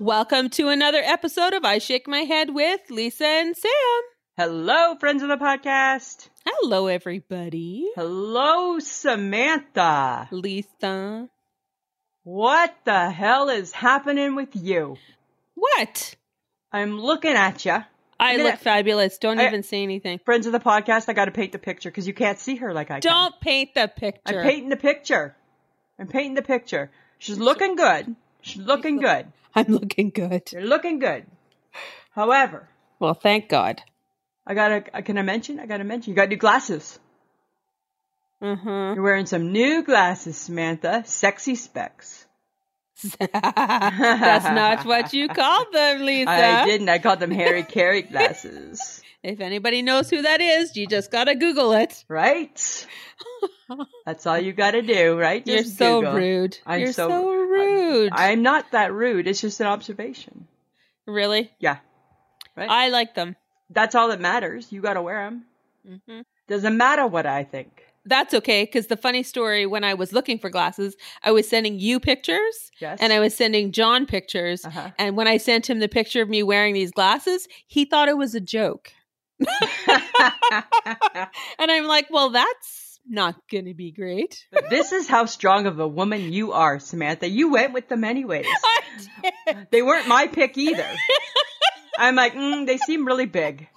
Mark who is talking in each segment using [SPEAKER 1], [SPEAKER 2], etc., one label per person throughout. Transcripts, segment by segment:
[SPEAKER 1] Welcome to another episode of I Shake My Head with Lisa and Sam.
[SPEAKER 2] Hello, friends of the podcast.
[SPEAKER 1] Hello, everybody.
[SPEAKER 2] Hello, Samantha.
[SPEAKER 1] Lisa.
[SPEAKER 2] What the hell is happening with you?
[SPEAKER 1] What?
[SPEAKER 2] I'm looking at you.
[SPEAKER 1] I
[SPEAKER 2] Look at
[SPEAKER 1] look
[SPEAKER 2] that.
[SPEAKER 1] fabulous. Don't
[SPEAKER 2] I-
[SPEAKER 1] even say anything.
[SPEAKER 2] Friends of the podcast, I got to paint the picture because you can't see her like I can.
[SPEAKER 1] Don't paint the picture.
[SPEAKER 2] I'm painting the picture. I'm painting the picture. She's looking good. She's looking good.
[SPEAKER 1] I'm looking good.
[SPEAKER 2] You're looking good. However,
[SPEAKER 1] Well, thank God.
[SPEAKER 2] I gotta. Can I mention? I gotta mention. You got new glasses.
[SPEAKER 1] Uh huh.
[SPEAKER 2] You're wearing some new glasses, Samantha. Sexy specs.
[SPEAKER 1] That's not what you call them, Lisa.
[SPEAKER 2] I didn't. I called them Harry Carey glasses.
[SPEAKER 1] If anybody knows who that is, you just gotta Google it.
[SPEAKER 2] Right? That's all you gotta do, right?
[SPEAKER 1] You're
[SPEAKER 2] Just
[SPEAKER 1] so
[SPEAKER 2] Google.
[SPEAKER 1] rude.
[SPEAKER 2] I'm
[SPEAKER 1] You're so,
[SPEAKER 2] so-
[SPEAKER 1] rude.
[SPEAKER 2] I'm not that rude. It's just an observation.
[SPEAKER 1] really?
[SPEAKER 2] Yeah. Right?
[SPEAKER 1] I like them.
[SPEAKER 2] That's all that matters. You gotta wear them.
[SPEAKER 1] hmm
[SPEAKER 2] Doesn't matter what I think.
[SPEAKER 1] That's okay, because the funny story when I was looking for glasses, I was sending you pictures
[SPEAKER 2] Yes.
[SPEAKER 1] and I was sending John pictures.
[SPEAKER 2] Uh-huh.
[SPEAKER 1] And when I sent him the picture of me wearing these glasses, he thought it was a joke. And I'm like, well, that's not going to be great.
[SPEAKER 2] But this is how strong of a woman you are, Samantha. You went with them anyways.
[SPEAKER 1] I did.
[SPEAKER 2] They weren't my pick either. I'm like, mm, they seem really big.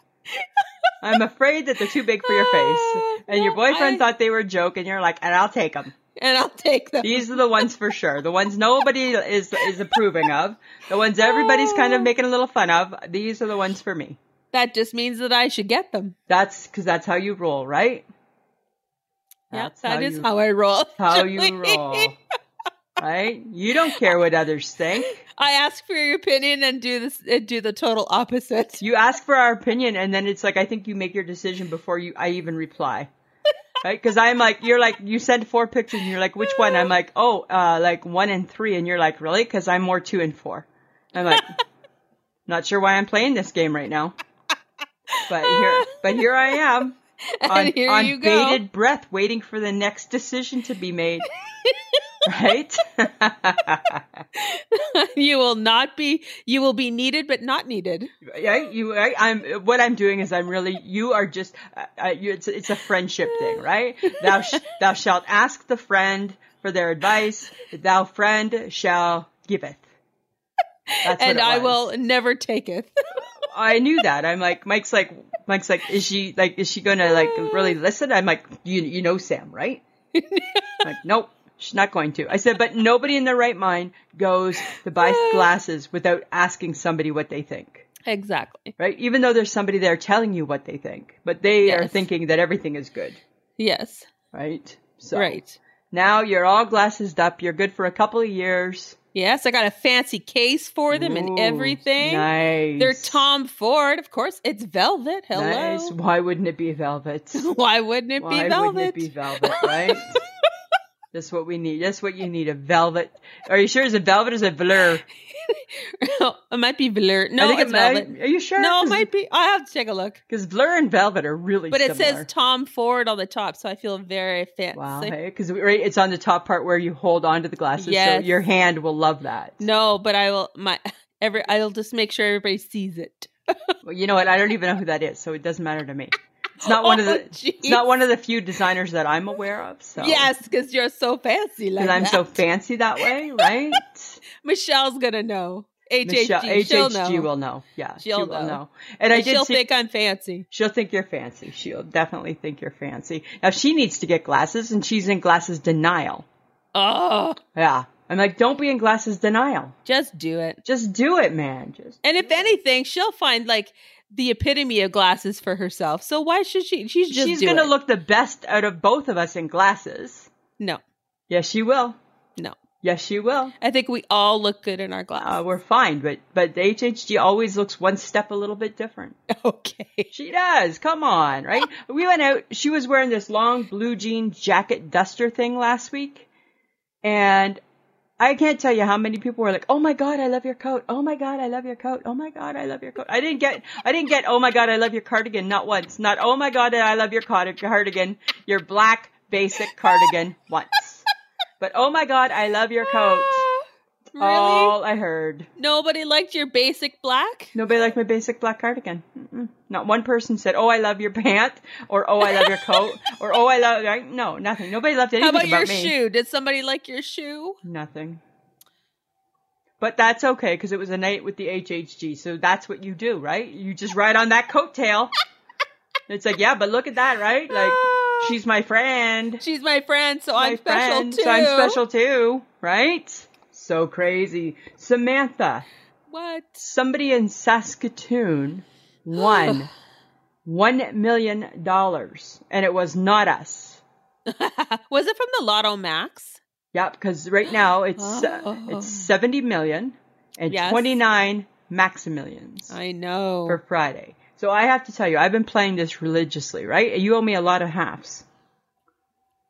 [SPEAKER 2] I'm afraid that they're too big for your
[SPEAKER 1] Ah.
[SPEAKER 2] face. And your
[SPEAKER 1] No, I-
[SPEAKER 2] boyfriend thought they were a joke, and you're like, and I'll take them.
[SPEAKER 1] And I'll take them.
[SPEAKER 2] These are the ones for sure. The ones nobody is is approving of. The ones everybody's kind
[SPEAKER 1] Oh.
[SPEAKER 2] of making a little fun of. These are the ones for me.
[SPEAKER 1] That just means that I should get them.
[SPEAKER 2] That's because that's how you roll, right?
[SPEAKER 1] Yeah,
[SPEAKER 2] That's
[SPEAKER 1] that is
[SPEAKER 2] you,
[SPEAKER 1] how I roll.
[SPEAKER 2] how you
[SPEAKER 1] Julie.
[SPEAKER 2] roll. Right? You don't care what others think.
[SPEAKER 1] I ask for your opinion and do this and do the total opposite.
[SPEAKER 2] You ask for our opinion, and then it's like I think you make your decision before you I even reply. Right? Because I'm like, you're like, you sent four pictures, and you're like, which one? I'm like, oh, uh, like one and three, and you're like, really? Because I'm more two and four. I'm like, not sure why I'm playing this game right now, but here, but here I am
[SPEAKER 1] And
[SPEAKER 2] on,
[SPEAKER 1] here
[SPEAKER 2] on
[SPEAKER 1] you go.
[SPEAKER 2] bated breath, waiting for the next decision to be made. right?
[SPEAKER 1] you will not be you will be needed but not needed
[SPEAKER 2] Yeah, you. I, I'm. What I'm doing is I'm really. You are just. Uh, uh, you, it's it's a friendship thing, right? Thou sh- thou shalt ask the friend for their advice. Thou friend shall giveth. That's what
[SPEAKER 1] and
[SPEAKER 2] it
[SPEAKER 1] i
[SPEAKER 2] was.
[SPEAKER 1] will never take it
[SPEAKER 2] I knew that. I'm like Mike's. Like Mike's. Like is she like is she gonna like really listen? I'm like you. You know Sam, right? I'm like nope. She's not going to. I said, but nobody in their right mind goes to buy glasses without asking somebody what they think
[SPEAKER 1] exactly
[SPEAKER 2] right? Even though there's somebody there telling you what they think, but they are
[SPEAKER 1] Yes.
[SPEAKER 2] thinking that everything is good,
[SPEAKER 1] yes
[SPEAKER 2] right? So
[SPEAKER 1] right
[SPEAKER 2] now you're all glassed up. You're good for a couple of years.
[SPEAKER 1] yes i got a fancy case for them
[SPEAKER 2] Ooh,
[SPEAKER 1] and everything
[SPEAKER 2] Nice.
[SPEAKER 1] they're tom ford of course it's velvet hello
[SPEAKER 2] Nice. Why wouldn't it be velvet?
[SPEAKER 1] why wouldn't it
[SPEAKER 2] Why
[SPEAKER 1] be
[SPEAKER 2] wouldn't
[SPEAKER 1] velvet
[SPEAKER 2] it be velvet, right? That's what we need. That's what you need. A velvet. Are you sure? Is it velvet? Or is it velour?
[SPEAKER 1] it might be blur no
[SPEAKER 2] I think
[SPEAKER 1] it's
[SPEAKER 2] it might-
[SPEAKER 1] velvet
[SPEAKER 2] Are you sure?
[SPEAKER 1] no it might be i have to take a look
[SPEAKER 2] because velour and velvet are really.
[SPEAKER 1] but it
[SPEAKER 2] similar.
[SPEAKER 1] says tom ford on the top so i feel very fancy
[SPEAKER 2] Wow, because right, it's on the top part where you hold onto the glasses,
[SPEAKER 1] Yes.
[SPEAKER 2] so your hand will love that.
[SPEAKER 1] no but i will my every i'll just make sure everybody sees it
[SPEAKER 2] Well, you know what? I don't even know who that is, so it doesn't matter to me. It's not one of the.
[SPEAKER 1] Oh,
[SPEAKER 2] It's not one of the few designers that I'm aware of. So
[SPEAKER 1] Yes, because you're so fancy. Like
[SPEAKER 2] because I'm so
[SPEAKER 1] that.
[SPEAKER 2] fancy that way, right?
[SPEAKER 1] Michelle's gonna know. HHG,
[SPEAKER 2] Michelle-
[SPEAKER 1] she'll
[SPEAKER 2] HHG
[SPEAKER 1] know.
[SPEAKER 2] will know. Yeah,
[SPEAKER 1] She'll
[SPEAKER 2] she will
[SPEAKER 1] know.
[SPEAKER 2] know. And I
[SPEAKER 1] And
[SPEAKER 2] did
[SPEAKER 1] she'll
[SPEAKER 2] see.
[SPEAKER 1] think I'm fancy.
[SPEAKER 2] she'll think you're fancy. She'll definitely think you're fancy. Now she needs to get glasses, and she's in glasses denial.
[SPEAKER 1] Oh,
[SPEAKER 2] Yeah, I'm like, don't be in glasses denial.
[SPEAKER 1] just do it.
[SPEAKER 2] Just do it, man. Just
[SPEAKER 1] And if anything, she'll find like the epitome of glasses for herself. So why should she? She's just
[SPEAKER 2] she's
[SPEAKER 1] do
[SPEAKER 2] gonna
[SPEAKER 1] it.
[SPEAKER 2] look the best out of both of us in glasses.
[SPEAKER 1] No,
[SPEAKER 2] Yes, she will.
[SPEAKER 1] no.
[SPEAKER 2] Yes, she will.
[SPEAKER 1] I think we all look good in our
[SPEAKER 2] uh,
[SPEAKER 1] glasses.
[SPEAKER 2] we're fine, but but the HHG always looks one step a little bit different.
[SPEAKER 1] okay.
[SPEAKER 2] She does. Come on, right? we went out. She was wearing this long blue jean jacket duster thing last week, and I can't tell you how many people were like, "Oh my god, I love your coat. Oh my god, I love your coat. Oh my god, I love your coat." I didn't get. I didn't get. Oh my god, I love your cardigan. Not once. Not. Oh my god, I love your card- cardigan. Your black basic cardigan once. But oh my god, I love your coat.
[SPEAKER 1] Really?
[SPEAKER 2] All I heard.
[SPEAKER 1] Nobody liked your basic black?
[SPEAKER 2] Nobody liked my basic black cardigan. Mm-mm. Not one person said, "Oh, I love your pant," or "Oh, I love your coat," or "Oh, I love." Right? No, nothing. Nobody loved anything
[SPEAKER 1] How about, your
[SPEAKER 2] me.
[SPEAKER 1] shoe? Did somebody like your shoe?
[SPEAKER 2] Nothing. But that's okay because it was a night with the HHG, so that's what you do, right? You just ride on that coattail. it's like, yeah, but look at that, right? Like, she's my friend.
[SPEAKER 1] She's my friend, so
[SPEAKER 2] my
[SPEAKER 1] Ah. I'm special
[SPEAKER 2] friend,
[SPEAKER 1] too.
[SPEAKER 2] So I'm special too, right? So crazy. Samantha,
[SPEAKER 1] What?
[SPEAKER 2] somebody in Saskatoon won one million dollars, and it was not us.
[SPEAKER 1] was it from the Lotto Max?
[SPEAKER 2] Yep, because right now it's uh,
[SPEAKER 1] Oh.
[SPEAKER 2] it's seventy million and
[SPEAKER 1] Yes.
[SPEAKER 2] twenty nine maximilians
[SPEAKER 1] I know.
[SPEAKER 2] for Friday. So I have to tell you, I've been playing this religiously, right? You owe me a lot of halves.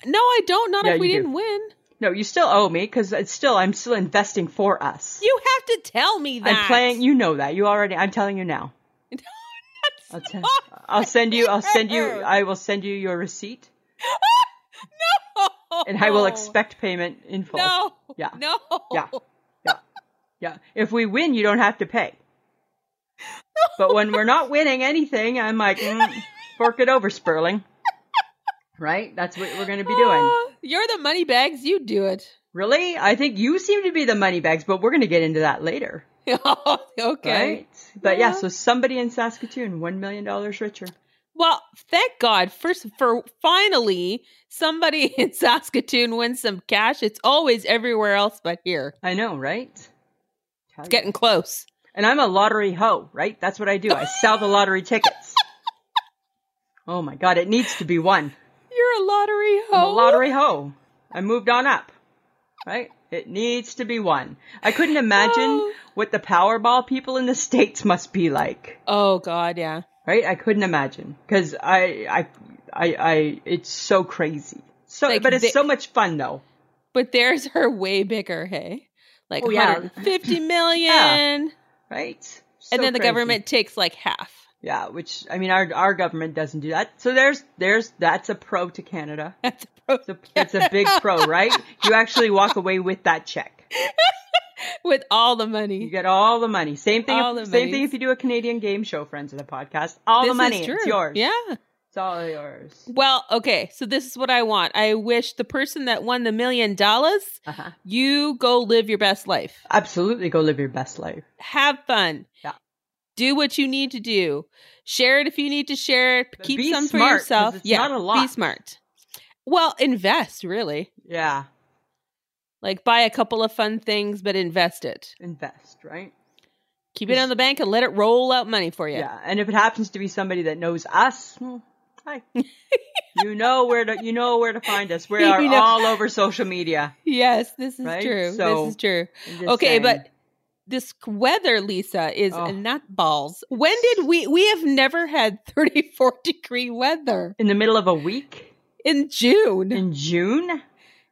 [SPEAKER 1] no, I don't. Not
[SPEAKER 2] Yeah,
[SPEAKER 1] if we
[SPEAKER 2] you do.
[SPEAKER 1] didn't win.
[SPEAKER 2] No, you still owe me because it's still I'm still investing for us.
[SPEAKER 1] You have to tell me that.
[SPEAKER 2] I'm playing. You know that. You already. I'm telling you now.
[SPEAKER 1] That's
[SPEAKER 2] I'll, te-
[SPEAKER 1] not
[SPEAKER 2] I'll send you. I'll send you.
[SPEAKER 1] fair.
[SPEAKER 2] I will send you your receipt,
[SPEAKER 1] no.
[SPEAKER 2] and I will expect payment in full.
[SPEAKER 1] No.
[SPEAKER 2] Yeah.
[SPEAKER 1] No.
[SPEAKER 2] Yeah. Yeah. If we win, you don't have to pay. But when we're not winning anything, I'm like, mm, fork it over, Sperling. Right? That's what we're going to be doing.
[SPEAKER 1] Ah, you're the money bags. You do it.
[SPEAKER 2] Really? I think you seem to be the money bags, but we're going to get into that later.
[SPEAKER 1] okay.
[SPEAKER 2] Right? But yeah.
[SPEAKER 1] Yeah.
[SPEAKER 2] so somebody in Saskatoon, $1 million richer.
[SPEAKER 1] Well, thank God. First, for finally, somebody in Saskatoon wins some cash. It's always everywhere else but here.
[SPEAKER 2] I know, right?
[SPEAKER 1] It's getting close.
[SPEAKER 2] And I'm a lottery hoe, right? That's what I do. I sell the lottery tickets. Oh my God, it needs to be won.
[SPEAKER 1] You're a lottery hoe.
[SPEAKER 2] I'm a lottery hoe. I moved on up. Right? It needs to be won. I couldn't imagine
[SPEAKER 1] Oh.
[SPEAKER 2] what the Powerball people in the States must be like.
[SPEAKER 1] Oh God, yeah.
[SPEAKER 2] Right? I couldn't imagine. Cause I, I, I, I, it's so crazy. So,
[SPEAKER 1] Like
[SPEAKER 2] but it's
[SPEAKER 1] they-
[SPEAKER 2] so much fun though.
[SPEAKER 1] But theirs are way bigger. Hey, like
[SPEAKER 2] Oh, yeah.
[SPEAKER 1] 150 million,
[SPEAKER 2] Right? So
[SPEAKER 1] and then the
[SPEAKER 2] crazy.
[SPEAKER 1] government takes like half.
[SPEAKER 2] Yeah, which, I mean, our, our government doesn't do that. So there's, there's, that's a pro to Canada.
[SPEAKER 1] That's pro-
[SPEAKER 2] It's a, it's a big pro, right? You actually walk away with that check.
[SPEAKER 1] with all the
[SPEAKER 2] You
[SPEAKER 1] money.
[SPEAKER 2] get all the money. Same thing.
[SPEAKER 1] All
[SPEAKER 2] if,
[SPEAKER 1] the
[SPEAKER 2] same
[SPEAKER 1] monies.
[SPEAKER 2] thing if you do a Canadian game show, friends of the podcast. All
[SPEAKER 1] This
[SPEAKER 2] the
[SPEAKER 1] is
[SPEAKER 2] money. It's
[SPEAKER 1] true.
[SPEAKER 2] yours.
[SPEAKER 1] Yeah.
[SPEAKER 2] It's all yours.
[SPEAKER 1] Well, okay. So this is what I want. I wish the person that won the million dollars,
[SPEAKER 2] Uh-huh.
[SPEAKER 1] you go live your best life.
[SPEAKER 2] Absolutely, go live your best life.
[SPEAKER 1] have fun.
[SPEAKER 2] Yeah.
[SPEAKER 1] Do what you need to do. Share it if you need to share it.
[SPEAKER 2] But
[SPEAKER 1] Keep
[SPEAKER 2] be
[SPEAKER 1] some
[SPEAKER 2] smart,
[SPEAKER 1] for
[SPEAKER 2] 'cause
[SPEAKER 1] yourself.
[SPEAKER 2] it's
[SPEAKER 1] yeah.
[SPEAKER 2] not a lot.
[SPEAKER 1] Be smart. Well, invest really.
[SPEAKER 2] Yeah,
[SPEAKER 1] Like buy a couple of fun things, but invest it.
[SPEAKER 2] invest, right?
[SPEAKER 1] Keep it on the bank and let it roll out money for you.
[SPEAKER 2] Yeah. And if it happens to be somebody that knows us, well, hi. you know where to you know where to find us. We
[SPEAKER 1] You
[SPEAKER 2] are
[SPEAKER 1] know.
[SPEAKER 2] all over social media.
[SPEAKER 1] Yes, this is
[SPEAKER 2] Right?
[SPEAKER 1] true.
[SPEAKER 2] So-
[SPEAKER 1] this is true.
[SPEAKER 2] I'm just
[SPEAKER 1] Okay,
[SPEAKER 2] saying.
[SPEAKER 1] but this weather, Lisa, is
[SPEAKER 2] Oh.
[SPEAKER 1] nut balls. When did we? We have never had 34 degree weather
[SPEAKER 2] in the middle of a week
[SPEAKER 1] in June.
[SPEAKER 2] in June.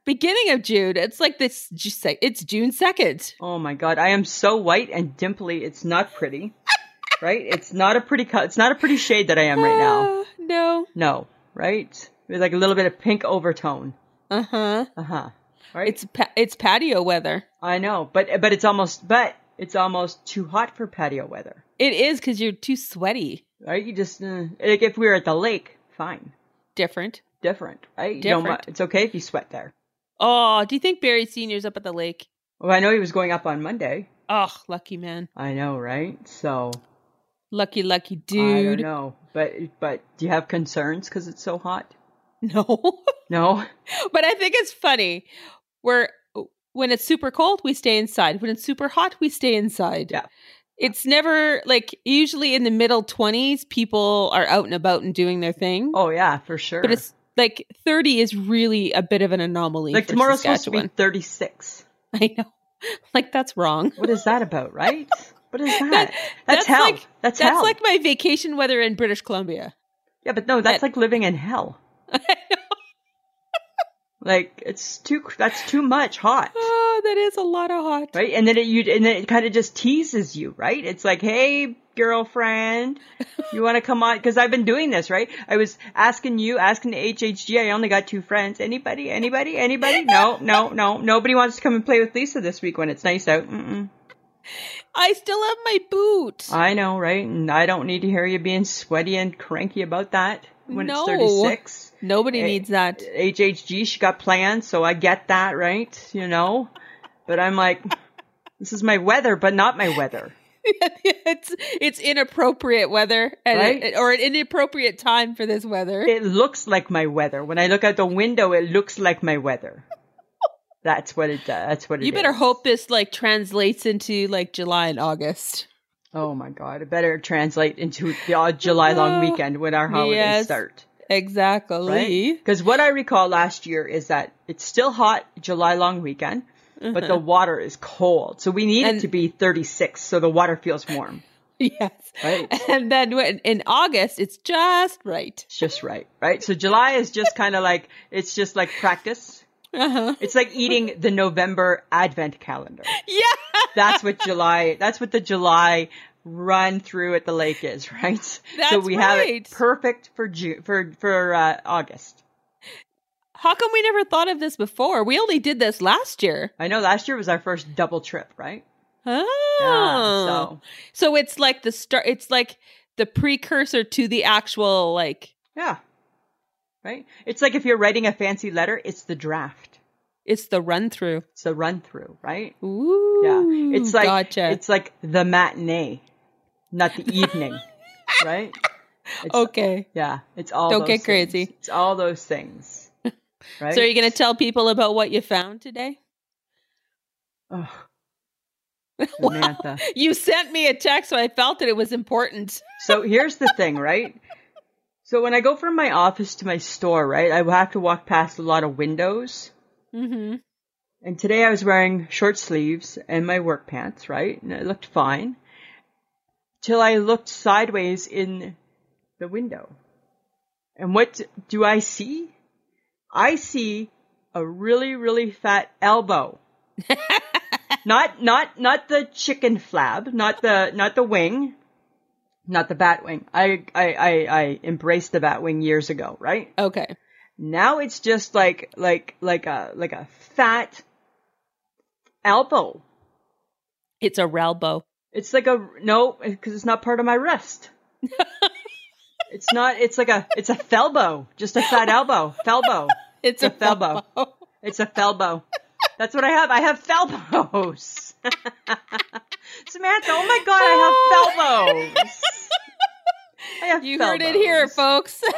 [SPEAKER 1] beginning of June. It's like this. Just say it's June second.
[SPEAKER 2] Oh my god, I am so white and dimply. It's not pretty. right? It's not a pretty co- it's not a pretty shade that I am right now.
[SPEAKER 1] Ah, no.
[SPEAKER 2] No, right? With like a little bit of pink overtone.
[SPEAKER 1] Uh huh.
[SPEAKER 2] Uh huh. Right?
[SPEAKER 1] It's pa- it's patio weather.
[SPEAKER 2] I know, but but it's almost but it's almost too hot for patio weather.
[SPEAKER 1] It is because you're too sweaty.
[SPEAKER 2] Right? You just uh, like if we were at the lake, fine,
[SPEAKER 1] Different.
[SPEAKER 2] different, right? You don't mi-
[SPEAKER 1] Different.
[SPEAKER 2] it's okay if you sweat there.
[SPEAKER 1] Oh, do you think Barry Senior's up at the lake?
[SPEAKER 2] Well, I know he was going up on Monday.
[SPEAKER 1] Oh, lucky man,
[SPEAKER 2] I know, right? So
[SPEAKER 1] lucky lucky
[SPEAKER 2] I don't
[SPEAKER 1] dude.
[SPEAKER 2] know, but but do you have concerns because it's so hot?
[SPEAKER 1] No,
[SPEAKER 2] No.
[SPEAKER 1] but I think it's funny. Where when it's super cold, we stay inside. When it's super hot, we stay inside.
[SPEAKER 2] Yeah.
[SPEAKER 1] It's never like usually in the middle twenties, people are out and about and doing their thing.
[SPEAKER 2] Oh yeah, for sure.
[SPEAKER 1] but it's like 30 is really a bit of an anomaly
[SPEAKER 2] like
[SPEAKER 1] for
[SPEAKER 2] tomorrow's supposed to be
[SPEAKER 1] Saskatchewan.
[SPEAKER 2] 36.
[SPEAKER 1] i know like that's wrong
[SPEAKER 2] What is that about, right? What is that?
[SPEAKER 1] that's
[SPEAKER 2] that's hell.
[SPEAKER 1] like-
[SPEAKER 2] that's,
[SPEAKER 1] that's
[SPEAKER 2] hell.
[SPEAKER 1] like my vacation weather in british columbia
[SPEAKER 2] yeah, but no, that's
[SPEAKER 1] that-
[SPEAKER 2] like living in hell. Like it's too that's too much hot.
[SPEAKER 1] Oh, that is a lot of hot.
[SPEAKER 2] Right? And then it you and then it kind of just teases you, right? It's like, "Hey, girlfriend, you want to come on cuz I've been doing this, right? I was asking you, asking the HHG. I only got two friends. Anybody? Anybody? Anybody? No, no, no. Nobody wants to come and play with Lisa this week when it's nice out. Mm-mm.
[SPEAKER 1] I still have my boot.
[SPEAKER 2] I know, right? And I don't need to hear you being sweaty and cranky about that when
[SPEAKER 1] No.
[SPEAKER 2] it's 36.
[SPEAKER 1] Nobody
[SPEAKER 2] Hey,
[SPEAKER 1] needs that.
[SPEAKER 2] HHG, she got plans, so I get that, right? You know? But I'm like, this is my weather, but not my weather.
[SPEAKER 1] it's it's inappropriate weather and
[SPEAKER 2] Right?
[SPEAKER 1] or an inappropriate time for this weather.
[SPEAKER 2] It looks like my weather. When I look out the window, it looks like my weather. That's what it does. That's what it
[SPEAKER 1] you better
[SPEAKER 2] is.
[SPEAKER 1] hope this like translates into like July and August.
[SPEAKER 2] Oh my God. It better translate into the odd July long
[SPEAKER 1] Oh,
[SPEAKER 2] weekend when our holidays
[SPEAKER 1] yes.
[SPEAKER 2] start.
[SPEAKER 1] Exactly.
[SPEAKER 2] Right? Because what I recall last year is that it's still hot July long weekend, but the water is cold. So we need
[SPEAKER 1] Uh-huh. And-
[SPEAKER 2] it to be 36 so the water feels warm.
[SPEAKER 1] Yes.
[SPEAKER 2] Right.
[SPEAKER 1] And then when, in August, it's just right.
[SPEAKER 2] It's just right, right? So July is just kind of like it's just like practice.
[SPEAKER 1] Uh-huh.
[SPEAKER 2] It's like eating the November Advent calendar.
[SPEAKER 1] Yeah.
[SPEAKER 2] That's what July. That's what the July run through at the lake is, right? so
[SPEAKER 1] That's
[SPEAKER 2] we have
[SPEAKER 1] right.
[SPEAKER 2] it perfect for June for for uh, August.
[SPEAKER 1] How come we never thought of this before? We only did this last year.
[SPEAKER 2] I know last year was our first double trip, right?
[SPEAKER 1] Oh.
[SPEAKER 2] so
[SPEAKER 1] so. it's like the start, it's like the precursor to the actual, like,
[SPEAKER 2] yeah, right. It's like if you're writing a fancy letter, it's the draft.
[SPEAKER 1] it's the run through.
[SPEAKER 2] It's the run through, right?
[SPEAKER 1] Ooh.
[SPEAKER 2] Yeah. It's like
[SPEAKER 1] Hmm. gotcha.
[SPEAKER 2] it's like the matinee, not the evening. right? It's,
[SPEAKER 1] okay.
[SPEAKER 2] Yeah. It's all
[SPEAKER 1] Don't get
[SPEAKER 2] those
[SPEAKER 1] crazy.
[SPEAKER 2] things. It's all those things. Right?
[SPEAKER 1] So are you going to tell people about what you found today?
[SPEAKER 2] oh,
[SPEAKER 1] Wow.
[SPEAKER 2] Samantha.
[SPEAKER 1] You sent me a text, so I felt that it was important.
[SPEAKER 2] So here's the thing, right? So when I go from my office to my store, right, I will have to walk past a lot of windows.
[SPEAKER 1] Mm-hmm.
[SPEAKER 2] And today I was wearing short sleeves and my work pants, right? And it looked fine. Till I looked sideways in the window. And what do I see? I see a really, really fat elbow. not, not, not the chicken flab, not the, not the wing, not the bat wing. I, I, I, I embraced the bat wing years ago, right?
[SPEAKER 1] Okay.
[SPEAKER 2] Now it's just like like like a like a fat elbow.
[SPEAKER 1] It's a Ralbo.
[SPEAKER 2] It's like a no because it's not part of my wrist. it's not. It's like a it's a felbo, just a fat elbow. Felbo.
[SPEAKER 1] It's
[SPEAKER 2] a Felbo. It's a felbo. That's what I have. I have felbos. Samantha, oh my god, I have felbos. I have
[SPEAKER 1] You heard it here,
[SPEAKER 2] felbos.
[SPEAKER 1] folks.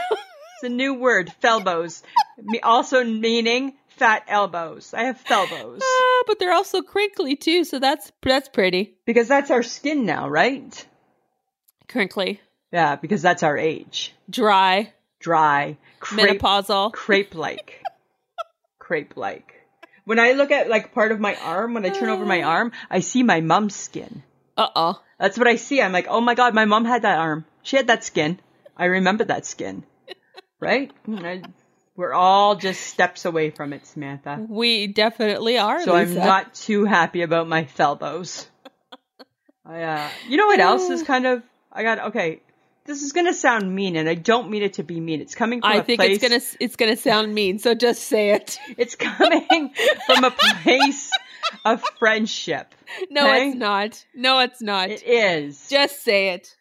[SPEAKER 2] It's a new word, felbos, me- also meaning fat elbows. I have felbos
[SPEAKER 1] Ah, but they're also crinkly too, so that's that's pretty
[SPEAKER 2] because that's our skin now, right?
[SPEAKER 1] crinkly,
[SPEAKER 2] Yeah, because that's our age.
[SPEAKER 1] dry,
[SPEAKER 2] Dry, crepe,
[SPEAKER 1] menopausal.
[SPEAKER 2] crepe-like, crepe-like. When I look at like part of my arm, when I turn over my arm, I see my mom's skin.
[SPEAKER 1] Uh oh.
[SPEAKER 2] That's what I see. I'm like, oh my god, my mom had that arm. She had that skin. I remember that skin, right? I- we're all just steps away from it, Samantha.
[SPEAKER 1] We definitely are.
[SPEAKER 2] So I'm
[SPEAKER 1] Lisa.
[SPEAKER 2] not too happy about my felbos. I, uh, you know what else is kind of I got okay. This is gonna sound mean, and I don't mean it to be mean. It's coming from
[SPEAKER 1] I
[SPEAKER 2] a
[SPEAKER 1] think
[SPEAKER 2] place.
[SPEAKER 1] it's gonna it's gonna sound mean, so just say it.
[SPEAKER 2] It's coming from a place of friendship.
[SPEAKER 1] No,
[SPEAKER 2] Okay.
[SPEAKER 1] it's not. No, it's not.
[SPEAKER 2] It is.
[SPEAKER 1] just say it,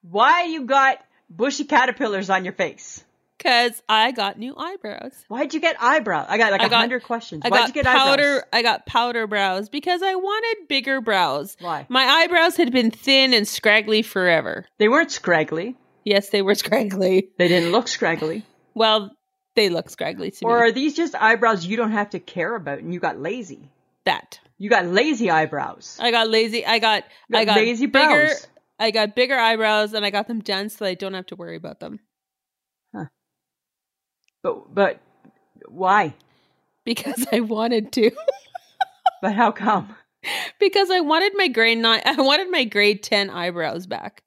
[SPEAKER 2] Why you got bushy caterpillars on your face?
[SPEAKER 1] cause I got new eyebrows.
[SPEAKER 2] Why'd you get eyebrow? I got like
[SPEAKER 1] I
[SPEAKER 2] a
[SPEAKER 1] got-
[SPEAKER 2] hundred questions.
[SPEAKER 1] I
[SPEAKER 2] Why'd
[SPEAKER 1] got
[SPEAKER 2] you get
[SPEAKER 1] powder.
[SPEAKER 2] eyebrows?
[SPEAKER 1] I got powder brows because I wanted bigger brows.
[SPEAKER 2] Why?
[SPEAKER 1] My eyebrows had been thin and scraggly forever.
[SPEAKER 2] They weren't scraggly.
[SPEAKER 1] Yes, they were scraggly.
[SPEAKER 2] They didn't look scraggly.
[SPEAKER 1] Well, they look scraggly to
[SPEAKER 2] Or
[SPEAKER 1] me.
[SPEAKER 2] are these just eyebrows you don't have to care about and you got lazy?
[SPEAKER 1] That
[SPEAKER 2] You got lazy eyebrows.
[SPEAKER 1] I got lazy. I got,
[SPEAKER 2] You got
[SPEAKER 1] I got
[SPEAKER 2] lazy
[SPEAKER 1] bigger.
[SPEAKER 2] brows.
[SPEAKER 1] I got bigger eyebrows, and I got them done so I don't have to worry about them
[SPEAKER 2] But but why?
[SPEAKER 1] because I wanted to.
[SPEAKER 2] But how come?
[SPEAKER 1] because I wanted my grade nine. I wanted my grade ten eyebrows back.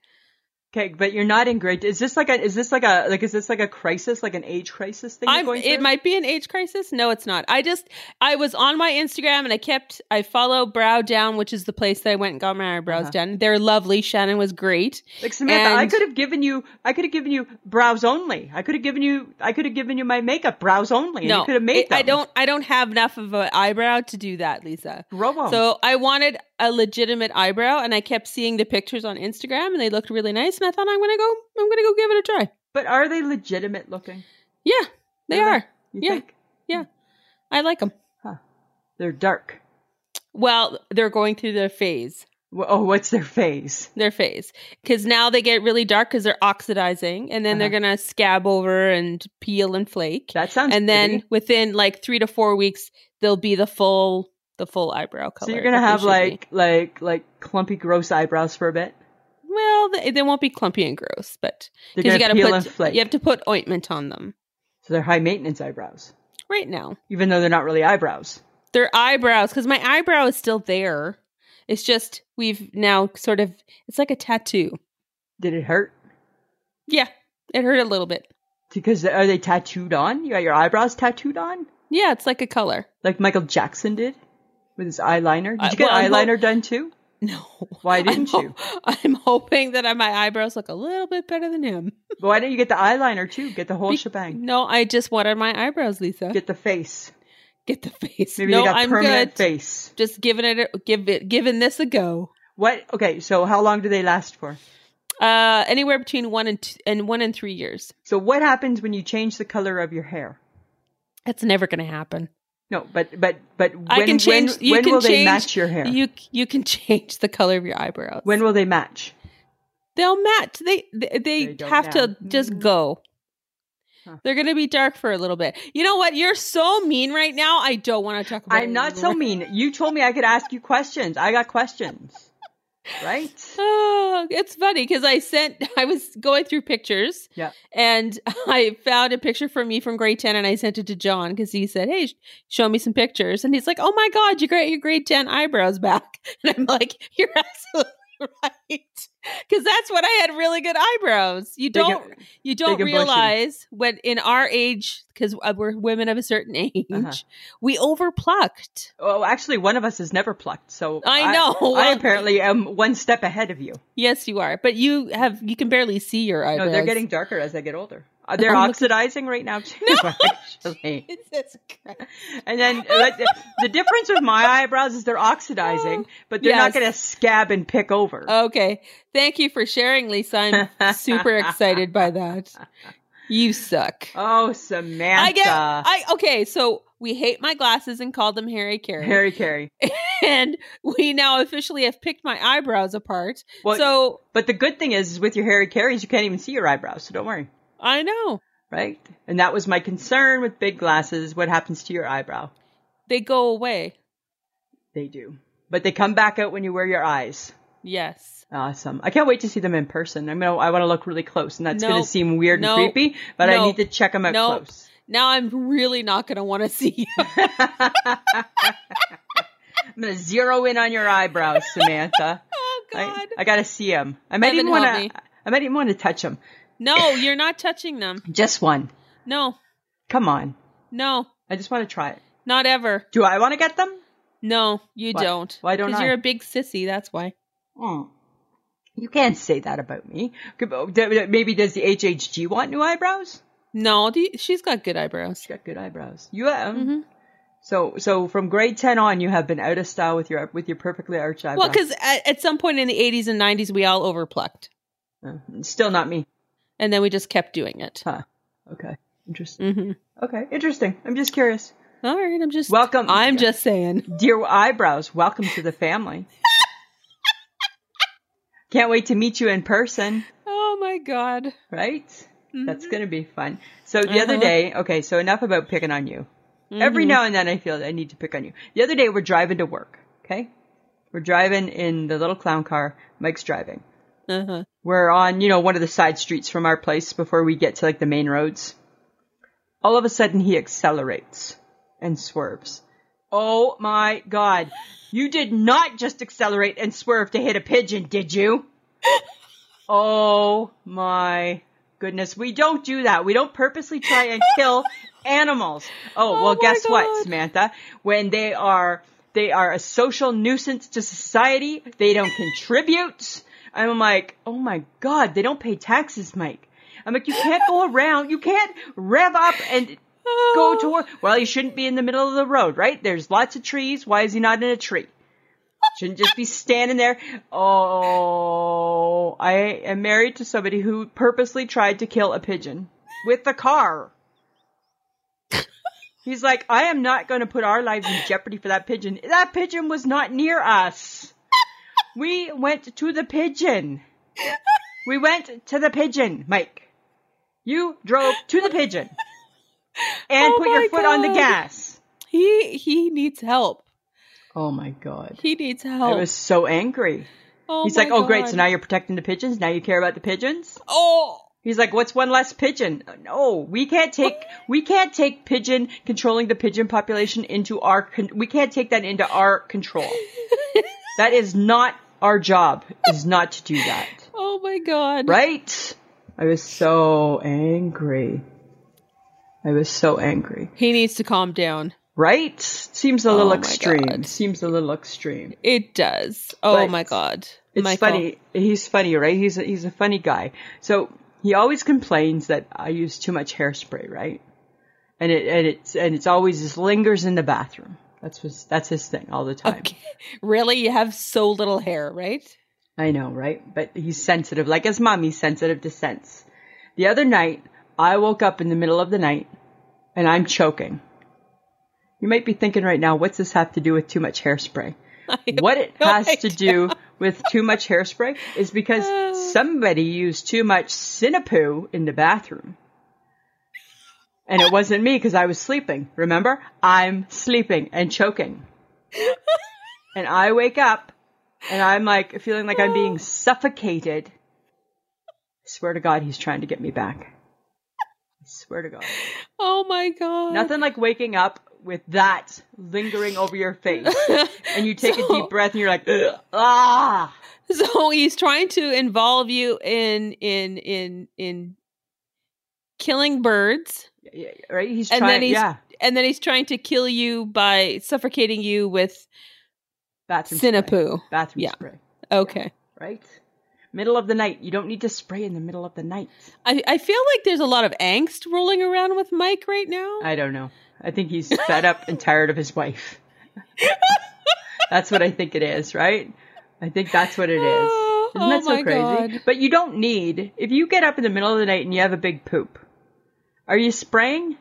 [SPEAKER 2] Okay, but you're not in great. Is this like a? Is this like a? Like is this like a crisis? Like an age crisis thing? you're
[SPEAKER 1] I'm,
[SPEAKER 2] going
[SPEAKER 1] it
[SPEAKER 2] through?
[SPEAKER 1] might be an age crisis. No, it's not. I just I was on my Instagram and I kept I follow Brow Down, which is the place that I went and got my eyebrows
[SPEAKER 2] Uh-huh.
[SPEAKER 1] done. They're lovely. Shannon was great.
[SPEAKER 2] Like Samantha, I
[SPEAKER 1] And-
[SPEAKER 2] could have given you, I could have given you brows only. I could have given you, I could have given you my makeup brows only. and
[SPEAKER 1] no,
[SPEAKER 2] you could have made
[SPEAKER 1] it- I
[SPEAKER 2] them.
[SPEAKER 1] don't I don't have enough of an eyebrow to do that, Lisa.
[SPEAKER 2] Grow 'em.
[SPEAKER 1] So I wanted a legitimate eyebrow, and I kept seeing the pictures on Instagram, and they looked really nice. And I thought I'm gonna go I'm gonna go give it a try.
[SPEAKER 2] but are they legitimate looking?
[SPEAKER 1] Yeah, they
[SPEAKER 2] Really?
[SPEAKER 1] are.
[SPEAKER 2] You
[SPEAKER 1] Yeah.
[SPEAKER 2] think
[SPEAKER 1] I like them.
[SPEAKER 2] they're dark?
[SPEAKER 1] Well, they're going through their phase.
[SPEAKER 2] Wh- Oh, what's their phase?
[SPEAKER 1] their face because now they get really dark because they're oxidizing and then they're
[SPEAKER 2] Uh-huh.
[SPEAKER 1] gonna scab over and peel and flake
[SPEAKER 2] That sounds.
[SPEAKER 1] and then
[SPEAKER 2] pretty.
[SPEAKER 1] within like three to four weeks they'll be the full the full eyebrow color
[SPEAKER 2] so you're gonna
[SPEAKER 1] that they
[SPEAKER 2] have
[SPEAKER 1] should be.
[SPEAKER 2] like, like, like clumpy, gross eyebrows for a bit.
[SPEAKER 1] well they, they won't be clumpy and gross but
[SPEAKER 2] They're
[SPEAKER 1] 'cause
[SPEAKER 2] gonna
[SPEAKER 1] you gotta
[SPEAKER 2] peel
[SPEAKER 1] put
[SPEAKER 2] and flake.
[SPEAKER 1] you have to put ointment on them
[SPEAKER 2] so they're high maintenance eyebrows,
[SPEAKER 1] right now
[SPEAKER 2] even though they're not really eyebrows.
[SPEAKER 1] their eyebrows because my eyebrow is still there it's just we've now sort of it's like a tattoo
[SPEAKER 2] Did it hurt?
[SPEAKER 1] yeah it hurt a little bit
[SPEAKER 2] Because are they tattooed on? You got your eyebrows tattooed on,
[SPEAKER 1] yeah it's like a color
[SPEAKER 2] like Michael Jackson did with his eyeliner.
[SPEAKER 1] I-
[SPEAKER 2] Did you get
[SPEAKER 1] well, I'm
[SPEAKER 2] eyeliner done too?
[SPEAKER 1] No.
[SPEAKER 2] Why
[SPEAKER 1] I'm
[SPEAKER 2] didn't
[SPEAKER 1] ho-
[SPEAKER 2] you?
[SPEAKER 1] I'm hoping that I- my eyebrows look a little bit better than him.
[SPEAKER 2] But why don't you get the eyeliner too? Get the whole
[SPEAKER 1] Be-
[SPEAKER 2] shebang.
[SPEAKER 1] No, I just wanted my eyebrows, Lisa. Get,
[SPEAKER 2] Get the face.
[SPEAKER 1] the face.
[SPEAKER 2] Maybe
[SPEAKER 1] no,
[SPEAKER 2] they got
[SPEAKER 1] I'm
[SPEAKER 2] permanent
[SPEAKER 1] good.
[SPEAKER 2] face.
[SPEAKER 1] Just giving it, a, give it, giving this a go.
[SPEAKER 2] What? Okay, so how long do they last for?
[SPEAKER 1] Uh, anywhere between one and two, and one and three years.
[SPEAKER 2] So what happens when you change the color of your hair?
[SPEAKER 1] That's never going to happen.
[SPEAKER 2] No, but but but when
[SPEAKER 1] I can change.
[SPEAKER 2] when,
[SPEAKER 1] you
[SPEAKER 2] when
[SPEAKER 1] can
[SPEAKER 2] will
[SPEAKER 1] change,
[SPEAKER 2] they match your hair?
[SPEAKER 1] You you can change the color of your eyebrows.
[SPEAKER 2] when will they match?
[SPEAKER 1] they'll match, they they, they
[SPEAKER 2] They don't
[SPEAKER 1] have to
[SPEAKER 2] match. Mm-hmm.
[SPEAKER 1] just go.
[SPEAKER 2] Huh.
[SPEAKER 1] They're gonna be dark for a little bit. You know what? You're so mean right now. I don't want to talk about. it
[SPEAKER 2] I'm not so
[SPEAKER 1] anymore.
[SPEAKER 2] mean. You told me I could ask you questions. I got questions. Right?
[SPEAKER 1] Oh, it's funny because I sent, I was going through pictures.
[SPEAKER 2] Yeah.
[SPEAKER 1] And I found a picture from me from grade 10 and I sent it to John because he said, Hey, sh- show me some pictures. And he's like, Oh my God, you got your grade 10 eyebrows back. And I'm like, You're absolutely right. Because that's when I had really good eyebrows. You
[SPEAKER 2] They
[SPEAKER 1] don't,
[SPEAKER 2] get-
[SPEAKER 1] you don't
[SPEAKER 2] and bushy.
[SPEAKER 1] realize when in our age, because we're women of a certain age,
[SPEAKER 2] Uh-huh.
[SPEAKER 1] we overplucked.
[SPEAKER 2] oh, actually, one of us is never plucked. So
[SPEAKER 1] I know.
[SPEAKER 2] I,
[SPEAKER 1] Well,
[SPEAKER 2] apparently am one step ahead of you.
[SPEAKER 1] Yes, you are. But you have, you can barely see your eyebrows.
[SPEAKER 2] No, they're getting darker as I get older. Uh, They're
[SPEAKER 1] I'm
[SPEAKER 2] oxidizing right now too. Actually.
[SPEAKER 1] Jesus Christ.
[SPEAKER 2] And then but the, the difference with my eyebrows is they're oxidizing, but they're
[SPEAKER 1] Yes.
[SPEAKER 2] not going to scab and pick over.
[SPEAKER 1] Okay. Thank you for sharing, Lisa. Oh, I'm super excited by that. You suck.
[SPEAKER 2] oh, uh Samantha.
[SPEAKER 1] I get I okay, so we hate my glasses and called them Harry Carey.
[SPEAKER 2] Harry Carey.
[SPEAKER 1] And we now officially have picked my eyebrows apart.
[SPEAKER 2] Well,
[SPEAKER 1] so
[SPEAKER 2] but the good thing is, is with your Harry Careys, you can't even see your eyebrows, so don't worry.
[SPEAKER 1] I know.
[SPEAKER 2] Right? And that was my concern with big glasses. What happens to your eyebrow?
[SPEAKER 1] They go away.
[SPEAKER 2] They do. But they come back out when you wear your eyes.
[SPEAKER 1] Yes.
[SPEAKER 2] Awesome. I can't wait to see them in person. I'm gonna, I want to look really close, and that's going
[SPEAKER 1] Nope.
[SPEAKER 2] to seem weird and
[SPEAKER 1] Nope.
[SPEAKER 2] creepy, but I
[SPEAKER 1] Nope.
[SPEAKER 2] need to check them out
[SPEAKER 1] Nope.
[SPEAKER 2] close.
[SPEAKER 1] Now I'm really not gonna wanna see you.
[SPEAKER 2] I'm going to zero in on your eyebrows, Samantha.
[SPEAKER 1] oh
[SPEAKER 2] I,
[SPEAKER 1] god.
[SPEAKER 2] I got to see them. I might
[SPEAKER 1] Heaven
[SPEAKER 2] even want
[SPEAKER 1] help me.
[SPEAKER 2] to. I might even want to touch them.
[SPEAKER 1] no, you're not touching them.
[SPEAKER 2] Just one.
[SPEAKER 1] No.
[SPEAKER 2] Come on.
[SPEAKER 1] No.
[SPEAKER 2] I just want to try it.
[SPEAKER 1] Not ever.
[SPEAKER 2] Do I want to get them?
[SPEAKER 1] No, you
[SPEAKER 2] Why-
[SPEAKER 1] don't.
[SPEAKER 2] why don't
[SPEAKER 1] Because
[SPEAKER 2] I?
[SPEAKER 1] you're a big sissy, that's why.
[SPEAKER 2] Mm. You can't say that about me. Okay, but d- Maybe does the HHG want new eyebrows?
[SPEAKER 1] No, do you, she's got good eyebrows.
[SPEAKER 2] She's got good eyebrows. You um,
[SPEAKER 1] Mhm.
[SPEAKER 2] so so from grade ten on, you have been out of style with your with your perfectly arched eyebrows.
[SPEAKER 1] Well, because at, at some point in the 80s and 90s, we all overplucked.
[SPEAKER 2] Uh, still not me.
[SPEAKER 1] And then we just kept doing it.
[SPEAKER 2] Huh. Okay. Interesting.
[SPEAKER 1] hmm
[SPEAKER 2] Okay. Interesting. I'm just curious.
[SPEAKER 1] All right. I'm just.
[SPEAKER 2] Welcome.
[SPEAKER 1] I'm just saying.
[SPEAKER 2] Dear eyebrows, welcome to the family. Can't wait to meet you in person,
[SPEAKER 1] Oh, my God.
[SPEAKER 2] right? That's
[SPEAKER 1] Mhm.
[SPEAKER 2] going to be fun. So the other
[SPEAKER 1] Uh-huh.
[SPEAKER 2] day, okay, so enough about picking on you. Every
[SPEAKER 1] Mhm.
[SPEAKER 2] now and then I feel that I need to pick on you. The other day we're driving to work, okay? We're driving in the little clown car. Mike's driving.
[SPEAKER 1] Uh-huh.
[SPEAKER 2] We're on, you know, one of the side streets from our place before we get to like the main roads. All of a sudden he accelerates and swerves. Oh my god. You did not just accelerate and swerve to hit a pigeon, did you? Oh my goodness. We don't do that. We don't purposely try and kill animals. Oh,
[SPEAKER 1] Oh
[SPEAKER 2] well,
[SPEAKER 1] my
[SPEAKER 2] guess
[SPEAKER 1] God.
[SPEAKER 2] what, Samantha? When they are, they are a social nuisance to society. They don't contribute. I'm like, oh my God, they don't pay taxes, Mike. I'm like, you can't go around. You can't rev up and
[SPEAKER 1] Oh,
[SPEAKER 2] go to work. Well, you shouldn't be in the middle of the road, right? There's lots of trees. Why is he not in a tree? Shouldn't just be standing there. Oh, I am married to somebody who purposely tried to kill a pigeon with the car. He's like, I am not going to put our lives in jeopardy for that pigeon. That pigeon was not near us. We went to the pigeon. We went to the pigeon, Mike. You drove to the pigeon and
[SPEAKER 1] Oh
[SPEAKER 2] put your
[SPEAKER 1] my
[SPEAKER 2] foot on the
[SPEAKER 1] God.
[SPEAKER 2] gas.
[SPEAKER 1] He he needs help.
[SPEAKER 2] Oh my God.
[SPEAKER 1] He needs
[SPEAKER 2] I
[SPEAKER 1] help.
[SPEAKER 2] was so angry.
[SPEAKER 1] oh
[SPEAKER 2] He's
[SPEAKER 1] my
[SPEAKER 2] like, oh, great.
[SPEAKER 1] God.
[SPEAKER 2] So now you're protecting the pigeons. Now you care about the pigeons.
[SPEAKER 1] oh
[SPEAKER 2] He's like, what's one less pigeon? No, we can't take, we can't take pigeon controlling the pigeon population into our, con- we can't take that into our control. that is not our job is not to do that.
[SPEAKER 1] oh my god.
[SPEAKER 2] Right? I was so angry. I was so angry.
[SPEAKER 1] He needs to calm down.
[SPEAKER 2] Right? Seems a little
[SPEAKER 1] Oh my
[SPEAKER 2] extreme.
[SPEAKER 1] God.
[SPEAKER 2] Seems a little extreme.
[SPEAKER 1] It does. Oh
[SPEAKER 2] But
[SPEAKER 1] my god.
[SPEAKER 2] It's
[SPEAKER 1] Michael.
[SPEAKER 2] funny. He's funny, right? He's a, he's a funny guy. So he always complains that I use too much hairspray, right? And it and it's and it's always just lingers in the bathroom. That's his, that's his thing all the time.
[SPEAKER 1] Okay. Really, you have so little hair, right?
[SPEAKER 2] I know, right? But he's sensitive, like his mom. He's sensitive to sense. The other night, I woke up in the middle of the night, and I'm choking. You might be thinking right now, what's this have to do with too much hairspray? what it
[SPEAKER 1] no
[SPEAKER 2] has to
[SPEAKER 1] idea.
[SPEAKER 2] do with too much hairspray is because somebody used too much Cinepoo in the bathroom. And it wasn't me because I was sleeping. Remember? I'm sleeping and choking. and I wake up and I'm like feeling like I'm being suffocated. swear to God, he's trying to get me back. I swear to God.
[SPEAKER 1] Oh my god.
[SPEAKER 2] Nothing like waking up with that lingering over your face and you take a
[SPEAKER 1] So-
[SPEAKER 2] deep breath and you're like, "Ugh, ah,
[SPEAKER 1] So he's trying to involve you in in in in killing birds,
[SPEAKER 2] Yeah, yeah, right? He's
[SPEAKER 1] And then
[SPEAKER 2] trying,
[SPEAKER 1] he's-
[SPEAKER 2] yeah,
[SPEAKER 1] and then he's trying to kill you by suffocating you with
[SPEAKER 2] bathroom spray,
[SPEAKER 1] cinepoo.
[SPEAKER 2] bathroom
[SPEAKER 1] Yeah.
[SPEAKER 2] spray,
[SPEAKER 1] Okay.
[SPEAKER 2] right? Middle of the night. You don't need to spray in the middle of the night.
[SPEAKER 1] I, I feel like there's a lot of angst rolling around with Mike right now.
[SPEAKER 2] I don't know. I think he's fed up and tired of his wife. that's what I think it is, right? I think that's what it is.
[SPEAKER 1] Oh,
[SPEAKER 2] Isn't that
[SPEAKER 1] oh
[SPEAKER 2] so
[SPEAKER 1] my
[SPEAKER 2] crazy?
[SPEAKER 1] God.
[SPEAKER 2] But you don't need if you get up in the middle of the night and you have a big poop. Are you spraying?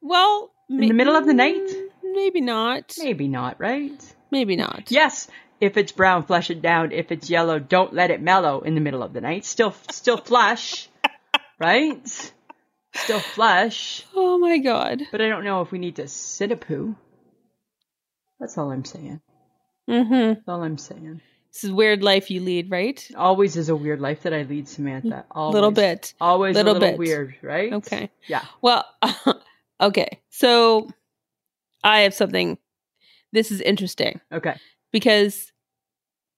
[SPEAKER 1] Well, in
[SPEAKER 2] the middle of the night?
[SPEAKER 1] Maybe not. Maybe,
[SPEAKER 2] Maybe not, right?
[SPEAKER 1] not.
[SPEAKER 2] Yes, if it's brown, flush it down. If it's yellow, don't let it mellow in the middle of the night. Still, still flush, right? Still flush.
[SPEAKER 1] Oh my god.
[SPEAKER 2] But I don't know if we need to sit a poo. That's all I'm saying.
[SPEAKER 1] hmm
[SPEAKER 2] That's all I'm saying.
[SPEAKER 1] This is weird life you lead, right?
[SPEAKER 2] Always is a weird life that I lead, Samantha.
[SPEAKER 1] A
[SPEAKER 2] Always.
[SPEAKER 1] little bit.
[SPEAKER 2] Always
[SPEAKER 1] Little
[SPEAKER 2] a little
[SPEAKER 1] bit.
[SPEAKER 2] weird, right?
[SPEAKER 1] Okay.
[SPEAKER 2] Yeah.
[SPEAKER 1] Well, okay. So I have something. This is interesting
[SPEAKER 2] Okay.
[SPEAKER 1] because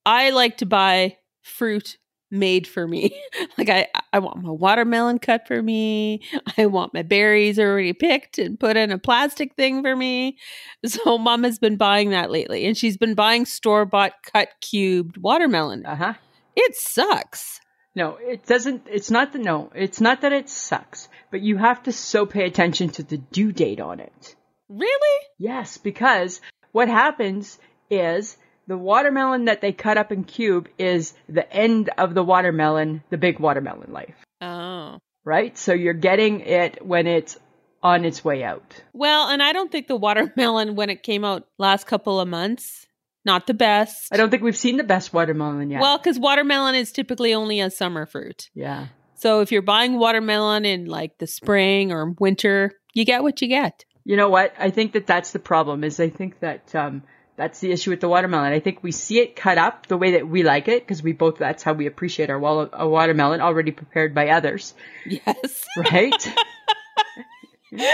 [SPEAKER 1] I like to buy fruit made for me. like I I want my watermelon cut for me. I want my berries already picked and put in a plastic thing for me. So mama's been buying that lately and she's been buying store-bought cut cubed watermelon.
[SPEAKER 2] Uh huh.
[SPEAKER 1] It sucks.
[SPEAKER 2] No, it doesn't. It's not that. No, it's not that it sucks. But you have to so pay attention to the due date on it.
[SPEAKER 1] Really?
[SPEAKER 2] Yes, because what happens is the watermelon that they cut up in cube is the end of the watermelon, the big watermelon life,
[SPEAKER 1] Oh.
[SPEAKER 2] right? So you're getting it when it's on its way out.
[SPEAKER 1] Well, and I don't think the watermelon when it came out last couple of months, not the best.
[SPEAKER 2] I don't think we've seen the best watermelon yet.
[SPEAKER 1] Well, because watermelon is typically only a summer fruit.
[SPEAKER 2] yeah.
[SPEAKER 1] So if you're buying watermelon in like the spring or winter, you get what you get.
[SPEAKER 2] You know what? I think that that's the problem. Is I think that um, that's the issue with the watermelon. I think we see it cut up the way that we like it because we both that's how we appreciate our, wall- our watermelon already prepared by others,
[SPEAKER 1] Yes.
[SPEAKER 2] right?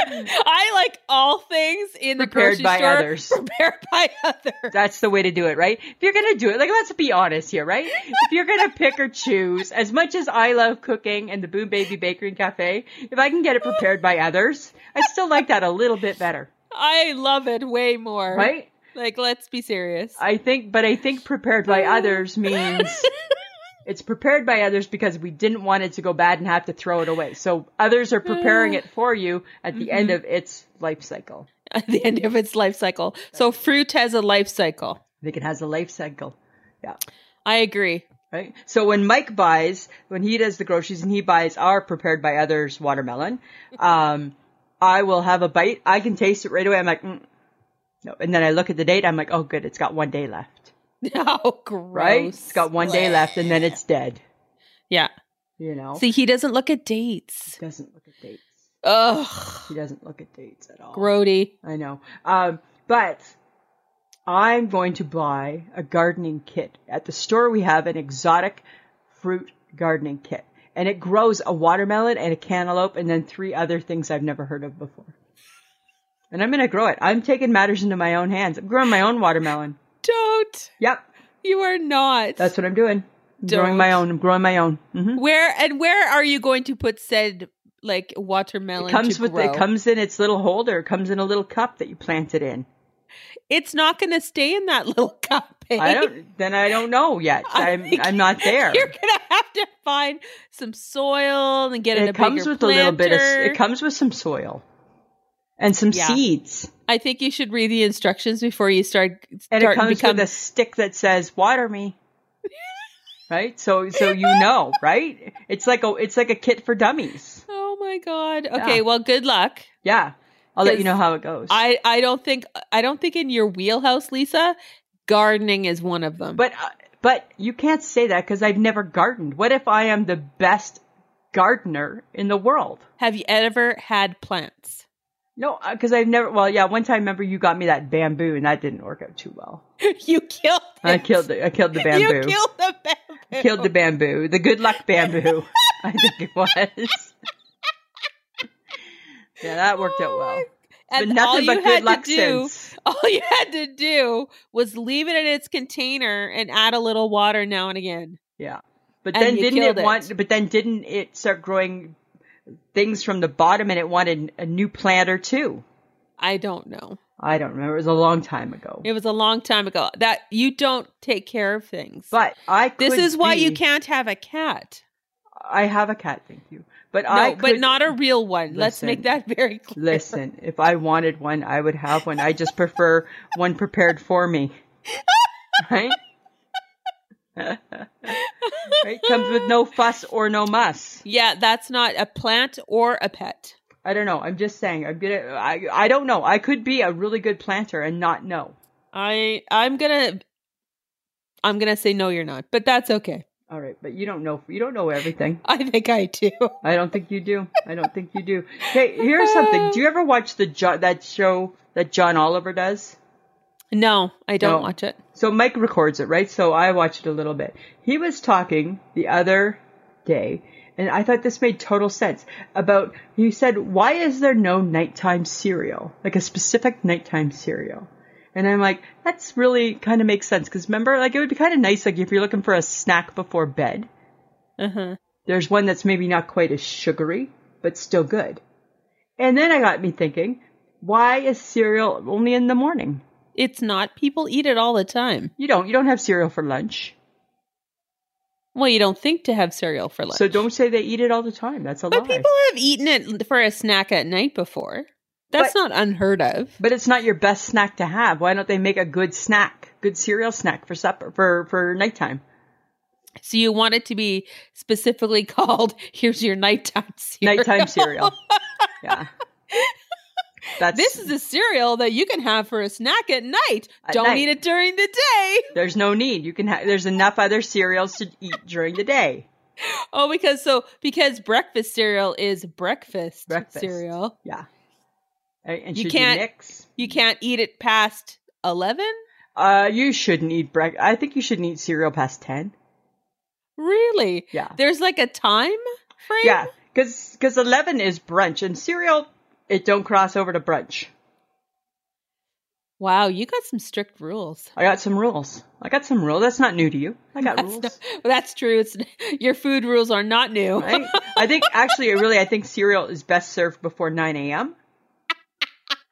[SPEAKER 1] I like all things in the
[SPEAKER 2] Prepared
[SPEAKER 1] grocery
[SPEAKER 2] by
[SPEAKER 1] store
[SPEAKER 2] others.
[SPEAKER 1] prepared by others.
[SPEAKER 2] That's the way to do it, right? If you're gonna do it, like let's be honest here, right? If you're gonna pick or choose, as much as I love cooking and the Boom Baby Bakery and Cafe, if I can get it prepared by others, I still like that a little bit better,
[SPEAKER 1] I love it way more.
[SPEAKER 2] right?
[SPEAKER 1] Like, let's be serious.
[SPEAKER 2] I think, but I think prepared by others means it's prepared by others because we didn't want it to go bad and have to throw it away. So others are preparing it for you at the end
[SPEAKER 1] Mm-hmm.
[SPEAKER 2] of its life cycle.
[SPEAKER 1] At the end of its life cycle. So fruit has a life cycle.
[SPEAKER 2] I think it has a life cycle. Yeah.
[SPEAKER 1] I agree.
[SPEAKER 2] Right. So when Mike buys, when he does the groceries and he buys our prepared by others watermelon, um, I will have a bite. I can taste it right away. I'm like, mm. no. And then I look at the date. I'm like, oh, good. It's got one day left.
[SPEAKER 1] Oh, gross.
[SPEAKER 2] Right. It's got one day left and then it's dead.
[SPEAKER 1] Yeah.
[SPEAKER 2] You know,
[SPEAKER 1] See, he doesn't look at dates.
[SPEAKER 2] he doesn't look at dates. He
[SPEAKER 1] Ugh.
[SPEAKER 2] doesn't look at dates at all.
[SPEAKER 1] Grody.
[SPEAKER 2] I know. Um, but I'm going to buy a gardening kit. At the store, we have an exotic fruit gardening kit. And it grows a watermelon and a cantaloupe and then three other things I've never heard of before. And I'm going to grow it. I'm taking matters into my own hands. I'm growing my own watermelon.
[SPEAKER 1] Don't.
[SPEAKER 2] Yep.
[SPEAKER 1] You are not.
[SPEAKER 2] That's what I'm doing. I'm growing my
[SPEAKER 1] Don't.
[SPEAKER 2] own. I'm growing my own. hmm
[SPEAKER 1] where and where are you going to put said like watermelon?
[SPEAKER 2] It comes
[SPEAKER 1] to
[SPEAKER 2] with
[SPEAKER 1] grow?
[SPEAKER 2] it comes in its little holder. It comes in a little cup that you plant it in.
[SPEAKER 1] It's not going to stay in that little cup. eh?
[SPEAKER 2] I don't. Then I don't know yet.
[SPEAKER 1] I
[SPEAKER 2] I'm
[SPEAKER 1] think
[SPEAKER 2] I'm not there.
[SPEAKER 1] You're gonna have to find some soil and get it.
[SPEAKER 2] it comes with a little bit of
[SPEAKER 1] planter.
[SPEAKER 2] it comes with some soil and some
[SPEAKER 1] Yeah.
[SPEAKER 2] seeds
[SPEAKER 1] I think you should read the instructions before you start.
[SPEAKER 2] and
[SPEAKER 1] start
[SPEAKER 2] it comes
[SPEAKER 1] become,
[SPEAKER 2] with a stick that says water me right so so you know right it's like a it's like a kit for dummies
[SPEAKER 1] Oh my god. Okay.
[SPEAKER 2] Yeah.
[SPEAKER 1] Well, good luck.
[SPEAKER 2] yeah i'll let you
[SPEAKER 1] Because
[SPEAKER 2] know how it goes
[SPEAKER 1] I I don't think I don't think in your wheelhouse, Lisa. Gardening is one of them.
[SPEAKER 2] but uh, but you can't say that because i've never gardened what if i am the best gardener in the world
[SPEAKER 1] have you ever had plants?
[SPEAKER 2] no because i've never well yeah one time remember you got me that bamboo and that didn't work out too well
[SPEAKER 1] you killed.
[SPEAKER 2] i
[SPEAKER 1] it.
[SPEAKER 2] killed the i killed the bamboo
[SPEAKER 1] You killed the bamboo.
[SPEAKER 2] killed the bamboo, the good luck bamboo. I think it was. yeah, that worked out well.
[SPEAKER 1] And
[SPEAKER 2] but nothing
[SPEAKER 1] all
[SPEAKER 2] but
[SPEAKER 1] you
[SPEAKER 2] good
[SPEAKER 1] had
[SPEAKER 2] luck
[SPEAKER 1] to do,
[SPEAKER 2] since.
[SPEAKER 1] all you had to do was leave it in its container and add a little water now and again.
[SPEAKER 2] Yeah, but
[SPEAKER 1] And
[SPEAKER 2] then
[SPEAKER 1] you
[SPEAKER 2] didn't it
[SPEAKER 1] killed
[SPEAKER 2] want?
[SPEAKER 1] it.
[SPEAKER 2] But then didn't it start growing things from the bottom, and it wanted a new plant or two?
[SPEAKER 1] I don't know.
[SPEAKER 2] I don't remember. It was a long time ago.
[SPEAKER 1] It was a long time ago. That you don't take care of things.
[SPEAKER 2] But I.
[SPEAKER 1] this
[SPEAKER 2] could
[SPEAKER 1] is why you
[SPEAKER 2] be-
[SPEAKER 1] can't have a cat.
[SPEAKER 2] I have a cat. Thank you. But
[SPEAKER 1] No,
[SPEAKER 2] I.
[SPEAKER 1] but
[SPEAKER 2] could-
[SPEAKER 1] not a real one. Let's
[SPEAKER 2] Listen.
[SPEAKER 1] make that very clear.
[SPEAKER 2] Listen, if I wanted one, I would have one. I just prefer one prepared for me. Right? right? Comes with no fuss or no muss.
[SPEAKER 1] Yeah, that's not a plant or a pet.
[SPEAKER 2] I don't know. I'm just saying. I'm gonna. I I don't know. I could be a really good planter and not know.
[SPEAKER 1] I I'm gonna I'm gonna say no, you're not. But that's okay.
[SPEAKER 2] All right, but you don't know. You don't know everything.
[SPEAKER 1] I think I do.
[SPEAKER 2] I don't think you do. I don't think you do. Okay, here's something. Do you ever watch the jo- that show that John Oliver does?
[SPEAKER 1] No, I don't
[SPEAKER 2] No.
[SPEAKER 1] watch it.
[SPEAKER 2] So Mike records it, right? So I watched it a little bit. He was talking the other day, and I thought this made total sense about, he said, why is there no nighttime cereal? Like a specific nighttime cereal. And I'm like, that's really kind of makes sense. Cause remember, like it would be kind of nice, like if you're looking for a snack before bed,
[SPEAKER 1] Uh-huh.
[SPEAKER 2] there's one that's maybe not quite as sugary, but still good. And then I got me thinking, why is cereal only in the morning?
[SPEAKER 1] It's not. People eat it all the time.
[SPEAKER 2] You don't, you don't have cereal for lunch.
[SPEAKER 1] Well, you don't think to have cereal for lunch.
[SPEAKER 2] So don't say they eat it all the time. That's a
[SPEAKER 1] But
[SPEAKER 2] lie.
[SPEAKER 1] people have eaten it for a snack at night before. That's
[SPEAKER 2] But-
[SPEAKER 1] not unheard of.
[SPEAKER 2] but it's not your best snack to have. Why don't they make a good snack, good cereal snack for supper for for nighttime?
[SPEAKER 1] So you want it to be specifically called "Here's your nighttime cereal."
[SPEAKER 2] Nighttime cereal. yeah. That's
[SPEAKER 1] This is a cereal that you can have for a snack at night.
[SPEAKER 2] At
[SPEAKER 1] Don't
[SPEAKER 2] night.
[SPEAKER 1] eat it during the day.
[SPEAKER 2] there's no need. You can ha- there's enough other cereals to eat during the day.
[SPEAKER 1] Oh, because so because breakfast cereal is breakfast,
[SPEAKER 2] Breakfast.
[SPEAKER 1] cereal.
[SPEAKER 2] Yeah. Right? And
[SPEAKER 1] You
[SPEAKER 2] should
[SPEAKER 1] can't-
[SPEAKER 2] you mix?
[SPEAKER 1] You can't eat it past eleven.
[SPEAKER 2] Uh, you shouldn't eat breakfast. I think you shouldn't eat cereal past ten.
[SPEAKER 1] Really?
[SPEAKER 2] Yeah.
[SPEAKER 1] There's like a time frame.
[SPEAKER 2] Yeah, because eleven is brunch and cereal it don't cross over to brunch.
[SPEAKER 1] Wow, you got some strict rules.
[SPEAKER 2] I got some rules. I got some rules. That's not new to you. I got
[SPEAKER 1] That's
[SPEAKER 2] rules.
[SPEAKER 1] not- well, that's true. It's your food rules are not new.
[SPEAKER 2] right? I think actually, really, I think cereal is best served before 9 a.m.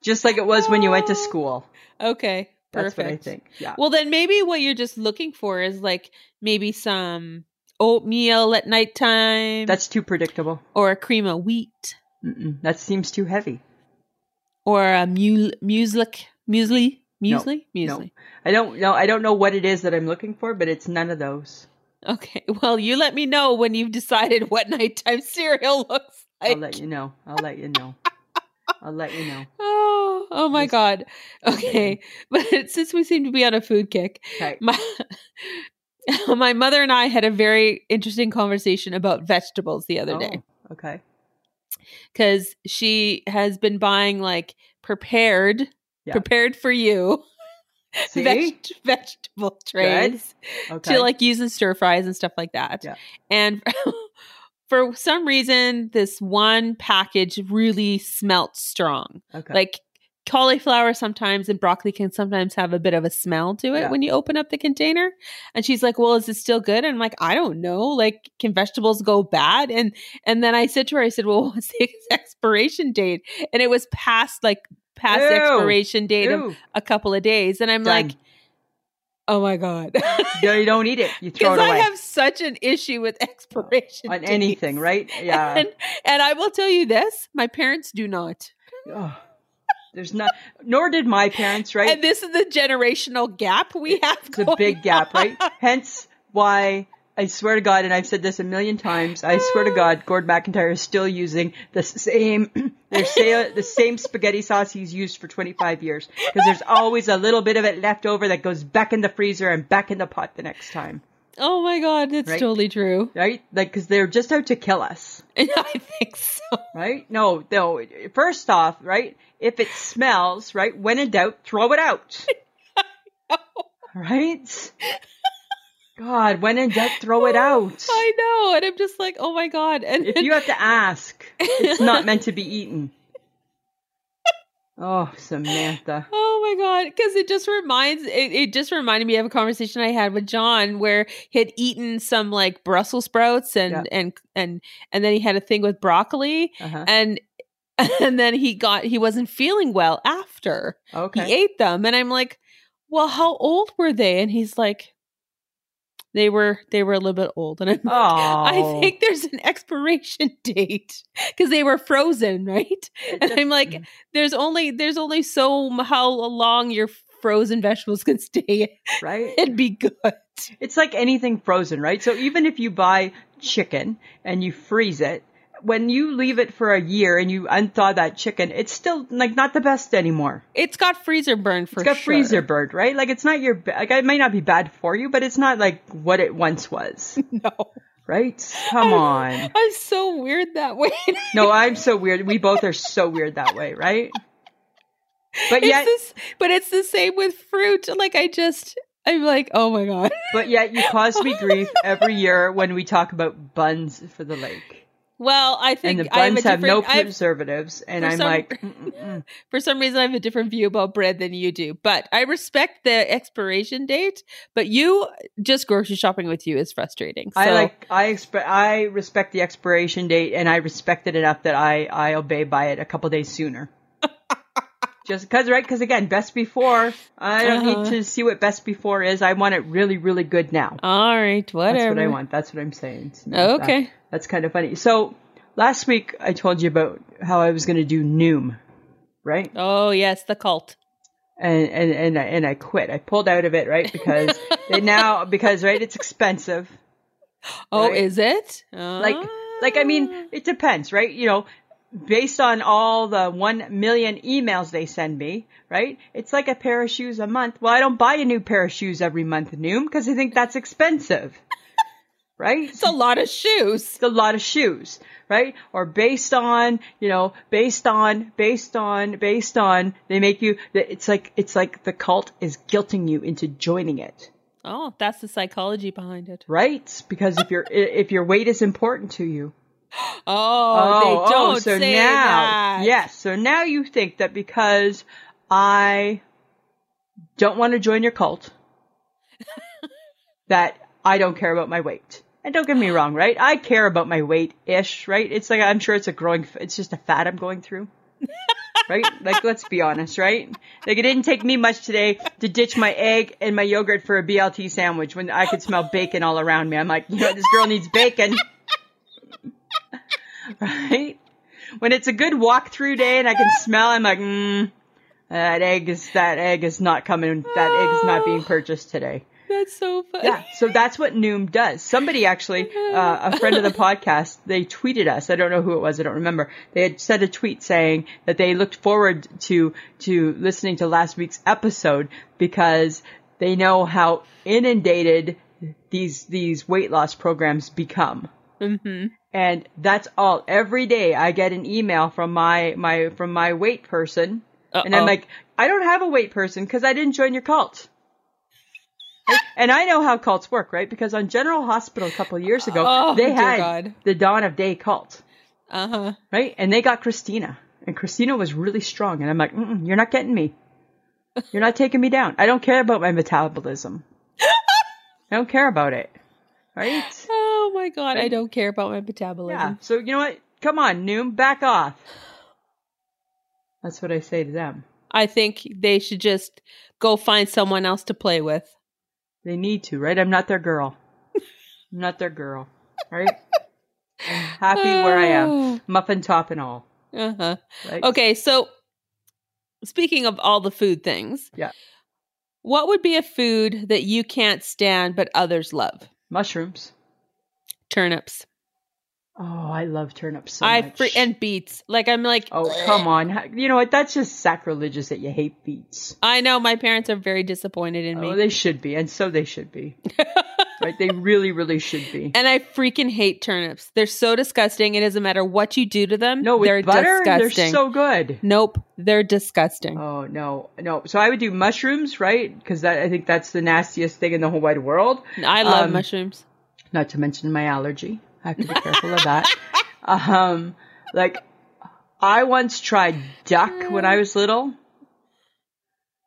[SPEAKER 2] Just like it was when you went to school.
[SPEAKER 1] Okay,
[SPEAKER 2] That's
[SPEAKER 1] perfect.
[SPEAKER 2] what I think. Yeah.
[SPEAKER 1] Well, then maybe what you're just looking for is like maybe some oatmeal at nighttime,
[SPEAKER 2] That's too predictable.
[SPEAKER 1] or a cream of wheat,
[SPEAKER 2] Mm-mm. That seems too heavy.
[SPEAKER 1] or a mule, muesli, muesli,
[SPEAKER 2] No,
[SPEAKER 1] muesli,
[SPEAKER 2] no.
[SPEAKER 1] muesli.
[SPEAKER 2] I don't know. I don't know what it is that I'm looking for, but it's none of those.
[SPEAKER 1] Okay. Well, you let me know when you've decided what nighttime cereal looks
[SPEAKER 2] I'll
[SPEAKER 1] like.
[SPEAKER 2] let you know. I'll let you know. I'll let you know.
[SPEAKER 1] Oh, oh my
[SPEAKER 2] Yes.
[SPEAKER 1] God. Okay. But since we seem to be on a food kick,
[SPEAKER 2] Okay.
[SPEAKER 1] my, my mother and I had a very interesting conversation about vegetables the other day
[SPEAKER 2] Oh, okay.
[SPEAKER 1] because she has been buying like prepared,
[SPEAKER 2] Yeah.
[SPEAKER 1] prepared for you
[SPEAKER 2] See?
[SPEAKER 1] veg- vegetable trays
[SPEAKER 2] okay.
[SPEAKER 1] to like use in stir fries and stuff like that.
[SPEAKER 2] Yeah.
[SPEAKER 1] And for some reason, this one package really smelt strong.
[SPEAKER 2] okay.
[SPEAKER 1] Like cauliflower sometimes and broccoli can sometimes have a bit of a smell to it
[SPEAKER 2] Yeah.
[SPEAKER 1] when you open up the container. And she's like, "Well, is it still good?" And I'm like, "I don't know. Like, can vegetables go bad?" And and then I said to her, I said, "Well, what's the expiration date?" And it was past like past the
[SPEAKER 2] Ew.
[SPEAKER 1] expiration date of
[SPEAKER 2] Ew,
[SPEAKER 1] a couple of days. And I'm like,
[SPEAKER 2] done.
[SPEAKER 1] "Oh my god."
[SPEAKER 2] no, you don't eat it. You throw
[SPEAKER 1] Because
[SPEAKER 2] it
[SPEAKER 1] I
[SPEAKER 2] away
[SPEAKER 1] have such an issue with expiration
[SPEAKER 2] on
[SPEAKER 1] dates.
[SPEAKER 2] anything, right? Yeah.
[SPEAKER 1] And, and I will tell you this: my parents do not.
[SPEAKER 2] Ugh. There's not. Nor did my parents, right?
[SPEAKER 1] And this is the generational gap we have.
[SPEAKER 2] It's a
[SPEAKER 1] going
[SPEAKER 2] big gap, right?
[SPEAKER 1] on.
[SPEAKER 2] Hence why I swear to God, and I've said this a million times, I swear to God, Gord McIntyre is still using the same their sa- the same spaghetti sauce he's used for 25 years because there's always a little bit of it left over that goes back in the freezer and back in the pot the next time,
[SPEAKER 1] Oh my god, it's
[SPEAKER 2] Right?
[SPEAKER 1] totally true.
[SPEAKER 2] right? Like because they're just out to kill us,
[SPEAKER 1] I think so.
[SPEAKER 2] right? No, no. First off, right? If it smells, right? When in doubt, throw it out, right? God, when in doubt, throw
[SPEAKER 1] Oh
[SPEAKER 2] it out.
[SPEAKER 1] I know, and I'm just like, oh my god. And
[SPEAKER 2] If you have to ask, it's not meant to be eaten. Oh, Samantha.
[SPEAKER 1] Oh my god! Because it just reminds it, it. just reminded me of a conversation I had with John where he had eaten some like Brussels sprouts and
[SPEAKER 2] Yeah.
[SPEAKER 1] and and and then he had a thing with broccoli
[SPEAKER 2] Uh-huh.
[SPEAKER 1] and and then he got he wasn't feeling well after he
[SPEAKER 2] Okay.
[SPEAKER 1] ate them and I'm like, well, how old were they? And he's like, they were they were a little bit old and I'm
[SPEAKER 2] Oh,
[SPEAKER 1] I think there's an expiration date because they were frozen, right? And I'm like, there's only there's only so m- how long your frozen vegetables can stay
[SPEAKER 2] right?
[SPEAKER 1] and be good.
[SPEAKER 2] It's like anything frozen, right? So even if you buy chicken and you freeze it, when you leave it for a year and you unthaw that chicken, it's still like not the best anymore.
[SPEAKER 1] It's got freezer burn for
[SPEAKER 2] It's got
[SPEAKER 1] sure.
[SPEAKER 2] freezer bird, right? Like it's not your ba- like it might not be bad for you, but it's not like what it once was,
[SPEAKER 1] No,
[SPEAKER 2] right? Come on.
[SPEAKER 1] I'm so weird that way.
[SPEAKER 2] No, I'm so weird. We both are so weird that way, right? But
[SPEAKER 1] it's
[SPEAKER 2] yet,
[SPEAKER 1] this, but it's the same with fruit. Like I just, I'm like, oh my god,
[SPEAKER 2] but yet, you cause me grief every year when we talk about buns for the lake,
[SPEAKER 1] Well, I
[SPEAKER 2] and
[SPEAKER 1] think
[SPEAKER 2] the
[SPEAKER 1] I have, a
[SPEAKER 2] buns have no
[SPEAKER 1] different- I have-
[SPEAKER 2] preservatives, and
[SPEAKER 1] for
[SPEAKER 2] I'm
[SPEAKER 1] some-
[SPEAKER 2] like, mm, mm, mm.
[SPEAKER 1] for some reason I have a different view about bread than you do. But I respect the expiration date. But you just grocery shopping with you is frustrating. So
[SPEAKER 2] I like, I expect, I respect the expiration date, and I respect it enough that I I obey by it a couple days sooner. Just because, right? Because again, best before. I don't
[SPEAKER 1] Uh-huh.
[SPEAKER 2] need to see what best before is. I want it really, really good now.
[SPEAKER 1] all right, whatever.
[SPEAKER 2] That's what I want. That's what I'm saying. Samantha.
[SPEAKER 1] Okay.
[SPEAKER 2] That's kind of funny. So last week I told you about how I was going to do Noom, right?
[SPEAKER 1] Oh yes, the cult.
[SPEAKER 2] And and and I, and I quit. I pulled out of it, right? Because it now because right, it's expensive.
[SPEAKER 1] Oh,
[SPEAKER 2] Right.
[SPEAKER 1] is it? Oh,
[SPEAKER 2] Like like I mean, it depends, right? You know, based on all the 1 million emails they send me, right? It's like a pair of shoes a month. Well, I don't buy a new pair of shoes every month, Noom, because I think that's expensive. Right?
[SPEAKER 1] it's a lot of shoes.
[SPEAKER 2] it's a lot of shoes, right? Or based on, you know, based on, based on, based on, they make you, it's like, it's like the cult is guilting you into joining it,
[SPEAKER 1] Oh, that's the psychology behind it.
[SPEAKER 2] right? Because if your, if your weight is important to you,
[SPEAKER 1] Oh,
[SPEAKER 2] oh,
[SPEAKER 1] they don't
[SPEAKER 2] oh, so
[SPEAKER 1] say
[SPEAKER 2] now,
[SPEAKER 1] that.
[SPEAKER 2] yes. So now you think that because I don't want to join your cult, that I don't care about my weight. And don't get me wrong, right? I care about my weight ish, right? It's like I'm sure it's a growing, f- it's just a fad I'm going through. Right? Like, let's be honest, right? Like, it didn't take me much today to ditch my egg and my yogurt for a BLT sandwich when I could smell bacon all around me. I'm like, you know, this girl needs bacon right? When it's a good walk-through day and I can smell, I'm like, mm, that egg is that egg is not coming. That egg is not being purchased today.
[SPEAKER 1] That's so funny.
[SPEAKER 2] Yeah, so that's what Noom does. Somebody actually, uh, a friend of the podcast, they tweeted us. I don't know who it was. I don't remember. They had sent a tweet saying that they looked forward to to listening to last week's episode because they know how inundated these these weight loss programs become
[SPEAKER 1] Mm-hmm.
[SPEAKER 2] and that's all every day i get an email from my my from my weight person and i'm like i don't have a weight person because i didn't join your cult Right? and i know how cults work right because on general hospital a couple of years ago
[SPEAKER 1] Oh,
[SPEAKER 2] they
[SPEAKER 1] dear
[SPEAKER 2] had
[SPEAKER 1] God.
[SPEAKER 2] the dawn of day cult
[SPEAKER 1] uh huh.
[SPEAKER 2] right and they got christina and christina was really strong and i'm like Mm-mm, you're not getting me you're not taking me down i don't care about my metabolism i don't care about it right
[SPEAKER 1] Oh my god, I don't care about my metabolism.
[SPEAKER 2] Yeah. So you know what? Come on, Noom, back off. That's what I say to them.
[SPEAKER 1] I think they should just go find someone else to play with.
[SPEAKER 2] They need to, right? I'm not their girl. I'm not their girl. Right? I'm happy where I am. Muffin top and all.
[SPEAKER 1] Uh huh.
[SPEAKER 2] Right?
[SPEAKER 1] Oh. Okay, so speaking of all the food things,
[SPEAKER 2] Yeah.
[SPEAKER 1] what would be a food that you can't stand but others love?
[SPEAKER 2] Mushrooms.
[SPEAKER 1] Turnips.
[SPEAKER 2] Oh, I love turnips so
[SPEAKER 1] I
[SPEAKER 2] much.
[SPEAKER 1] fr- and beets. Like I'm like
[SPEAKER 2] oh, come on. Ha- You know what? That's just sacrilegious that you hate beets.
[SPEAKER 1] I know my parents are very disappointed in me,
[SPEAKER 2] Oh, they should be, and so they should be. right? They really, really should be.
[SPEAKER 1] and I freaking hate turnips. They're so disgusting. It doesn't matter what you do to them.
[SPEAKER 2] no, with
[SPEAKER 1] they're
[SPEAKER 2] butter,
[SPEAKER 1] disgusting.
[SPEAKER 2] they're so good.
[SPEAKER 1] nope, they're disgusting.
[SPEAKER 2] Oh no, no. So I would do mushrooms, right? Because that I think that's the nastiest thing in the whole wide world.
[SPEAKER 1] I love
[SPEAKER 2] um,
[SPEAKER 1] mushrooms.
[SPEAKER 2] Not to mention my allergy. I have to be careful of that. Um, like I once tried duck when I was little,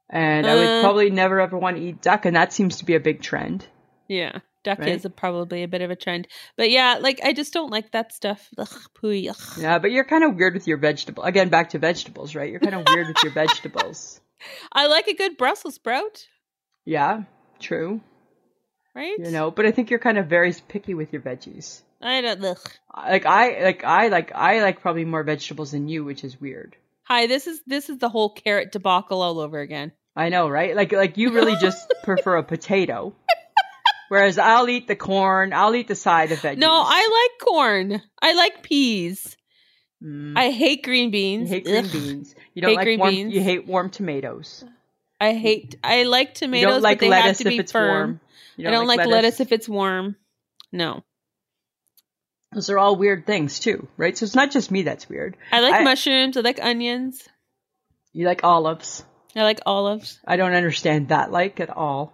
[SPEAKER 2] and I would
[SPEAKER 1] Uh.
[SPEAKER 2] probably never ever want to eat duck, and that seems to be a big trend.
[SPEAKER 1] Yeah. Duck
[SPEAKER 2] Right?
[SPEAKER 1] is a, probably a bit of a trend. But yeah, like I just don't like that stuff. Ugh, pooey, ugh.
[SPEAKER 2] Yeah, but you're kind of weird with your vegetable. Again, back to vegetables, right? You're kind of weird with your vegetables.
[SPEAKER 1] I like a good Brussels sprout,
[SPEAKER 2] Yeah, true.
[SPEAKER 1] right?
[SPEAKER 2] You know, but I think you're kind of very picky with your veggies.
[SPEAKER 1] I don't ugh.
[SPEAKER 2] like I like I like I like probably more vegetables than you, which is weird.
[SPEAKER 1] Hi, this is this is the whole carrot debacle all over again.
[SPEAKER 2] I know, right? Like like you really just prefer a potato, whereas I'll eat the corn. I'll eat the side of veggies.
[SPEAKER 1] No, I like corn. I like peas.
[SPEAKER 2] Mm.
[SPEAKER 1] I hate green
[SPEAKER 2] You
[SPEAKER 1] beans.
[SPEAKER 2] hate green
[SPEAKER 1] Ugh.
[SPEAKER 2] beans. You don't
[SPEAKER 1] Hate
[SPEAKER 2] like
[SPEAKER 1] green
[SPEAKER 2] warm.
[SPEAKER 1] beans.
[SPEAKER 2] You hate warm tomatoes.
[SPEAKER 1] I hate I like
[SPEAKER 2] you
[SPEAKER 1] tomatoes,
[SPEAKER 2] don't like
[SPEAKER 1] but they have
[SPEAKER 2] lettuce
[SPEAKER 1] to
[SPEAKER 2] if
[SPEAKER 1] be
[SPEAKER 2] it's warm.
[SPEAKER 1] firm.
[SPEAKER 2] You
[SPEAKER 1] I don't like lettuce. if it's warm. No.
[SPEAKER 2] Those are all weird things too, right? So it's not just me that's weird.
[SPEAKER 1] I like
[SPEAKER 2] I-
[SPEAKER 1] mushrooms, I like onions,
[SPEAKER 2] You like olives.
[SPEAKER 1] I like olives.
[SPEAKER 2] I don't understand that like at all.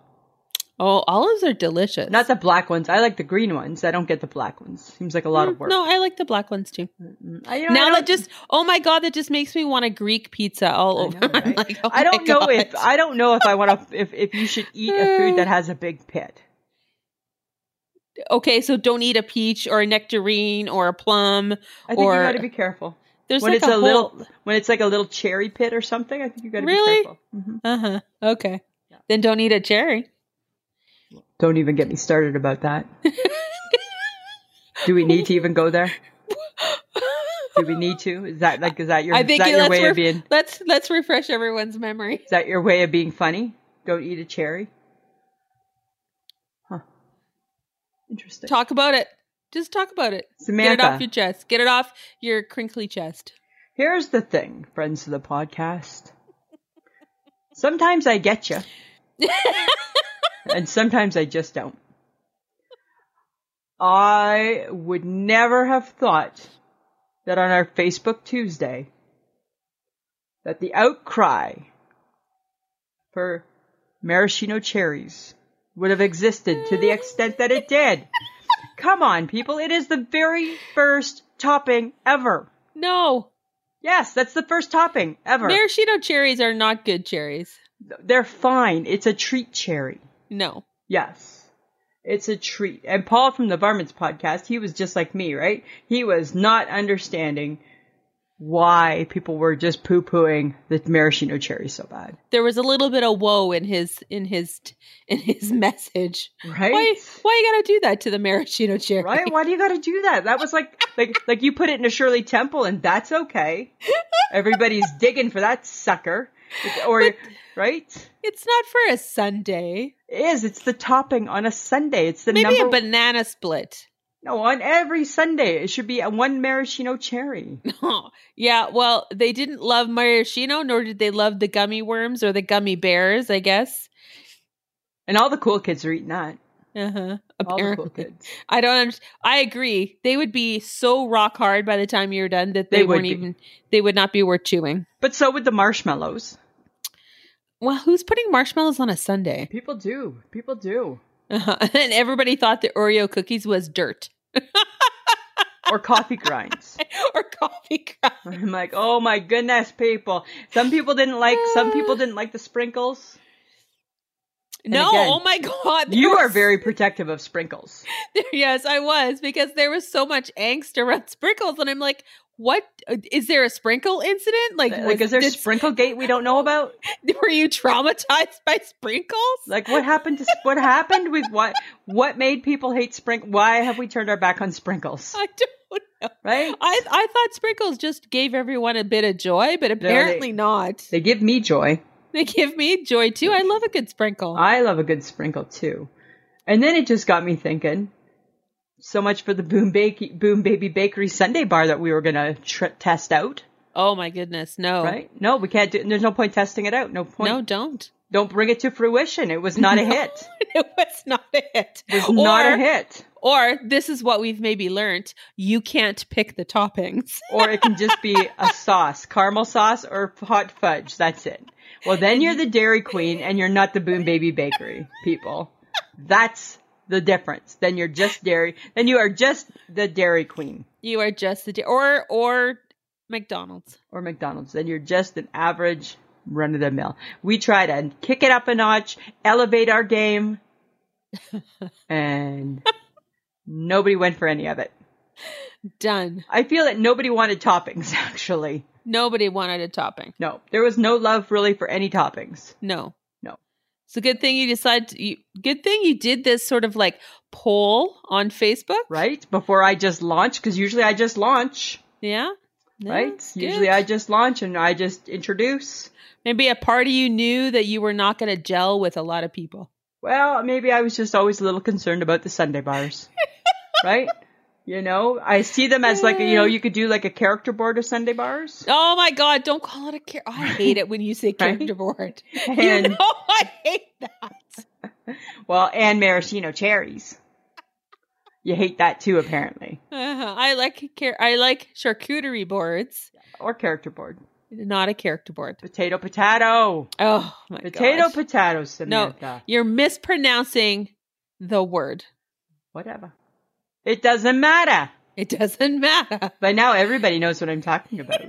[SPEAKER 1] Oh, olives are delicious.
[SPEAKER 2] Not the black ones. I like the green ones. I don't get the black ones. Seems like a lot
[SPEAKER 1] Mm,
[SPEAKER 2] of work.
[SPEAKER 1] No, I like the black ones too.
[SPEAKER 2] Mm, I- you know, I
[SPEAKER 1] now
[SPEAKER 2] don't-
[SPEAKER 1] that just oh my god, that just makes me want a Greek pizza all
[SPEAKER 2] I
[SPEAKER 1] over.
[SPEAKER 2] know,
[SPEAKER 1] I'm
[SPEAKER 2] right?
[SPEAKER 1] like, oh
[SPEAKER 2] I don't
[SPEAKER 1] my
[SPEAKER 2] know
[SPEAKER 1] God.
[SPEAKER 2] if I don't know if I want to if if you should eat a food that has a big pit.
[SPEAKER 1] okay, so don't eat a peach or a nectarine or a plum.
[SPEAKER 2] I think
[SPEAKER 1] Or-
[SPEAKER 2] you got to be careful
[SPEAKER 1] There's
[SPEAKER 2] when
[SPEAKER 1] like
[SPEAKER 2] it's a,
[SPEAKER 1] whole,
[SPEAKER 2] little when it's like a little cherry pit or something. I think you got to
[SPEAKER 1] Really?
[SPEAKER 2] be careful. Mhm.
[SPEAKER 1] Uh huh. Okay. Then don't eat a cherry.
[SPEAKER 2] Don't even get me started about that. Do we need to even go there? Do we need to? Is that like is that your
[SPEAKER 1] I
[SPEAKER 2] is
[SPEAKER 1] think
[SPEAKER 2] that your
[SPEAKER 1] let's
[SPEAKER 2] way
[SPEAKER 1] ref-
[SPEAKER 2] of being
[SPEAKER 1] let's let's refresh everyone's memory.
[SPEAKER 2] is that your way of being funny? Don't eat a cherry. Huh. Interesting.
[SPEAKER 1] Talk about it. Just talk about it.
[SPEAKER 2] Samantha.
[SPEAKER 1] Get it off your chest. Get it off your crinkly chest.
[SPEAKER 2] Here's the thing, friends of the podcast. Sometimes I get you, and sometimes I just don't. I would never have thought that on our Facebook Tuesday that the outcry for maraschino cherries would have existed to the extent that it did. Come on, people. It is the very first topping ever.
[SPEAKER 1] No,
[SPEAKER 2] Yes, that's the first topping ever.
[SPEAKER 1] maraschino cherries are not good cherries.
[SPEAKER 2] They're fine. It's a treat cherry.
[SPEAKER 1] No.
[SPEAKER 2] Yes. It's a treat. And Paul from the Varmints podcast, he was just like me, right? He was not understanding why people were just poo pooing the maraschino cherry so bad.
[SPEAKER 1] There was a little bit of woe in his in his in his message.
[SPEAKER 2] Right?
[SPEAKER 1] Why why you gotta do that to the maraschino cherry?
[SPEAKER 2] Right? Why do you gotta do that? That was like like like you put it in a Shirley Temple and that's okay. Everybody's digging for that sucker. It's- Or right?
[SPEAKER 1] It's not for a Sunday.
[SPEAKER 2] It is. It's the topping on a Sunday. It's the
[SPEAKER 1] Maybe
[SPEAKER 2] number
[SPEAKER 1] a banana split.
[SPEAKER 2] No, on every Sunday it should be a one maraschino cherry.
[SPEAKER 1] yeah, well, they didn't love maraschino, nor did they love the gummy worms or the gummy bears, I guess.
[SPEAKER 2] And all the cool kids are eating that.
[SPEAKER 1] Uh-huh.
[SPEAKER 2] All the cool
[SPEAKER 1] Apparently.
[SPEAKER 2] kids.
[SPEAKER 1] I don't under- I agree. They would be so rock hard by the time you're done that they,
[SPEAKER 2] They would
[SPEAKER 1] weren't
[SPEAKER 2] be.
[SPEAKER 1] even they would not be worth chewing.
[SPEAKER 2] But so would the marshmallows.
[SPEAKER 1] Well, who's putting marshmallows on a Sunday?
[SPEAKER 2] People do. People do.
[SPEAKER 1] Uh-huh. And everybody thought the Oreo cookies was dirt
[SPEAKER 2] Or coffee grinds.
[SPEAKER 1] or coffee crap.
[SPEAKER 2] I'm like, oh my goodness, people. Some people didn't like some people didn't like the sprinkles.
[SPEAKER 1] No,
[SPEAKER 2] again,
[SPEAKER 1] oh my god. there
[SPEAKER 2] You are
[SPEAKER 1] was-
[SPEAKER 2] very protective of sprinkles.
[SPEAKER 1] yes, I was because there was so much angst around sprinkles and I'm like, what uh, is there a sprinkle incident? Like,
[SPEAKER 2] Uh, Like
[SPEAKER 1] was
[SPEAKER 2] is there
[SPEAKER 1] this-
[SPEAKER 2] sprinkle gate we don't know about?
[SPEAKER 1] were you traumatized by sprinkles?
[SPEAKER 2] Like what happened to what happened with what what made people hate sprinkles? Why have we turned our back on sprinkles?
[SPEAKER 1] I don't know.
[SPEAKER 2] Right?
[SPEAKER 1] I I thought sprinkles just gave everyone a bit of joy, but
[SPEAKER 2] they-
[SPEAKER 1] apparently not.
[SPEAKER 2] They give me joy.
[SPEAKER 1] They give me joy too. I love a good sprinkle.
[SPEAKER 2] I love a good sprinkle too. And then it just got me thinking. So much for the Boom, Bake- Boom Baby Bakery Sunday bar that we were gonna tr- test out,
[SPEAKER 1] oh my goodness, no,
[SPEAKER 2] right? No, we can't do. There's no point testing it out. No point.
[SPEAKER 1] no, don't.
[SPEAKER 2] Don't bring it to fruition. It was not a hit.
[SPEAKER 1] it was not a hit.
[SPEAKER 2] It was not
[SPEAKER 1] or,
[SPEAKER 2] a hit.
[SPEAKER 1] Or this is what we've maybe learned: you can't pick the toppings.
[SPEAKER 2] Or it can just be a sauce, caramel sauce or hot fudge. That's it. Well, then you're the Dairy Queen and you're not the Boom Baby Bakery people. That's the difference. Then you're just dairy. Then you are just the Dairy Queen.
[SPEAKER 1] You are just the or or McDonald's.
[SPEAKER 2] or McDonald's, then you're just an average run of the mill. We try to kick it up a notch, elevate our game, and nobody went for any of it.
[SPEAKER 1] Done.
[SPEAKER 2] I feel that nobody wanted toppings, actually.
[SPEAKER 1] Nobody wanted a topping.
[SPEAKER 2] No, there was no love really for any toppings.
[SPEAKER 1] No.
[SPEAKER 2] No.
[SPEAKER 1] It's a good thing you decided. To, you, good thing you did this sort of like poll on Facebook,
[SPEAKER 2] Right? Before I just launch, because usually I just launch,
[SPEAKER 1] Yeah. Yeah,
[SPEAKER 2] right?
[SPEAKER 1] it's
[SPEAKER 2] Usually
[SPEAKER 1] good.
[SPEAKER 2] I just launch and I just introduce.
[SPEAKER 1] maybe a party you knew that you were not going to gel with a lot of people.
[SPEAKER 2] Well, maybe I was just always a little concerned about the Sunday bars. right? You know, I see them as like, you know, you could do like a character board of Sunday bars.
[SPEAKER 1] Oh my God! Don't call it a character. I hate it when you say
[SPEAKER 2] Right.
[SPEAKER 1] character board. you
[SPEAKER 2] And-
[SPEAKER 1] know I hate that.
[SPEAKER 2] Well, and maraschino cherries. You hate that too, apparently.
[SPEAKER 1] Uh-huh. I like char- I like charcuterie boards,
[SPEAKER 2] Or character board.
[SPEAKER 1] not a character board.
[SPEAKER 2] Potato, potato.
[SPEAKER 1] Oh my
[SPEAKER 2] Potato,
[SPEAKER 1] gosh.
[SPEAKER 2] potato, Samantha.
[SPEAKER 1] You're mispronouncing the word.
[SPEAKER 2] Whatever. It doesn't matter.
[SPEAKER 1] It doesn't matter.
[SPEAKER 2] By now, everybody knows what I'm talking about.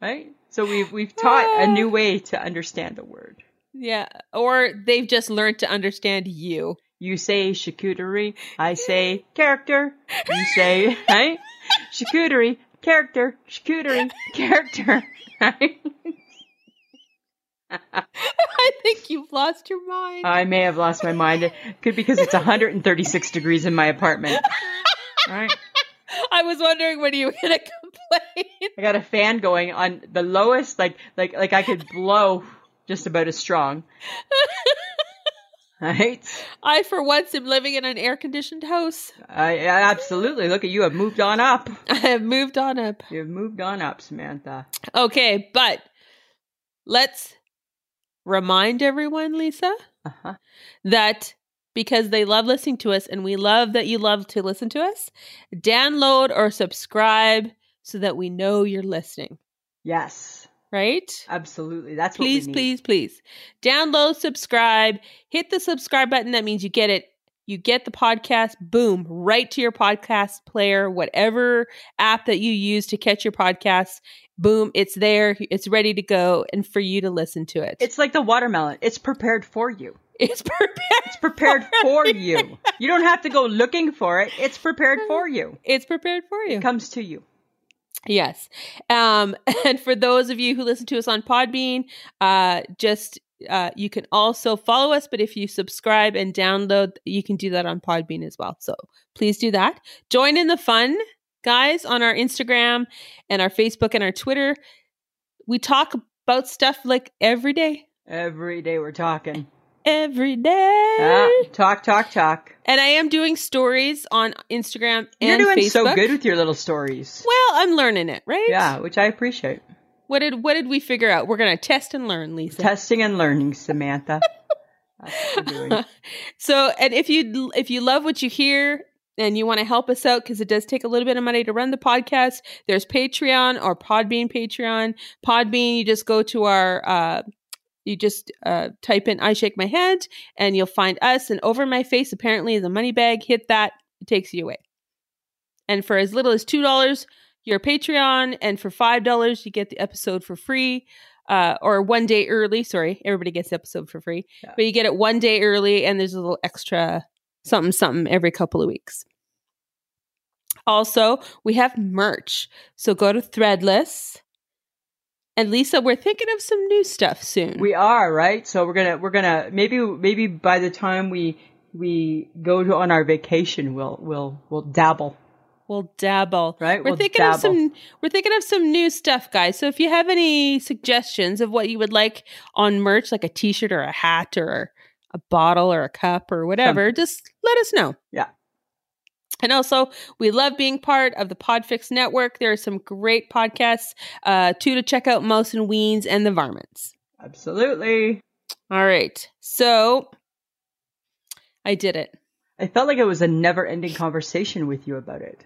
[SPEAKER 2] right? So we've, we've taught a new way to understand the word.
[SPEAKER 1] Yeah, or they've just learned to understand you.
[SPEAKER 2] You say charcuterie, I say character. You say, right? Charcuterie, character, charcuterie, character. Right?
[SPEAKER 1] I think you've lost your mind.
[SPEAKER 2] I may have lost my mind. It could because it's 136 degrees in my apartment. Right?
[SPEAKER 1] I was wondering when you were going to complain.
[SPEAKER 2] I got a fan going on the lowest, like like like I could blow just about as strong. Right?
[SPEAKER 1] I, for once, am living in an air conditioned house.
[SPEAKER 2] I, I absolutely look at you. Have moved on up.
[SPEAKER 1] I have moved on up.
[SPEAKER 2] You've moved on up, Samantha.
[SPEAKER 1] Okay, but let's remind everyone, Lisa,
[SPEAKER 2] Uh-huh.
[SPEAKER 1] that because they love listening to us and we love that you love to listen to us, download or subscribe so that we know you're listening,
[SPEAKER 2] Yes,
[SPEAKER 1] right?
[SPEAKER 2] absolutely. That's what we
[SPEAKER 1] please
[SPEAKER 2] need.
[SPEAKER 1] please please download subscribe hit the subscribe button that means you get it You get the podcast, boom, right to your podcast player, whatever app that you use to catch your podcast, boom, it's there, it's ready to go, and for you to listen to it.
[SPEAKER 2] It's like the watermelon. It's prepared for you.
[SPEAKER 1] It's prepared.
[SPEAKER 2] It's prepared for you. You don't have to go looking for it. It's prepared for you.
[SPEAKER 1] It's prepared for you.
[SPEAKER 2] It comes to you.
[SPEAKER 1] Yes. Um, and for those of you who listen to us on Podbean, uh, just uh, you can also follow us, but if you subscribe and download, you can do that on Podbean as well. So please do that. Join in the fun, guys, on our Instagram and our Facebook and our Twitter. We talk about stuff like every day.
[SPEAKER 2] Every day we're talking.
[SPEAKER 1] Every day.
[SPEAKER 2] Ah, talk, talk, talk.
[SPEAKER 1] And I am doing stories on Instagram and
[SPEAKER 2] You're doing so
[SPEAKER 1] Facebook.
[SPEAKER 2] good with your little stories.
[SPEAKER 1] Well, I'm learning it, right?
[SPEAKER 2] Yeah, which I appreciate.
[SPEAKER 1] What did what did we figure out? We're gonna test and learn, Lisa.
[SPEAKER 2] Testing and learning, Samantha. That's what we're doing.
[SPEAKER 1] So, and if you if you love what you hear and you want to help us out because it does take a little bit of money to run the podcast, there's Patreon or Podbean Patreon. Podbean, you just go to our uh you just uh, type in "I shake my head" and you'll find us. And over my face, apparently, is a money bag. Hit that; it takes you away. And for as little as two dollars, you're a Patreon, and for five dollars, you get the episode for free, uh, or one day early. Sorry, everybody gets the episode for free,
[SPEAKER 2] Yeah.
[SPEAKER 1] but you get it one day early, and there's a little extra something something every couple of weeks. Also, we have merch, so go to Threadless. And Lisa, we're thinking of some new stuff soon.
[SPEAKER 2] We are right. So we're gonna we're gonna maybe maybe by the time we we go to, on our vacation, we'll we'll we'll dabble.
[SPEAKER 1] We'll dabble.
[SPEAKER 2] Right,
[SPEAKER 1] We're
[SPEAKER 2] we'll
[SPEAKER 1] thinking of
[SPEAKER 2] dabble.
[SPEAKER 1] some we're thinking of some new stuff, guys. So if you have any suggestions of what you would like on merch, like a t-shirt or a hat or a bottle or a cup or whatever, just let us know.
[SPEAKER 2] Yeah.
[SPEAKER 1] And also, we love being part of the Podfix Network. There are some great podcasts, uh, two to check out Mouse and Weens and the Varmints.
[SPEAKER 2] Absolutely.
[SPEAKER 1] All right. So I did it.
[SPEAKER 2] I felt like it was a never-ending conversation with you about it.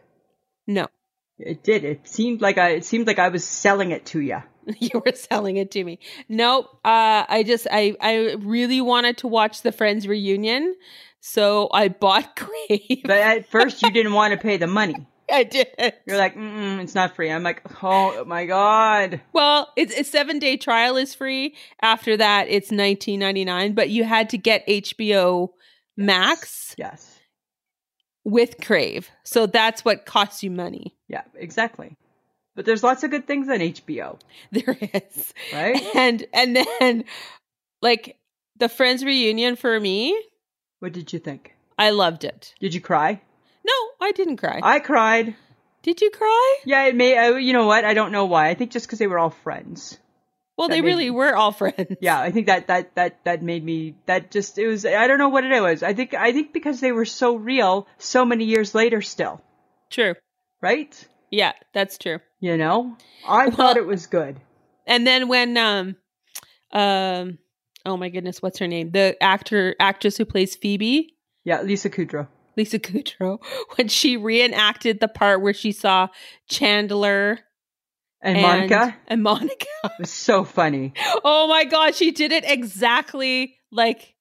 [SPEAKER 1] No.
[SPEAKER 2] It did. It seemed like I. It seemed like I was selling it to you.
[SPEAKER 1] you were selling it to me. Nope. Uh, I just I I really wanted to watch the Friends reunion, so I bought Crave.
[SPEAKER 2] But at first, you didn't want to pay the money.
[SPEAKER 1] I did.
[SPEAKER 2] You're like, Mm-mm, it's not free. I'm like, oh my god.
[SPEAKER 1] Well, it's a seven day trial is free. After that, it's nineteen ninety nine. But you had to get HBO Max
[SPEAKER 2] Yes.
[SPEAKER 1] with Crave, so that's what costs you money.
[SPEAKER 2] Yeah. Exactly. But there's lots of good things on HBO,
[SPEAKER 1] There is,
[SPEAKER 2] right?
[SPEAKER 1] and and then like the Friends reunion for me,
[SPEAKER 2] what did you think?
[SPEAKER 1] I loved it.
[SPEAKER 2] Did you cry?
[SPEAKER 1] No, I didn't cry.
[SPEAKER 2] I cried.
[SPEAKER 1] Did you cry?
[SPEAKER 2] Yeah, it may. Uh, you know what? I don't know why. I think just because they were all friends.
[SPEAKER 1] Well,
[SPEAKER 2] That
[SPEAKER 1] they
[SPEAKER 2] made
[SPEAKER 1] really
[SPEAKER 2] me-
[SPEAKER 1] were all friends.
[SPEAKER 2] Yeah, I think that that that that made me. That just it was. I don't know what it was. I think I think because they were so real, so many years later, still
[SPEAKER 1] True.
[SPEAKER 2] right.
[SPEAKER 1] Yeah, that's true.
[SPEAKER 2] You know, I
[SPEAKER 1] Well-
[SPEAKER 2] thought it was good.
[SPEAKER 1] And then when um um oh my goodness, what's her name? The actor actress who plays Phoebe,
[SPEAKER 2] Yeah, Lisa Kudrow.
[SPEAKER 1] Lisa Kudrow, when she reenacted the part where she saw Chandler
[SPEAKER 2] And, Monica
[SPEAKER 1] and Monica.
[SPEAKER 2] it was so funny.
[SPEAKER 1] Oh my god, she did it exactly like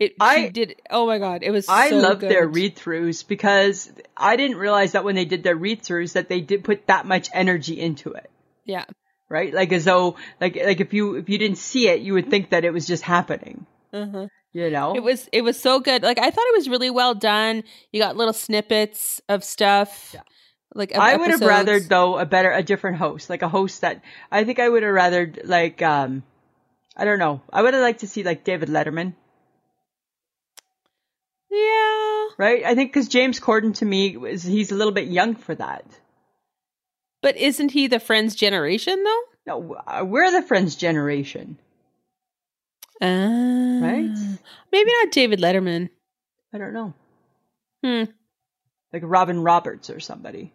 [SPEAKER 1] it she
[SPEAKER 2] I-
[SPEAKER 1] did it- oh my god, it was
[SPEAKER 2] I
[SPEAKER 1] so
[SPEAKER 2] love their
[SPEAKER 1] good.
[SPEAKER 2] read throughs because I didn't realize that when they did their read throughs that they did put that much energy into it.
[SPEAKER 1] Yeah.
[SPEAKER 2] Right? Like as though like like if you if you didn't see it, you would think that it was just happening.
[SPEAKER 1] Uh-huh.
[SPEAKER 2] You know?
[SPEAKER 1] It was it was so good. Like I thought it was really well done. You got little snippets of stuff.
[SPEAKER 2] Yeah.
[SPEAKER 1] Like of
[SPEAKER 2] I would have rather
[SPEAKER 1] episodes.
[SPEAKER 2] though a better a different host, like a host that I think I would have rather like um I don't know. I would have liked to see like David Letterman,
[SPEAKER 1] Yeah,
[SPEAKER 2] right? I think cuz James Corden to me is he's a little bit young for that.
[SPEAKER 1] but isn't he the Friends generation though?
[SPEAKER 2] No, uh, we're the Friends generation,
[SPEAKER 1] Uh,
[SPEAKER 2] right?
[SPEAKER 1] Maybe not David Letterman.
[SPEAKER 2] I don't know.
[SPEAKER 1] Hmm.
[SPEAKER 2] Like Robin Roberts or somebody.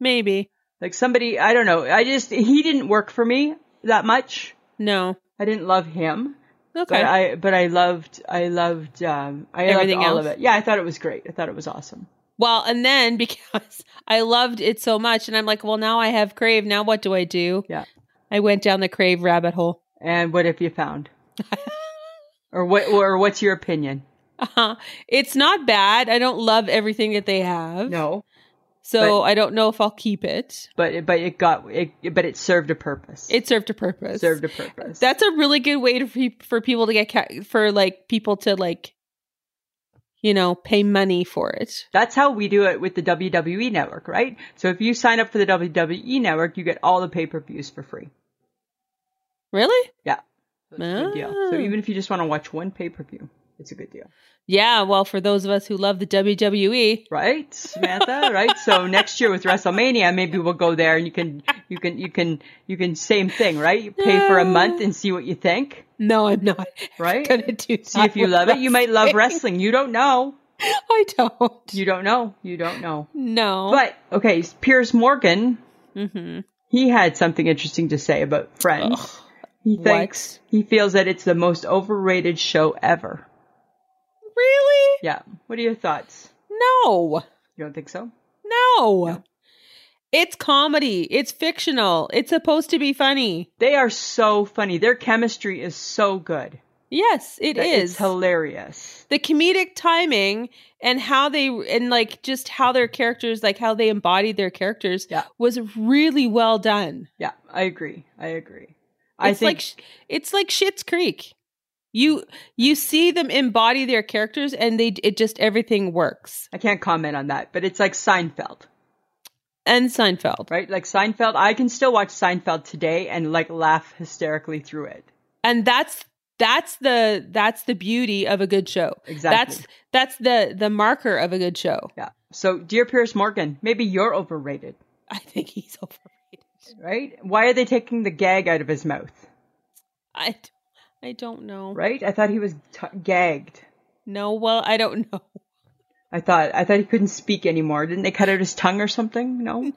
[SPEAKER 1] Maybe
[SPEAKER 2] Like somebody, I don't know. I just he didn't work for me that much.
[SPEAKER 1] no.
[SPEAKER 2] I didn't love him.
[SPEAKER 1] Okay.
[SPEAKER 2] But I but I loved I loved um I
[SPEAKER 1] Everything
[SPEAKER 2] loved all
[SPEAKER 1] else?
[SPEAKER 2] of it. Yeah, I thought it was great. I thought it was awesome.
[SPEAKER 1] well, and then because I loved it so much, and I'm like, well, now I have Crave. Now what do I do?
[SPEAKER 2] Yeah.
[SPEAKER 1] I went down the Crave rabbit hole.
[SPEAKER 2] And what have you found? or what or what's your opinion?
[SPEAKER 1] Uh-huh. It's not bad. I don't love everything that they have.
[SPEAKER 2] No,
[SPEAKER 1] So I don't know if I'll keep it.
[SPEAKER 2] but it, but it got it, but it served a purpose.
[SPEAKER 1] It served a purpose.
[SPEAKER 2] served a purpose.
[SPEAKER 1] That's a really good way to pe- for people to get ca- for like people to like you know, pay money for it.
[SPEAKER 2] That's how we do it with the WWE network, right? So if you sign up for the WWE network, you get all the pay-per-views for free.
[SPEAKER 1] Really?
[SPEAKER 2] That's a good deal. So
[SPEAKER 1] Ah.
[SPEAKER 2] even if you just want to watch one pay-per-view, it's a good deal.
[SPEAKER 1] Yeah, well for those of us who love the E, WWE,
[SPEAKER 2] Right, Samantha, right? So next year with WrestleMania, maybe we'll go there and you can you can you can you can same thing, right? You pay for a month and see what you think,
[SPEAKER 1] no, I'm not
[SPEAKER 2] right?
[SPEAKER 1] going to do
[SPEAKER 2] See if you
[SPEAKER 1] that.
[SPEAKER 2] love it. You might love wrestling. You don't know.
[SPEAKER 1] I don't.
[SPEAKER 2] You don't know. You don't know.
[SPEAKER 1] No.
[SPEAKER 2] But okay, Piers Morgan,
[SPEAKER 1] Mhm.
[SPEAKER 2] he had something interesting to say about Friends.
[SPEAKER 1] Ugh.
[SPEAKER 2] He
[SPEAKER 1] What?
[SPEAKER 2] thinks he feels that it's the most overrated show ever.
[SPEAKER 1] Really?
[SPEAKER 2] Yeah. What are your thoughts?
[SPEAKER 1] No.
[SPEAKER 2] You don't think so?
[SPEAKER 1] No. It's comedy. It's fictional. It's supposed to be funny.
[SPEAKER 2] They are so funny. Their chemistry is so good.
[SPEAKER 1] Yes, it
[SPEAKER 2] that
[SPEAKER 1] is.
[SPEAKER 2] It's hilarious.
[SPEAKER 1] the comedic timing and how they and like just how their characters like how they embodied their characters
[SPEAKER 2] Yeah.
[SPEAKER 1] was really well done.
[SPEAKER 2] Yeah, I agree. I agree. I
[SPEAKER 1] It's
[SPEAKER 2] think
[SPEAKER 1] like sh- it's like Shits Creek. You you see them embody their characters and they it just everything works.
[SPEAKER 2] I can't comment on that, but it's like Seinfeld,
[SPEAKER 1] And Seinfeld.
[SPEAKER 2] right? Like Seinfeld, I can still watch Seinfeld today and like laugh hysterically through it.
[SPEAKER 1] And that's that's the that's the beauty of a good show.
[SPEAKER 2] Exactly.
[SPEAKER 1] That's that's the the marker of a good show.
[SPEAKER 2] yeah. So, dear Pierce Morgan, maybe you're overrated,
[SPEAKER 1] I think he's overrated.
[SPEAKER 2] right? Why are they taking the gag out of his mouth,
[SPEAKER 1] I, d- I don't know.
[SPEAKER 2] right? I thought he was t- gagged.
[SPEAKER 1] No, well, I don't know.
[SPEAKER 2] I thought I thought he couldn't speak anymore. Didn't they cut out his tongue or something? No,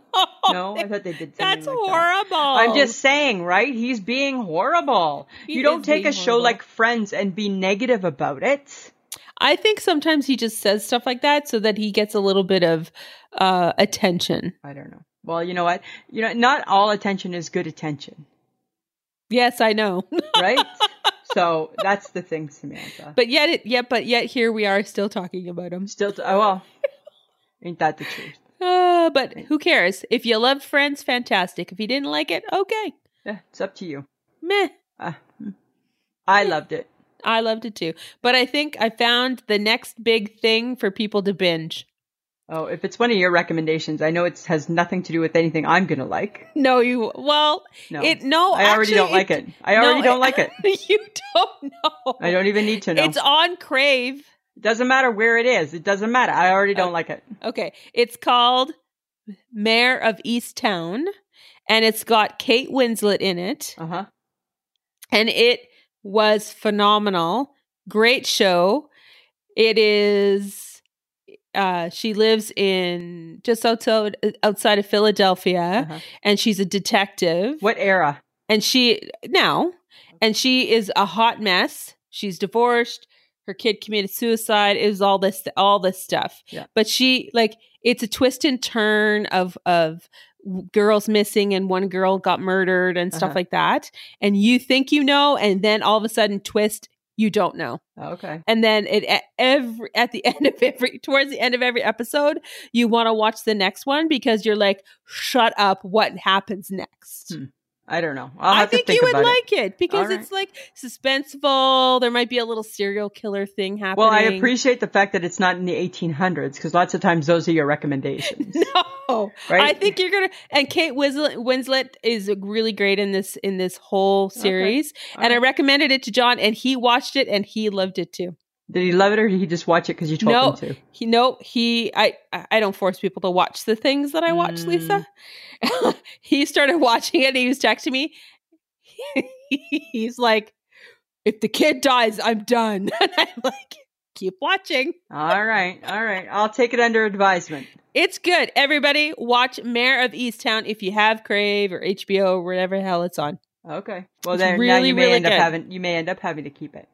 [SPEAKER 2] no. I thought they did. Something
[SPEAKER 1] That's
[SPEAKER 2] like that.
[SPEAKER 1] horrible.
[SPEAKER 2] uh, I'm just saying, right? He's being horrible.
[SPEAKER 1] He
[SPEAKER 2] you don't
[SPEAKER 1] is
[SPEAKER 2] take a
[SPEAKER 1] being
[SPEAKER 2] show
[SPEAKER 1] horrible.
[SPEAKER 2] like Friends and be negative about it.
[SPEAKER 1] I think sometimes he just says stuff like that so that he gets a little bit of uh, attention.
[SPEAKER 2] I don't know. Well, you know what? You know, not all attention is good attention,
[SPEAKER 1] Yes, I know,
[SPEAKER 2] right? so that's the thing, Samantha.
[SPEAKER 1] but yet, it, yet, but yet, here we are still talking about him.
[SPEAKER 2] Still, t- oh well, ain't that the truth?
[SPEAKER 1] Uh, but who cares? If you love Friends, fantastic. If you didn't like it, okay,
[SPEAKER 2] Yeah, it's up to you.
[SPEAKER 1] meh.
[SPEAKER 2] Ah, mm. I loved it.
[SPEAKER 1] I loved it too. But I think I found the next big thing for people to binge.
[SPEAKER 2] Oh, if it's one of your recommendations, I know it has nothing to do with anything I'm gonna like.
[SPEAKER 1] No, you well,
[SPEAKER 2] No,
[SPEAKER 1] it no.
[SPEAKER 2] I already
[SPEAKER 1] actually,
[SPEAKER 2] don't like it. I already
[SPEAKER 1] no,
[SPEAKER 2] don't like it.
[SPEAKER 1] you don't know.
[SPEAKER 2] I don't even need to know.
[SPEAKER 1] It's on Crave.
[SPEAKER 2] It doesn't matter where it is. It doesn't matter. I already
[SPEAKER 1] Oh.
[SPEAKER 2] don't like it.
[SPEAKER 1] Okay. It's called Mayor of East Town and it's got Kate Winslet in it
[SPEAKER 2] Uh huh.
[SPEAKER 1] and it was phenomenal. Great show. It is uh she lives in just outside outside of Philadelphia
[SPEAKER 2] Uh-huh.
[SPEAKER 1] and she's a detective
[SPEAKER 2] What era?
[SPEAKER 1] and she now
[SPEAKER 2] Mm-hmm.
[SPEAKER 1] and she is a hot mess she's divorced her kid committed suicide it was all this all this stuff
[SPEAKER 2] Yeah.
[SPEAKER 1] but she like it's a twist and turn of of w- girls missing and one girl got murdered and stuff
[SPEAKER 2] Uh-huh.
[SPEAKER 1] like that and you think you know and then all of a sudden twist you don't know
[SPEAKER 2] Oh, okay.
[SPEAKER 1] and then it at every at the end of every towards the end of every episode you want to watch the next one because you're like shut up what happens next
[SPEAKER 2] Hmm. I don't know. I'll
[SPEAKER 1] I
[SPEAKER 2] have
[SPEAKER 1] think,
[SPEAKER 2] to think
[SPEAKER 1] you would
[SPEAKER 2] about it.
[SPEAKER 1] like it because
[SPEAKER 2] All
[SPEAKER 1] it's like suspenseful. There might be a little serial killer thing happening.
[SPEAKER 2] Well, I appreciate the fact that it's not in the 1800s because lots of times those are your recommendations,
[SPEAKER 1] No,
[SPEAKER 2] right?
[SPEAKER 1] I think you're gonna. And Kate Winslet, Winslet is really great in this in this whole series.
[SPEAKER 2] All
[SPEAKER 1] And I
[SPEAKER 2] right.
[SPEAKER 1] recommended it to John, and he watched it and he loved it too.
[SPEAKER 2] did he love it or did he just watch it because you told
[SPEAKER 1] No.
[SPEAKER 2] him to?
[SPEAKER 1] He no, he I I I don't force people to watch the things that I watch,
[SPEAKER 2] Mm.
[SPEAKER 1] Lisa. he started watching it. And he was texting me. He's like, if the kid dies, I'm done. And I'm like, keep watching.
[SPEAKER 2] All right, all right. I'll take it under advisement.
[SPEAKER 1] It's good. Everybody, watch Mayor of Easttown if you have Crave or HBO or whatever the hell it's on.
[SPEAKER 2] Okay. Well,
[SPEAKER 1] It's
[SPEAKER 2] then now
[SPEAKER 1] really,
[SPEAKER 2] you may
[SPEAKER 1] really
[SPEAKER 2] end
[SPEAKER 1] good.
[SPEAKER 2] up having you may end up having to keep it.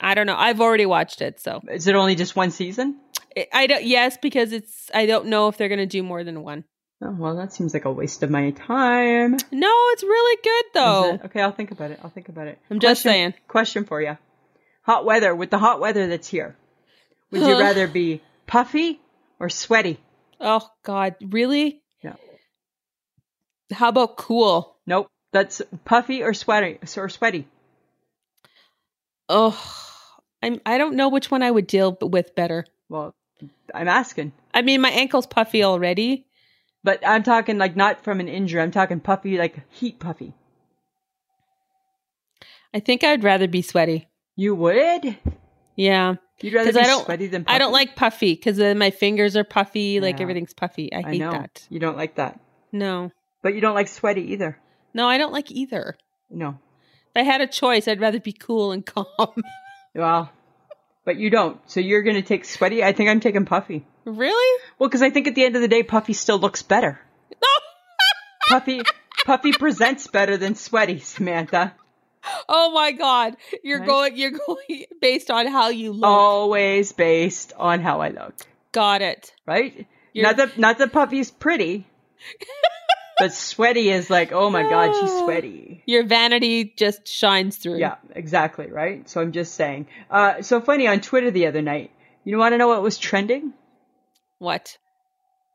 [SPEAKER 1] I don't know. I've already watched it, so
[SPEAKER 2] Is it only just one season?
[SPEAKER 1] I- I don't. Yes, because it's. I don't know if they're going to do more than one.
[SPEAKER 2] Oh, well, that seems like a waste of my time. Is
[SPEAKER 1] No, it's really good though.
[SPEAKER 2] it? Okay, I'll think about it. I'll think about it.
[SPEAKER 1] Oh. I'm just
[SPEAKER 2] Question-
[SPEAKER 1] saying.
[SPEAKER 2] Question for you: Hot weather with the hot weather that's here. Would you
[SPEAKER 1] Huh.
[SPEAKER 2] rather be puffy or sweaty?
[SPEAKER 1] Oh God, really?
[SPEAKER 2] Yeah.
[SPEAKER 1] How about cool?
[SPEAKER 2] Nope. That's puffy or sweaty or sweaty.
[SPEAKER 1] Oh, I'm. I don't know which one I would deal b- with better.
[SPEAKER 2] Well, I'm asking.
[SPEAKER 1] I mean, my ankle's puffy already.
[SPEAKER 2] But I'm talking like not from an injury. I'm talking puffy, like heat puffy.
[SPEAKER 1] I think I'd rather be sweaty.
[SPEAKER 2] You would?
[SPEAKER 1] Yeah,
[SPEAKER 2] You'd rather
[SPEAKER 1] 'Cause
[SPEAKER 2] be
[SPEAKER 1] I don't-
[SPEAKER 2] sweaty than puffy.
[SPEAKER 1] I don't like puffy because then my fingers are puffy. Like
[SPEAKER 2] Yeah.
[SPEAKER 1] everything's puffy. I
[SPEAKER 2] I
[SPEAKER 1] hate
[SPEAKER 2] know.
[SPEAKER 1] that.
[SPEAKER 2] You don't like that.
[SPEAKER 1] No,
[SPEAKER 2] But you don't like sweaty either.
[SPEAKER 1] no, I don't like either.
[SPEAKER 2] No.
[SPEAKER 1] If I had a choice, I'd rather be cool and calm.
[SPEAKER 2] Well, but you don't. So you're going to take sweaty. I think I'm taking puffy.
[SPEAKER 1] really?
[SPEAKER 2] Well, because I think at the end of the day, puffy still looks better.
[SPEAKER 1] No.
[SPEAKER 2] Puffy, puffy presents better than sweaty, Samantha.
[SPEAKER 1] Oh my God, you're
[SPEAKER 2] Right? Oh.
[SPEAKER 1] going. You're going based on how you look.
[SPEAKER 2] Always based on how I look,
[SPEAKER 1] Got it.
[SPEAKER 2] right?
[SPEAKER 1] You're-
[SPEAKER 2] Not that not that puffy's pretty, but sweaty is like, oh my god, she's sweaty.
[SPEAKER 1] Your vanity just shines through.
[SPEAKER 2] Yeah, exactly, right? So I'm just saying. Uh, so funny on Twitter the other night. You want to know what was trending?
[SPEAKER 1] What?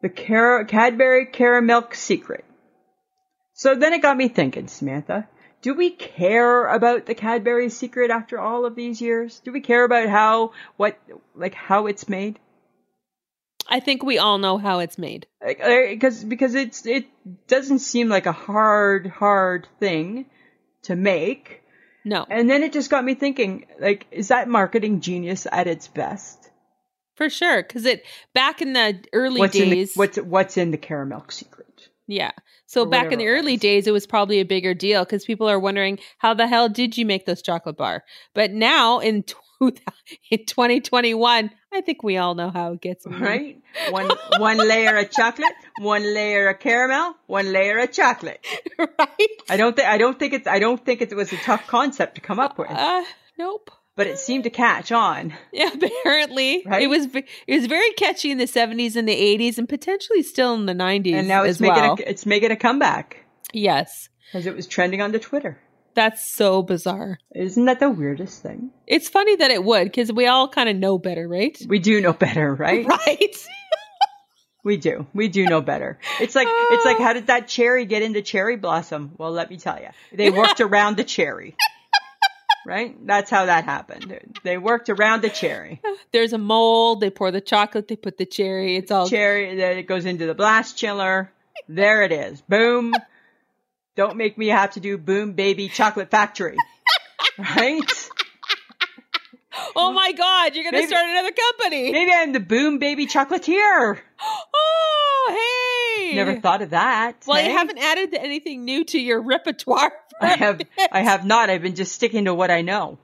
[SPEAKER 2] The Car- Cadbury Caramilk Secret. So then it got me thinking, Samantha. Do we care about the Cadbury Secret after all of these years? Do we care about how, what, like how it's made?
[SPEAKER 1] I think we all know how it's made.
[SPEAKER 2] Like, uh, because because it's it doesn't seem like a hard hard thing to make.
[SPEAKER 1] No,
[SPEAKER 2] And then it just got me thinking, like, is that marketing genius at its best?
[SPEAKER 1] for sure. Because it back in the early
[SPEAKER 2] What's in the,
[SPEAKER 1] days.
[SPEAKER 2] what's what's in the Caramilk Secret?
[SPEAKER 1] yeah. So
[SPEAKER 2] or
[SPEAKER 1] back in the
[SPEAKER 2] whatever it
[SPEAKER 1] early
[SPEAKER 2] was.
[SPEAKER 1] days, it was probably a bigger deal because people are wondering how the hell did you make this chocolate bar? But now in two, in 2021, I think we all know how it gets made.
[SPEAKER 2] right? One one layer of chocolate, one layer of caramel, one layer of chocolate.
[SPEAKER 1] right?
[SPEAKER 2] I don't think I don't think it's I don't think it was a tough concept to come up with,
[SPEAKER 1] Uh, nope.
[SPEAKER 2] but it seemed to catch on.
[SPEAKER 1] Yeah, apparently it
[SPEAKER 2] Right?
[SPEAKER 1] was ve- it was very catchy in the 70s and the 80s and potentially still in the 90s
[SPEAKER 2] And now it's
[SPEAKER 1] as
[SPEAKER 2] making
[SPEAKER 1] well.
[SPEAKER 2] a, it's making a comeback
[SPEAKER 1] yes.
[SPEAKER 2] because it was trending on the Twitter.
[SPEAKER 1] That's so bizarre.
[SPEAKER 2] Isn't that the weirdest thing?
[SPEAKER 1] It's funny that it would because we all kind of know better, right?
[SPEAKER 2] We do know better, right?
[SPEAKER 1] Right.
[SPEAKER 2] We do. We do know better. It's like it's like how did that cherry get into cherry blossom? Well, let me tell you. They worked around the cherry. Right? That's how that happened. They worked around the cherry.
[SPEAKER 1] There's a mold. They pour the chocolate. They put the cherry. It's all
[SPEAKER 2] cherry then it goes into the blast chiller. There it is. Boom. Don't make me have to do boom baby chocolate factory. Right?
[SPEAKER 1] oh my god! You're gonna
[SPEAKER 2] Maybe-
[SPEAKER 1] start another company.
[SPEAKER 2] Maybe I'm the boom baby chocolatier.
[SPEAKER 1] Oh hey!
[SPEAKER 2] Never thought of that. eh?
[SPEAKER 1] Well,
[SPEAKER 2] hey?
[SPEAKER 1] you haven't added anything new to your repertoire.
[SPEAKER 2] I have I have not. I've been just sticking to what I know.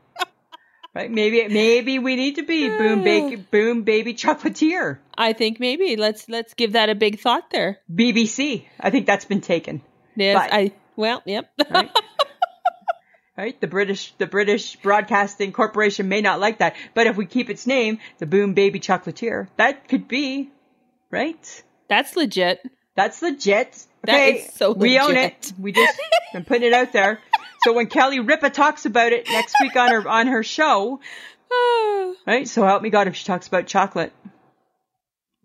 [SPEAKER 2] Right? Maybe maybe we need to be boom baby boom baby chocolatier.
[SPEAKER 1] I think maybe let's let's give that a big thought there.
[SPEAKER 2] BBC. I think that's been taken.
[SPEAKER 1] Yes,
[SPEAKER 2] But-
[SPEAKER 1] I. Well, yep.
[SPEAKER 2] right? right? The British, the British Broadcasting Corporation may not like that, but if we keep its name, the Boom Baby Chocolatier, that could be, right?
[SPEAKER 1] That's legit.
[SPEAKER 2] That's legit.
[SPEAKER 1] That
[SPEAKER 2] Okay,
[SPEAKER 1] is so
[SPEAKER 2] we own
[SPEAKER 1] legit.
[SPEAKER 2] it. We just I'm putting it out there. So when Kelly Ripa talks about it next week on her on her show,
[SPEAKER 1] Oh,
[SPEAKER 2] right? So help me God, if she talks about chocolate,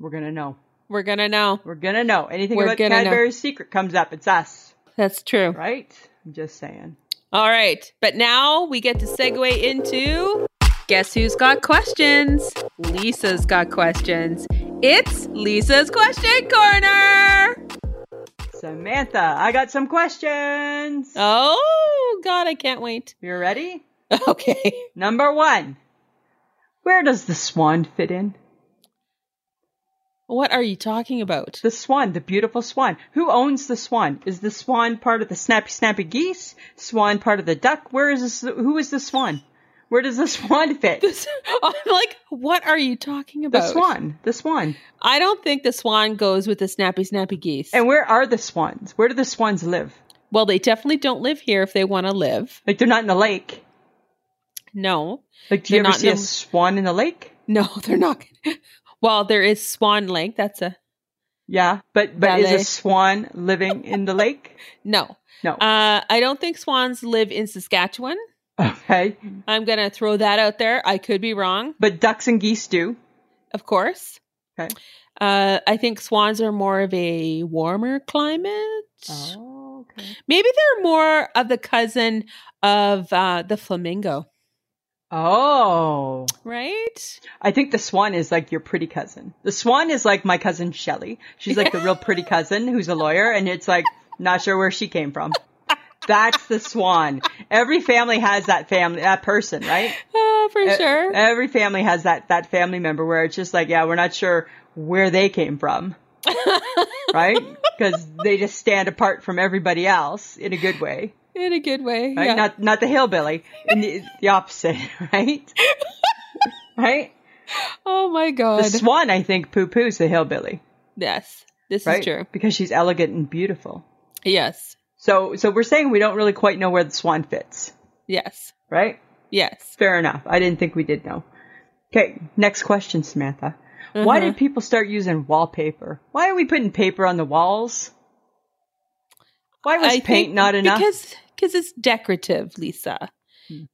[SPEAKER 2] we're gonna know.
[SPEAKER 1] We're gonna know.
[SPEAKER 2] We're gonna know. Anything
[SPEAKER 1] We're
[SPEAKER 2] about
[SPEAKER 1] gonna know.
[SPEAKER 2] Cadbury's secret comes up, it's us,
[SPEAKER 1] That's true.
[SPEAKER 2] right? I'm just saying.
[SPEAKER 1] All right, but now we get to segue into guess who's got questions? Lisa's got questions. It's Lisa's question corner.
[SPEAKER 2] Samantha, I got some questions.
[SPEAKER 1] Oh God, I can't wait.
[SPEAKER 2] You ready?
[SPEAKER 1] Okay.
[SPEAKER 2] Number one. Where does the swan fit in?
[SPEAKER 1] What are you talking about?
[SPEAKER 2] The swan, the beautiful swan. Who owns the swan? Is the swan part of the snappy snappy geese? Swan part of the duck? Where is this, who is the swan? Where does the swan fit?
[SPEAKER 1] This, I'm like, what are you talking
[SPEAKER 2] The
[SPEAKER 1] about?
[SPEAKER 2] swan, the swan.
[SPEAKER 1] I don't think the swan goes with the snappy snappy geese.
[SPEAKER 2] And where are the swans? Where do the swans live?
[SPEAKER 1] well, they definitely don't live here if they want to live.
[SPEAKER 2] Like they're not in the lake.
[SPEAKER 1] No.
[SPEAKER 2] Like do you
[SPEAKER 1] They're
[SPEAKER 2] ever
[SPEAKER 1] not in
[SPEAKER 2] see a
[SPEAKER 1] the-
[SPEAKER 2] swan in the lake?
[SPEAKER 1] No, they're not. gonna- Well, there is Swan Lake. That's a
[SPEAKER 2] Yeah, but but is
[SPEAKER 1] Ballet.
[SPEAKER 2] a swan living in the lake?
[SPEAKER 1] no.
[SPEAKER 2] No.
[SPEAKER 1] Uh, I don't think swans live in Saskatchewan.
[SPEAKER 2] Okay.
[SPEAKER 1] I'm going to throw that out there. I could be wrong,
[SPEAKER 2] But ducks and geese do.
[SPEAKER 1] of course.
[SPEAKER 2] Okay.
[SPEAKER 1] Uh, I think swans are more of a warmer climate.
[SPEAKER 2] Oh, okay.
[SPEAKER 1] Maybe they're more of the cousin of uh, the flamingo,
[SPEAKER 2] Oh.
[SPEAKER 1] right?
[SPEAKER 2] I think the swan is like your pretty cousin. The swan is like my cousin Shelly. She's like the real pretty cousin who's a lawyer and it's like not sure where she came from. That's the swan. Every family has that family that person, right? E-,
[SPEAKER 1] Uh,
[SPEAKER 2] Eh,
[SPEAKER 1] for sure.
[SPEAKER 2] Every family has that that family member where it's just like, yeah, we're not sure where they came from. eh. right? Cuz they just stand apart from everybody else in a good way.
[SPEAKER 1] In a good way.
[SPEAKER 2] Right?
[SPEAKER 1] yeah.
[SPEAKER 2] Not not the hillbilly, in the, the opposite, right? right?
[SPEAKER 1] oh my
[SPEAKER 2] The
[SPEAKER 1] God.
[SPEAKER 2] swan, I think, poo poos the hillbilly,
[SPEAKER 1] yes. This
[SPEAKER 2] right?
[SPEAKER 1] is true.
[SPEAKER 2] Because she's elegant and beautiful.
[SPEAKER 1] Yes.
[SPEAKER 2] So, so we're saying we don't really quite know where the swan fits,
[SPEAKER 1] Yes.
[SPEAKER 2] right?
[SPEAKER 1] Yes.
[SPEAKER 2] Fair enough. I didn't think we did know. Okay, next question, Samantha. Why
[SPEAKER 1] Uh-huh.
[SPEAKER 2] did people start using wallpaper? Why are we putting paper on the walls? Why was
[SPEAKER 1] I
[SPEAKER 2] paint
[SPEAKER 1] think
[SPEAKER 2] not enough?
[SPEAKER 1] Because because it's decorative, Lisa.
[SPEAKER 2] Hmm.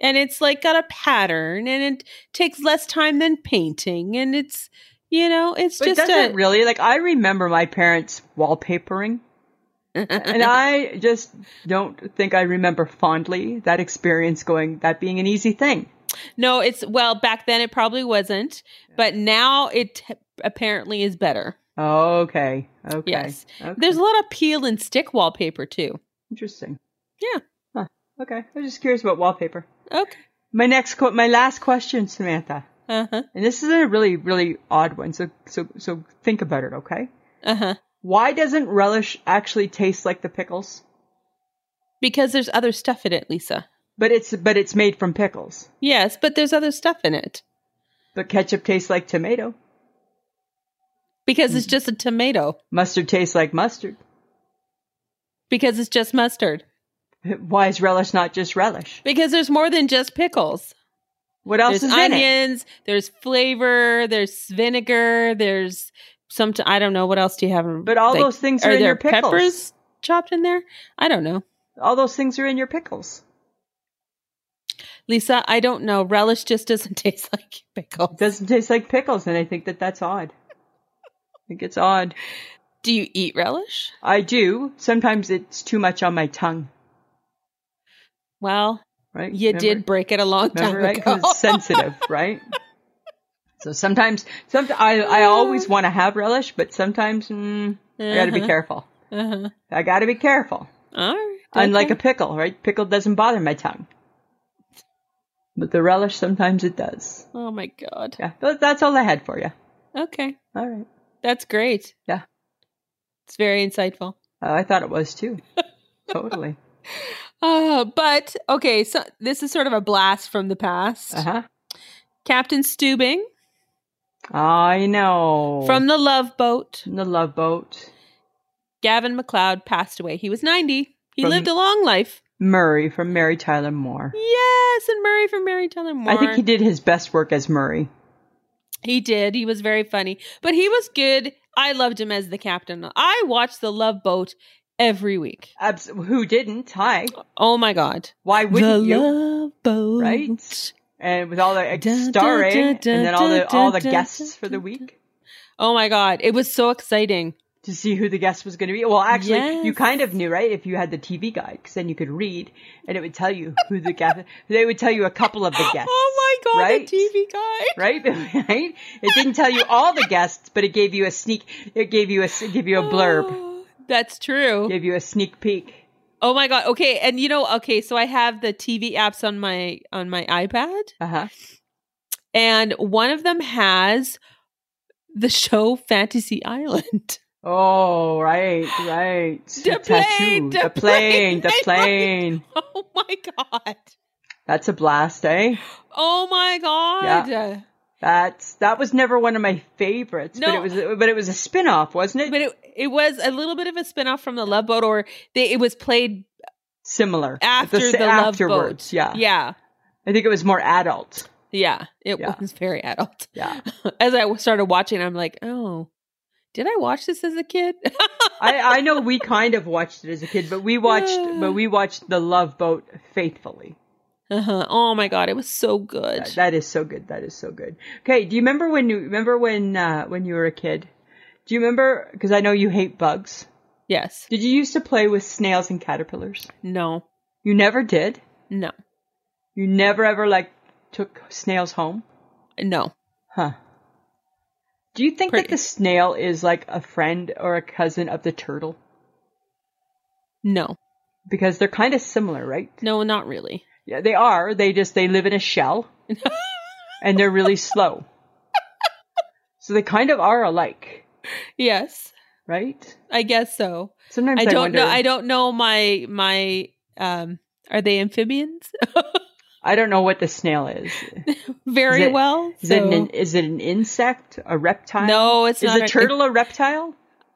[SPEAKER 1] And it's like got a pattern and it takes less time than painting and it's you know, it's
[SPEAKER 2] but
[SPEAKER 1] just
[SPEAKER 2] doesn't
[SPEAKER 1] a
[SPEAKER 2] really like I remember my parents wallpapering, and I just don't think I remember fondly that experience going that being an easy thing.
[SPEAKER 1] No, it's well, back then it probably wasn't, but now it apparently is better.
[SPEAKER 2] Okay. Okay.
[SPEAKER 1] Yes.
[SPEAKER 2] Okay.
[SPEAKER 1] There's a lot of peel and stick wallpaper too.
[SPEAKER 2] interesting.
[SPEAKER 1] Yeah.
[SPEAKER 2] Huh. Okay. I was just curious about wallpaper.
[SPEAKER 1] Okay.
[SPEAKER 2] My next, qu- my last question, Samantha,
[SPEAKER 1] Uh-huh.
[SPEAKER 2] and this is a really, really odd one. So, so, so think about it, okay?
[SPEAKER 1] Uh-huh.
[SPEAKER 2] Why doesn't relish actually taste like the pickles?
[SPEAKER 1] Because there's other stuff in it, Lisa.
[SPEAKER 2] But it's, but it's made from pickles.
[SPEAKER 1] Yes, but there's other stuff in it.
[SPEAKER 2] But ketchup tastes like tomato.
[SPEAKER 1] Because
[SPEAKER 2] Mm-hmm.
[SPEAKER 1] it's just a tomato.
[SPEAKER 2] Mustard tastes like mustard.
[SPEAKER 1] Because it's just mustard.
[SPEAKER 2] Why is relish not just relish?
[SPEAKER 1] Because there's more than just pickles.
[SPEAKER 2] What else
[SPEAKER 1] There's
[SPEAKER 2] is in it?
[SPEAKER 1] onions, there's flavor, there's vinegar, there's some I don't know what else do you have in
[SPEAKER 2] But all
[SPEAKER 1] like,
[SPEAKER 2] those things are, in
[SPEAKER 1] there
[SPEAKER 2] your pickles.
[SPEAKER 1] peppers chopped in there? I don't know.
[SPEAKER 2] All those things are in your pickles.
[SPEAKER 1] Lisa, I don't know. Relish just doesn't taste like pickles.
[SPEAKER 2] doesn't taste like pickles, and I think that that's odd. I think it's odd.
[SPEAKER 1] Do you eat relish?
[SPEAKER 2] I do. Sometimes it's too much on my tongue,
[SPEAKER 1] Well,
[SPEAKER 2] right?
[SPEAKER 1] you
[SPEAKER 2] Remember-
[SPEAKER 1] did break it a long time
[SPEAKER 2] Remember, right?
[SPEAKER 1] ago.
[SPEAKER 2] Because it's sensitive, right? So sometimes, some I I always want to have relish, but sometimes mm, I got to be
[SPEAKER 1] Uh-huh.
[SPEAKER 2] careful.
[SPEAKER 1] Uh-huh.
[SPEAKER 2] I got to be careful.
[SPEAKER 1] All right.
[SPEAKER 2] Unlike
[SPEAKER 1] okay.
[SPEAKER 2] a pickle, right? Pickle doesn't bother my tongue, but the relish sometimes it does.
[SPEAKER 1] Oh my god.
[SPEAKER 2] Yeah, but that's all I had for you.
[SPEAKER 1] Okay.
[SPEAKER 2] All right.
[SPEAKER 1] That's great.
[SPEAKER 2] Yeah.
[SPEAKER 1] It's very insightful.
[SPEAKER 2] Uh, I thought it was too. totally.
[SPEAKER 1] Uh, but okay, so this is sort of a blast from the past.
[SPEAKER 2] Uh huh.
[SPEAKER 1] Captain Stubing
[SPEAKER 2] I know.
[SPEAKER 1] from the Love Boat,
[SPEAKER 2] the Love Boat.
[SPEAKER 1] Gavin McLeod passed away. He was 90. He
[SPEAKER 2] From-
[SPEAKER 1] lived a long life.
[SPEAKER 2] Murray from Mary Tyler Moore.
[SPEAKER 1] Yes, and Murray from Mary Tyler Moore.
[SPEAKER 2] I think he did his best work as Murray.
[SPEAKER 1] He did. He was very funny, but he was good. I loved him as the captain. I watched the Love Boat every week.
[SPEAKER 2] Abs- who didn't? Hi.
[SPEAKER 1] Oh my god,
[SPEAKER 2] Why
[SPEAKER 1] the
[SPEAKER 2] wouldn't you?
[SPEAKER 1] Love Boat,
[SPEAKER 2] Right? And with all the like,
[SPEAKER 1] Da, da,
[SPEAKER 2] starring
[SPEAKER 1] da,
[SPEAKER 2] and
[SPEAKER 1] da,
[SPEAKER 2] then all the
[SPEAKER 1] da,
[SPEAKER 2] all the
[SPEAKER 1] da,
[SPEAKER 2] guests
[SPEAKER 1] da,
[SPEAKER 2] for the
[SPEAKER 1] da,
[SPEAKER 2] week
[SPEAKER 1] Oh my god, it was so exciting.
[SPEAKER 2] to see who the guest was going to be. Well, actually,
[SPEAKER 1] Yes.
[SPEAKER 2] you kind of knew, right? If you had the TV guide, because then you could read and it would tell you who the guest. they would tell you a couple of the guests.
[SPEAKER 1] oh my god,
[SPEAKER 2] right?
[SPEAKER 1] the TV guy.
[SPEAKER 2] right? right? It didn't tell you all the guests, but it gave you a sneak. It gave you a it gave you a blurb,
[SPEAKER 1] Oh, that's true.
[SPEAKER 2] gave you a sneak peek.
[SPEAKER 1] Oh my god. Okay, and you know, okay, so I have the TV apps on my on my iPad,
[SPEAKER 2] Uh huh.
[SPEAKER 1] and one of them has the show Fantasy Island.
[SPEAKER 2] Oh, right, right.
[SPEAKER 1] The plane,
[SPEAKER 2] the,
[SPEAKER 1] the plane,
[SPEAKER 2] plane, the
[SPEAKER 1] right.
[SPEAKER 2] plane.
[SPEAKER 1] oh my god.
[SPEAKER 2] That's a blast, eh?
[SPEAKER 1] Oh my god.
[SPEAKER 2] That's that was never one of my favorites, but
[SPEAKER 1] No.
[SPEAKER 2] it was but it was a spin-off, wasn't it?
[SPEAKER 1] But it it was a little bit of a spin-off from the Love Boat or they it was played
[SPEAKER 2] Similar
[SPEAKER 1] after
[SPEAKER 2] sa-
[SPEAKER 1] the, Love
[SPEAKER 2] afterwards,
[SPEAKER 1] Boat.
[SPEAKER 2] Yeah.
[SPEAKER 1] Yeah.
[SPEAKER 2] I think it was more adult.
[SPEAKER 1] Yeah. It
[SPEAKER 2] Yeah.
[SPEAKER 1] was very adult.
[SPEAKER 2] Yeah,
[SPEAKER 1] As I started watching, I'm like, "Oh, did I watch this as a kid?"
[SPEAKER 2] I, I know we kind of watched it as a kid, but we watched but we watched the Love Boat faithfully.
[SPEAKER 1] Uh-huh. Oh my god, it was so good.
[SPEAKER 2] That- that is so good. That is so good. Okay, do you remember when you remember when uh, when you were a kid? Do you remember? Because I know you hate bugs.
[SPEAKER 1] yes.
[SPEAKER 2] Did you used to play with snails and caterpillars?
[SPEAKER 1] No.
[SPEAKER 2] You never did.
[SPEAKER 1] No.
[SPEAKER 2] You never ever like took snails home,
[SPEAKER 1] No.
[SPEAKER 2] huh? Do you think that
[SPEAKER 1] Pretty-
[SPEAKER 2] the snail is like a friend or a cousin of the turtle?
[SPEAKER 1] No.
[SPEAKER 2] Because they're kind of similar, right?
[SPEAKER 1] No, not really.
[SPEAKER 2] Yeah, they are. They just they live in a shell, and they're really slow. So they kind of are alike,
[SPEAKER 1] Yes.
[SPEAKER 2] right?
[SPEAKER 1] I guess so.
[SPEAKER 2] Sometimes I,
[SPEAKER 1] I don't
[SPEAKER 2] wonder.
[SPEAKER 1] know I don't know my my um are they amphibians?
[SPEAKER 2] I don't know what the snail is.
[SPEAKER 1] Very
[SPEAKER 2] Is it-
[SPEAKER 1] well.
[SPEAKER 2] Is, it
[SPEAKER 1] so-
[SPEAKER 2] an, is it an insect? A reptile?
[SPEAKER 1] no, it's
[SPEAKER 2] Is
[SPEAKER 1] not
[SPEAKER 2] a
[SPEAKER 1] a-
[SPEAKER 2] turtle a reptile?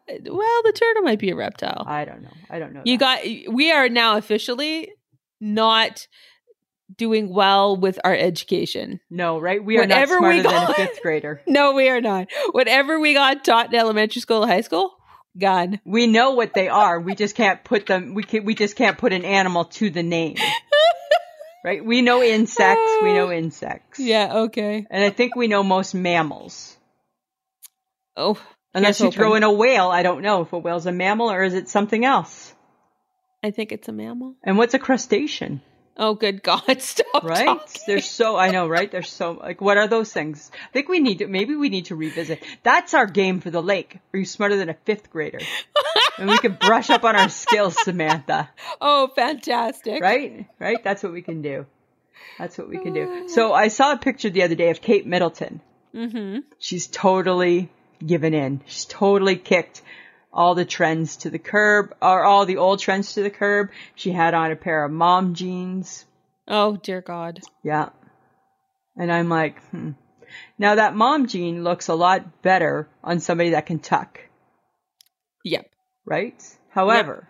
[SPEAKER 1] Well, the turtle might be a reptile.
[SPEAKER 2] I don't know. I don't know.
[SPEAKER 1] you
[SPEAKER 2] that.
[SPEAKER 1] got we are now officially not doing well with our education
[SPEAKER 2] no, right? We are not
[SPEAKER 1] Whatever we
[SPEAKER 2] smarter than a
[SPEAKER 1] got-
[SPEAKER 2] fifth grader.
[SPEAKER 1] no we are not whatever we got taught in elementary school and high school gone
[SPEAKER 2] We know what they are. We just can't put them. We can, we just can't put an animal to the name, right? We know insects. We know insects.
[SPEAKER 1] yeah okay
[SPEAKER 2] And I think we know most mammals.
[SPEAKER 1] oh
[SPEAKER 2] Unless you
[SPEAKER 1] Here's
[SPEAKER 2] throw
[SPEAKER 1] hoping.
[SPEAKER 2] in a whale, I don't know if a whale's a mammal or is it something else.
[SPEAKER 1] i think it's a mammal
[SPEAKER 2] And what's a crustacean?
[SPEAKER 1] oh good god stop
[SPEAKER 2] Right?
[SPEAKER 1] talking.
[SPEAKER 2] They're so I know, right? They're so like what are those things? I think we need to maybe we need to revisit. That's our game for the lake. Are you smarter than a fifth grader? And we can brush up on our skills, Samantha.
[SPEAKER 1] oh fantastic
[SPEAKER 2] Right? Right? That's what we can do. That's what we can do. So I saw a picture the other day of Kate Middleton.
[SPEAKER 1] mm-hmm
[SPEAKER 2] She's totally given in. She's totally kicked all the trends to the curb, or all the old trends to the curb. She had on a pair of mom jeans.
[SPEAKER 1] oh dear god
[SPEAKER 2] Yeah. And I'm like, hmm. Now that mom jean looks a lot better on somebody that can tuck,
[SPEAKER 1] yep
[SPEAKER 2] right? However,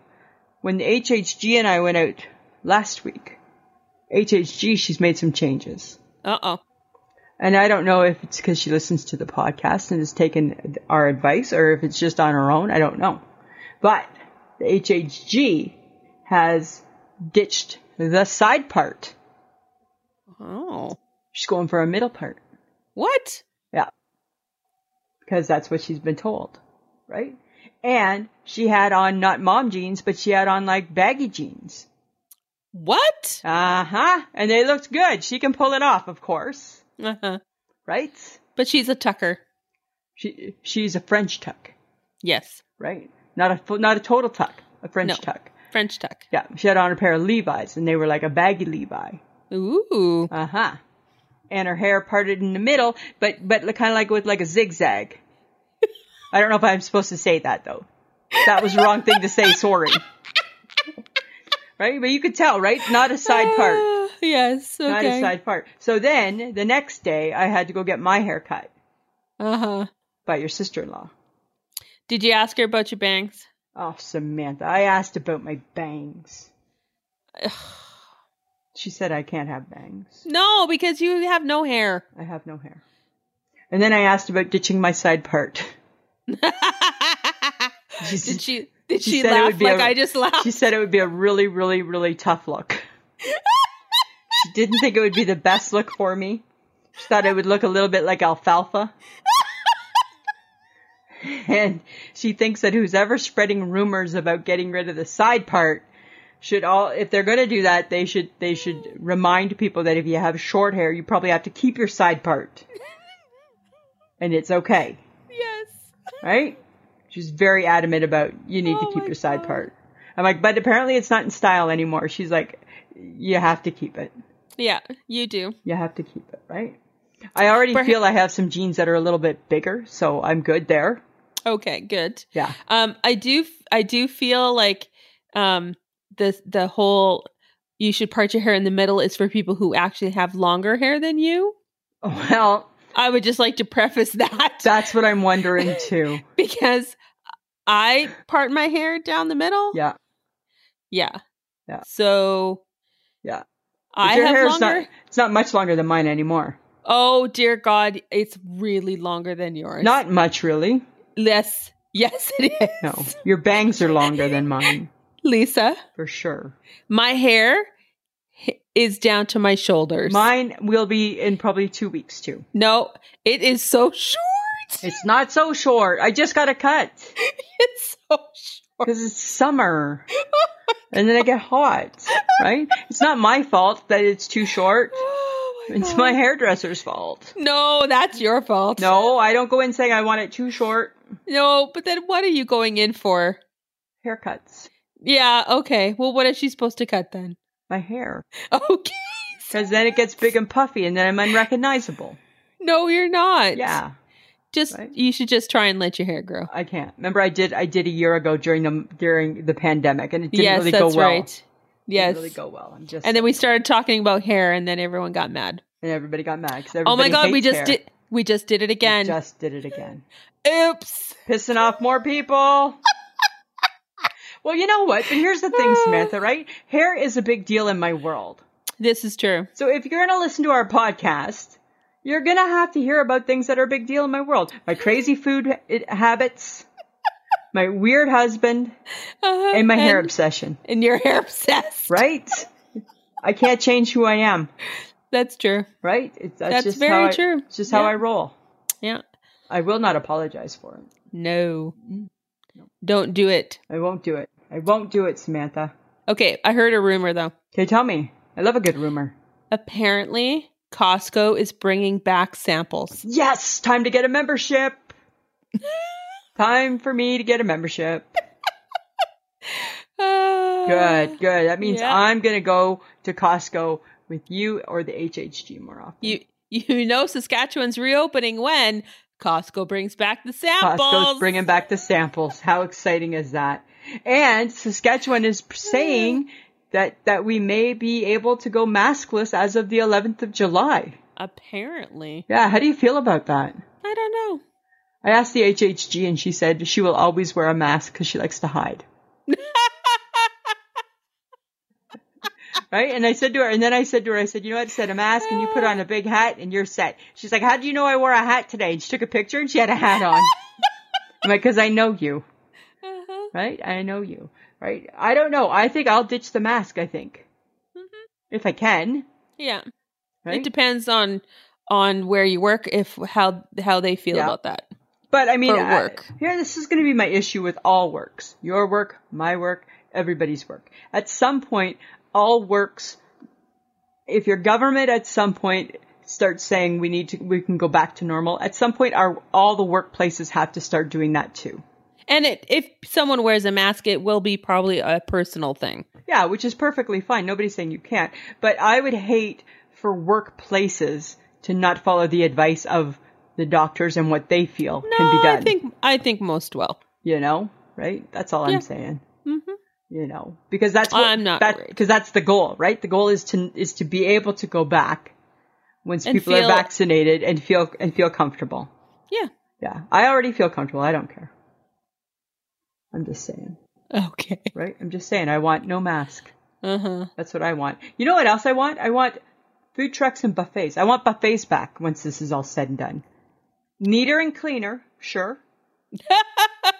[SPEAKER 2] when the HHG and I went out last week, HHG, she's made some changes.
[SPEAKER 1] uh-oh
[SPEAKER 2] And I don't know if it's because she listens to the podcast and has taken our advice or if it's just on her own. I don't know. But the HHG has ditched the side part.
[SPEAKER 1] oh
[SPEAKER 2] She's going for a middle part.
[SPEAKER 1] what
[SPEAKER 2] Yeah. Because that's what she's been told, right? And she had on not mom jeans, but she had on like baggy jeans.
[SPEAKER 1] what
[SPEAKER 2] Uh huh. And they looked good. She can pull it off, of course,
[SPEAKER 1] uh-huh.
[SPEAKER 2] right?
[SPEAKER 1] but she's a tucker
[SPEAKER 2] She she's a French tuck,
[SPEAKER 1] yes
[SPEAKER 2] right? Not a fu- not a total tuck, a French
[SPEAKER 1] No.
[SPEAKER 2] tuck.
[SPEAKER 1] french tuck
[SPEAKER 2] Yeah, she had on a pair of Levi's, and they were like a baggy Levi.
[SPEAKER 1] ooh
[SPEAKER 2] Uh huh. And her hair parted in the middle, but but kind of like with like a zigzag. I don't know if I'm supposed to say that though. That was the wrong thing to say. Sorry. Right, but you could tell, right? Not a side part.
[SPEAKER 1] Ah, yes okay
[SPEAKER 2] Not a side part. So then the next day, I had to go get my hair cut
[SPEAKER 1] uh-huh
[SPEAKER 2] by your sister-in-law.
[SPEAKER 1] Did you ask her about your bangs?
[SPEAKER 2] Oh, Samantha, I asked about my bangs.
[SPEAKER 1] Ugh.
[SPEAKER 2] She said I can't have bangs.
[SPEAKER 1] No, because you have no hair.
[SPEAKER 2] I have no hair. And then I asked about ditching my side part. She said-
[SPEAKER 1] did she? Did
[SPEAKER 2] she
[SPEAKER 1] she,
[SPEAKER 2] said it would
[SPEAKER 1] laugh
[SPEAKER 2] be
[SPEAKER 1] like
[SPEAKER 2] a-
[SPEAKER 1] I just laughed?
[SPEAKER 2] She said it would be a really, really, really tough look. she didn't think it would be the best look for me. She thought it would look a little bit like alfalfa. and she thinks that who's ever spreading rumors about getting rid of the side part should all if they're going to do that they should they should remind people that if you have short hair you probably have to keep your side part and it's okay
[SPEAKER 1] yes.
[SPEAKER 2] right? She's very adamant about you need
[SPEAKER 1] Oh
[SPEAKER 2] to keep
[SPEAKER 1] my
[SPEAKER 2] your side
[SPEAKER 1] God.
[SPEAKER 2] part. I'm like, but apparently it's not in style anymore. She's like, you have to keep it.
[SPEAKER 1] Yeah, you do.
[SPEAKER 2] You have to keep it, right? I already
[SPEAKER 1] Perha-
[SPEAKER 2] feel I have some jeans that are a little bit bigger, so I'm good there.
[SPEAKER 1] Okay, good.
[SPEAKER 2] Yeah.
[SPEAKER 1] Um, I do. I do feel like um the the whole you should part your hair in the middle is for people who actually have longer hair than you.
[SPEAKER 2] Well,
[SPEAKER 1] I would just like to preface that
[SPEAKER 2] that's what I'm wondering too.
[SPEAKER 1] because I part my hair down the middle.
[SPEAKER 2] Yeah.
[SPEAKER 1] Yeah.
[SPEAKER 2] Yeah.
[SPEAKER 1] So.
[SPEAKER 2] Yeah. But
[SPEAKER 1] I
[SPEAKER 2] your
[SPEAKER 1] have
[SPEAKER 2] hair's
[SPEAKER 1] longer.
[SPEAKER 2] not it's not much longer than mine anymore.
[SPEAKER 1] Oh dear God, it's really longer than yours.
[SPEAKER 2] Not much really.
[SPEAKER 1] less. Yes, it is.
[SPEAKER 2] No. Your bangs are longer than mine,
[SPEAKER 1] Lisa,
[SPEAKER 2] for sure.
[SPEAKER 1] my hair is down to my shoulders.
[SPEAKER 2] Mine will be in probably two weeks too.
[SPEAKER 1] no, it is so short.
[SPEAKER 2] It's not so short. I just got a cut
[SPEAKER 1] It's so short.
[SPEAKER 2] because it's summer. and then I get hot, right? It's not my fault that it's too short.
[SPEAKER 1] Oh my
[SPEAKER 2] It's
[SPEAKER 1] God.
[SPEAKER 2] my hairdresser's fault.
[SPEAKER 1] No, that's your fault.
[SPEAKER 2] No, I don't go in saying I want it too short.
[SPEAKER 1] No, but then what are you going in for?
[SPEAKER 2] Haircuts.
[SPEAKER 1] Yeah, okay. Well, what is she supposed to cut then?
[SPEAKER 2] My hair.
[SPEAKER 1] Okay.
[SPEAKER 2] Because then it gets big and puffy and then I'm unrecognizable.
[SPEAKER 1] No, you're not.
[SPEAKER 2] Yeah,
[SPEAKER 1] Just
[SPEAKER 2] right?
[SPEAKER 1] you should just try and let your hair grow.
[SPEAKER 2] I can't. Remember I did I did a year ago during the during the pandemic and it didn't
[SPEAKER 1] yes,
[SPEAKER 2] really
[SPEAKER 1] that's
[SPEAKER 2] go well.
[SPEAKER 1] right. Yes.
[SPEAKER 2] Didn't really go well. I'm just
[SPEAKER 1] and then we started talking about hair and then everyone got mad.
[SPEAKER 2] and everybody got mad. 'cause
[SPEAKER 1] oh my
[SPEAKER 2] everybody
[SPEAKER 1] god, we
[SPEAKER 2] hates
[SPEAKER 1] just
[SPEAKER 2] hair.
[SPEAKER 1] did we just did it
[SPEAKER 2] We
[SPEAKER 1] again.
[SPEAKER 2] Just did it again.
[SPEAKER 1] Oops.
[SPEAKER 2] pissing off more people. well, you know what? But here's the thing, Samantha, right? Hair is a big deal in my world.
[SPEAKER 1] This is true.
[SPEAKER 2] So if you're going to listen to our podcast, you're going to have to hear about things that are a big deal in my world. My crazy food i- habits, my weird husband,
[SPEAKER 1] Uh-huh.
[SPEAKER 2] and my hair obsession,
[SPEAKER 1] And your hair obsessed.
[SPEAKER 2] right? I can't change who I am,
[SPEAKER 1] That's true.
[SPEAKER 2] right? It's, that's,
[SPEAKER 1] That's
[SPEAKER 2] just
[SPEAKER 1] very
[SPEAKER 2] how I-
[SPEAKER 1] true.
[SPEAKER 2] It's just how
[SPEAKER 1] Yeah.
[SPEAKER 2] I roll.
[SPEAKER 1] Yeah.
[SPEAKER 2] I will not apologize for it.
[SPEAKER 1] No. Don't do it.
[SPEAKER 2] I won't do it. I won't do it, Samantha.
[SPEAKER 1] Okay, I heard a rumor though.
[SPEAKER 2] Okay, tell me. I love a good rumor.
[SPEAKER 1] Apparently, Costco is bringing back samples.
[SPEAKER 2] Yes, time to get a membership. time for me to get a membership.
[SPEAKER 1] Uh,
[SPEAKER 2] Good, good. That means
[SPEAKER 1] Yeah.
[SPEAKER 2] I'm going to go to Costco with you or the HHG more often.
[SPEAKER 1] You you know Saskatchewan's reopening when Costco brings back the samples.
[SPEAKER 2] Costco's bringing back the samples. How exciting is that? And Saskatchewan is saying that that we may be able to go maskless as of the 11th of July.
[SPEAKER 1] Apparently,
[SPEAKER 2] Yeah, how do you feel about that?
[SPEAKER 1] I don't know.
[SPEAKER 2] I asked the HHG and she said she will always wear a mask because she likes to hide. right? And I said to her, and then I said to her, I said, you know what? I said a mask and you put on a big hat and you're set. She's like, how do you know I wore a hat today? And she took a picture and she had a hat on. I'm like, because I know you,
[SPEAKER 1] Uh-huh.
[SPEAKER 2] right? I know you, right? I don't know. I think I'll ditch the mask, I think. If I can,
[SPEAKER 1] Yeah,
[SPEAKER 2] right?
[SPEAKER 1] it depends on on where you work if how how they feel
[SPEAKER 2] Yeah.
[SPEAKER 1] about that.
[SPEAKER 2] But I mean,
[SPEAKER 1] For
[SPEAKER 2] I-
[SPEAKER 1] work.
[SPEAKER 2] here, this is going to be my issue with all works. Your work, my work, everybody's work. At some point, all works, if your government at some point starts saying we need to, we can go back to normal, at some point, our, all the workplaces have to start doing that too.
[SPEAKER 1] And it, if someone wears a mask, it will be probably a personal thing.
[SPEAKER 2] Yeah, which is perfectly fine. Nobody's saying you can't. But I would hate for workplaces to not follow the advice of the doctors and what they feel can be
[SPEAKER 1] No,
[SPEAKER 2] done.
[SPEAKER 1] I think I think most will.
[SPEAKER 2] you know, right? That's all
[SPEAKER 1] Yeah.
[SPEAKER 2] I'm saying.
[SPEAKER 1] Mm-hmm.
[SPEAKER 2] you know because that's what,
[SPEAKER 1] I'm not worried.
[SPEAKER 2] because that's the goal right the goal is to is to be able to go back once
[SPEAKER 1] And
[SPEAKER 2] people
[SPEAKER 1] feel-
[SPEAKER 2] are vaccinated and feel and feel comfortable
[SPEAKER 1] Yeah.
[SPEAKER 2] yeah i already feel comfortable i don't care i'm just saying
[SPEAKER 1] Okay.
[SPEAKER 2] right i'm just saying i want no mask
[SPEAKER 1] Uh huh.
[SPEAKER 2] that's what i want you know what else i want i want food trucks and buffets i want buffets back once this is all said and done neater and cleaner sure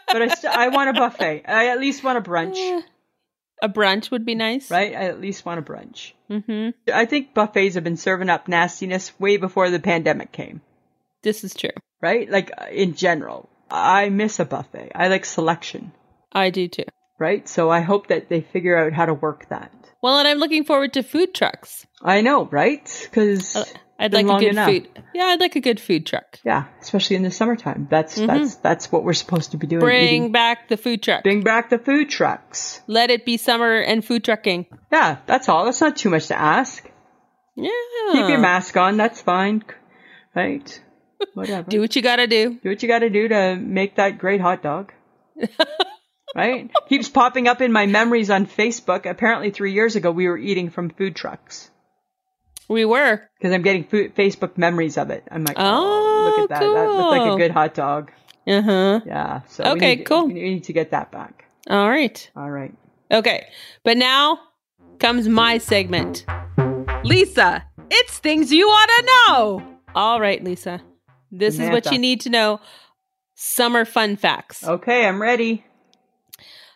[SPEAKER 2] but i st- i want a buffet i at least want a brunch
[SPEAKER 1] A brunch would be nice,
[SPEAKER 2] right i at least want a brunch
[SPEAKER 1] Mm-hmm.
[SPEAKER 2] I think buffets have been serving up nastiness way before the pandemic came,
[SPEAKER 1] This is true.
[SPEAKER 2] right? Like uh, in general. I miss a buffet. I like selection,
[SPEAKER 1] I do too.
[SPEAKER 2] right? So I hope that they figure out how to work that.
[SPEAKER 1] Well, and I'm looking forward to food trucks.
[SPEAKER 2] I know, right? Cuz
[SPEAKER 1] I'd
[SPEAKER 2] Been
[SPEAKER 1] like
[SPEAKER 2] long
[SPEAKER 1] a good
[SPEAKER 2] enough.
[SPEAKER 1] food. Yeah, I'd like a good food truck.
[SPEAKER 2] yeah, especially in the summertime. That's that's that's what we're supposed to be doing.
[SPEAKER 1] Mm-hmm. Bring
[SPEAKER 2] eating-
[SPEAKER 1] back the food truck.
[SPEAKER 2] bring back the food trucks.
[SPEAKER 1] Let it be summer and food trucking.
[SPEAKER 2] Yeah, that's all. That's not too much to ask.
[SPEAKER 1] Yeah.
[SPEAKER 2] Keep your mask on. That's fine. Right? Whatever.
[SPEAKER 1] Do what you gotta do.
[SPEAKER 2] Do what you got to do to make that great hot dog. right? Keeps popping up in my memories on Facebook. Apparently, three years ago, we were eating from food trucks
[SPEAKER 1] We were.
[SPEAKER 2] because I'm getting food, Facebook memories of it. I'm like, oh,
[SPEAKER 1] Oh,
[SPEAKER 2] look at that. That looked like
[SPEAKER 1] cool.
[SPEAKER 2] a good hot dog.
[SPEAKER 1] Uh huh.
[SPEAKER 2] Yeah. So we
[SPEAKER 1] Okay,
[SPEAKER 2] need-
[SPEAKER 1] cool.
[SPEAKER 2] We need to get that back.
[SPEAKER 1] All right.
[SPEAKER 2] All right.
[SPEAKER 1] Okay. But now comes my segment. Lisa, it's things you ought to know. All right, Lisa. This is what
[SPEAKER 2] Samantha. Oh.
[SPEAKER 1] you need to know. Summer fun facts.
[SPEAKER 2] Okay, I'm ready.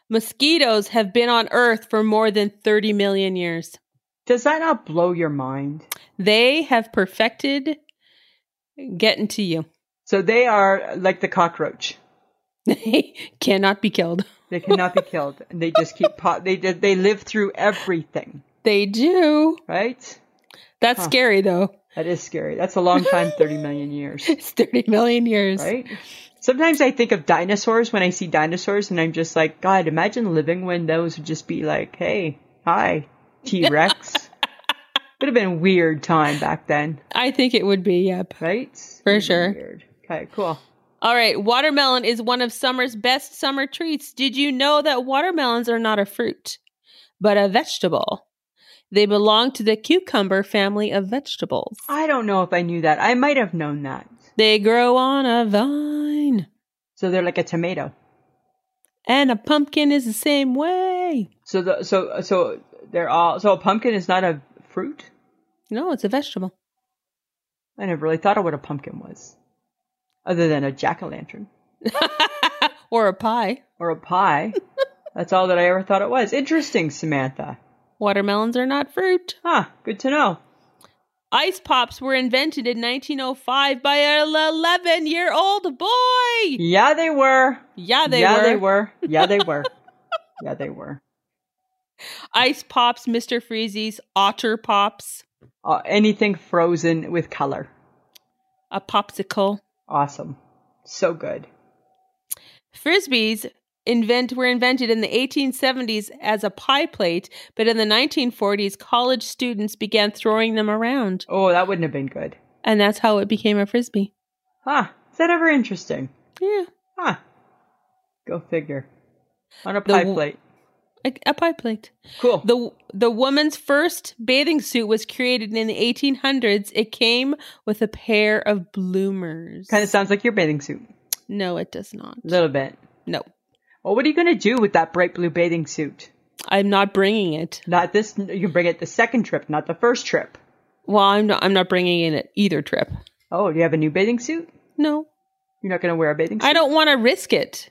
[SPEAKER 1] Mosquitoes have been on Earth for more than 30 million years.
[SPEAKER 2] Does that not blow your mind?
[SPEAKER 1] They have perfected getting to you.
[SPEAKER 2] So they are like the cockroach.
[SPEAKER 1] They cannot be killed.
[SPEAKER 2] They cannot be killed, and they just keep po- they they live through everything,
[SPEAKER 1] They do.
[SPEAKER 2] right?
[SPEAKER 1] That's
[SPEAKER 2] Huh.
[SPEAKER 1] scary though.
[SPEAKER 2] That is scary. That's a long time, 30 million years,
[SPEAKER 1] It's 30 million years.
[SPEAKER 2] right? Sometimes I think of dinosaurs when I see dinosaurs and I'm just like, God, imagine living when those would just be like, hey, hi, T-Rex. Would have been a weird time back then,
[SPEAKER 1] I think it would be, yep.
[SPEAKER 2] right?
[SPEAKER 1] For sure.
[SPEAKER 2] Weird. Okay, cool.
[SPEAKER 1] All right, watermelon is one of summer's best summer treats. Did you know that watermelons are not a fruit, but a vegetable? They belong to the cucumber family of vegetables.
[SPEAKER 2] I don't know if I knew that. I might have known that.
[SPEAKER 1] They grow on a vine,
[SPEAKER 2] So they're like a tomato.
[SPEAKER 1] and a pumpkin is the same way.
[SPEAKER 2] So the so so they're all so a pumpkin is not a fruit.
[SPEAKER 1] No, it's a vegetable.
[SPEAKER 2] I never really thought of what a pumpkin was, other than a jack o' lantern
[SPEAKER 1] or a pie.
[SPEAKER 2] or a pie. That's all that I ever thought it was. Interesting, Samantha.
[SPEAKER 1] Watermelons are not fruit.
[SPEAKER 2] Huh? Good to know.
[SPEAKER 1] Ice pops were invented in 1905 by an 11 year old boy.
[SPEAKER 2] Yeah, they were.
[SPEAKER 1] Yeah, they
[SPEAKER 2] yeah,
[SPEAKER 1] were.
[SPEAKER 2] they were. Yeah, they were. yeah, they were.
[SPEAKER 1] Ice Pops, Mr. Freezy's, Otter Pops,
[SPEAKER 2] Uh, anything frozen with color.
[SPEAKER 1] a popsicle.
[SPEAKER 2] Awesome. So good.
[SPEAKER 1] Frisbees invent were invented in the 1870s as a pie plate, but in the 1940s college students began throwing them around,
[SPEAKER 2] Oh, that wouldn't have been good.
[SPEAKER 1] and that's how it became a frisbee.
[SPEAKER 2] Huh? Is that ever interesting?
[SPEAKER 1] Yeah,
[SPEAKER 2] Huh? Go figure. On a
[SPEAKER 1] The
[SPEAKER 2] pie
[SPEAKER 1] w-
[SPEAKER 2] plate.
[SPEAKER 1] a, a pie plate.
[SPEAKER 2] Cool.
[SPEAKER 1] The the woman's first bathing suit was created in the 1800s. It came with a pair of bloomers.
[SPEAKER 2] Kind of sounds like your bathing suit.
[SPEAKER 1] no, it does not.
[SPEAKER 2] A little bit.
[SPEAKER 1] No.
[SPEAKER 2] Well, what are you going to do with that bright blue bathing suit?
[SPEAKER 1] I'm not bringing it.
[SPEAKER 2] Not this. You can bring it the second trip, not the first trip.
[SPEAKER 1] Well, I'm not I'm not bringing in it either trip.
[SPEAKER 2] Oh, do you have a new bathing suit?
[SPEAKER 1] No.
[SPEAKER 2] You're not going to wear a bathing suit.
[SPEAKER 1] I don't want to risk it.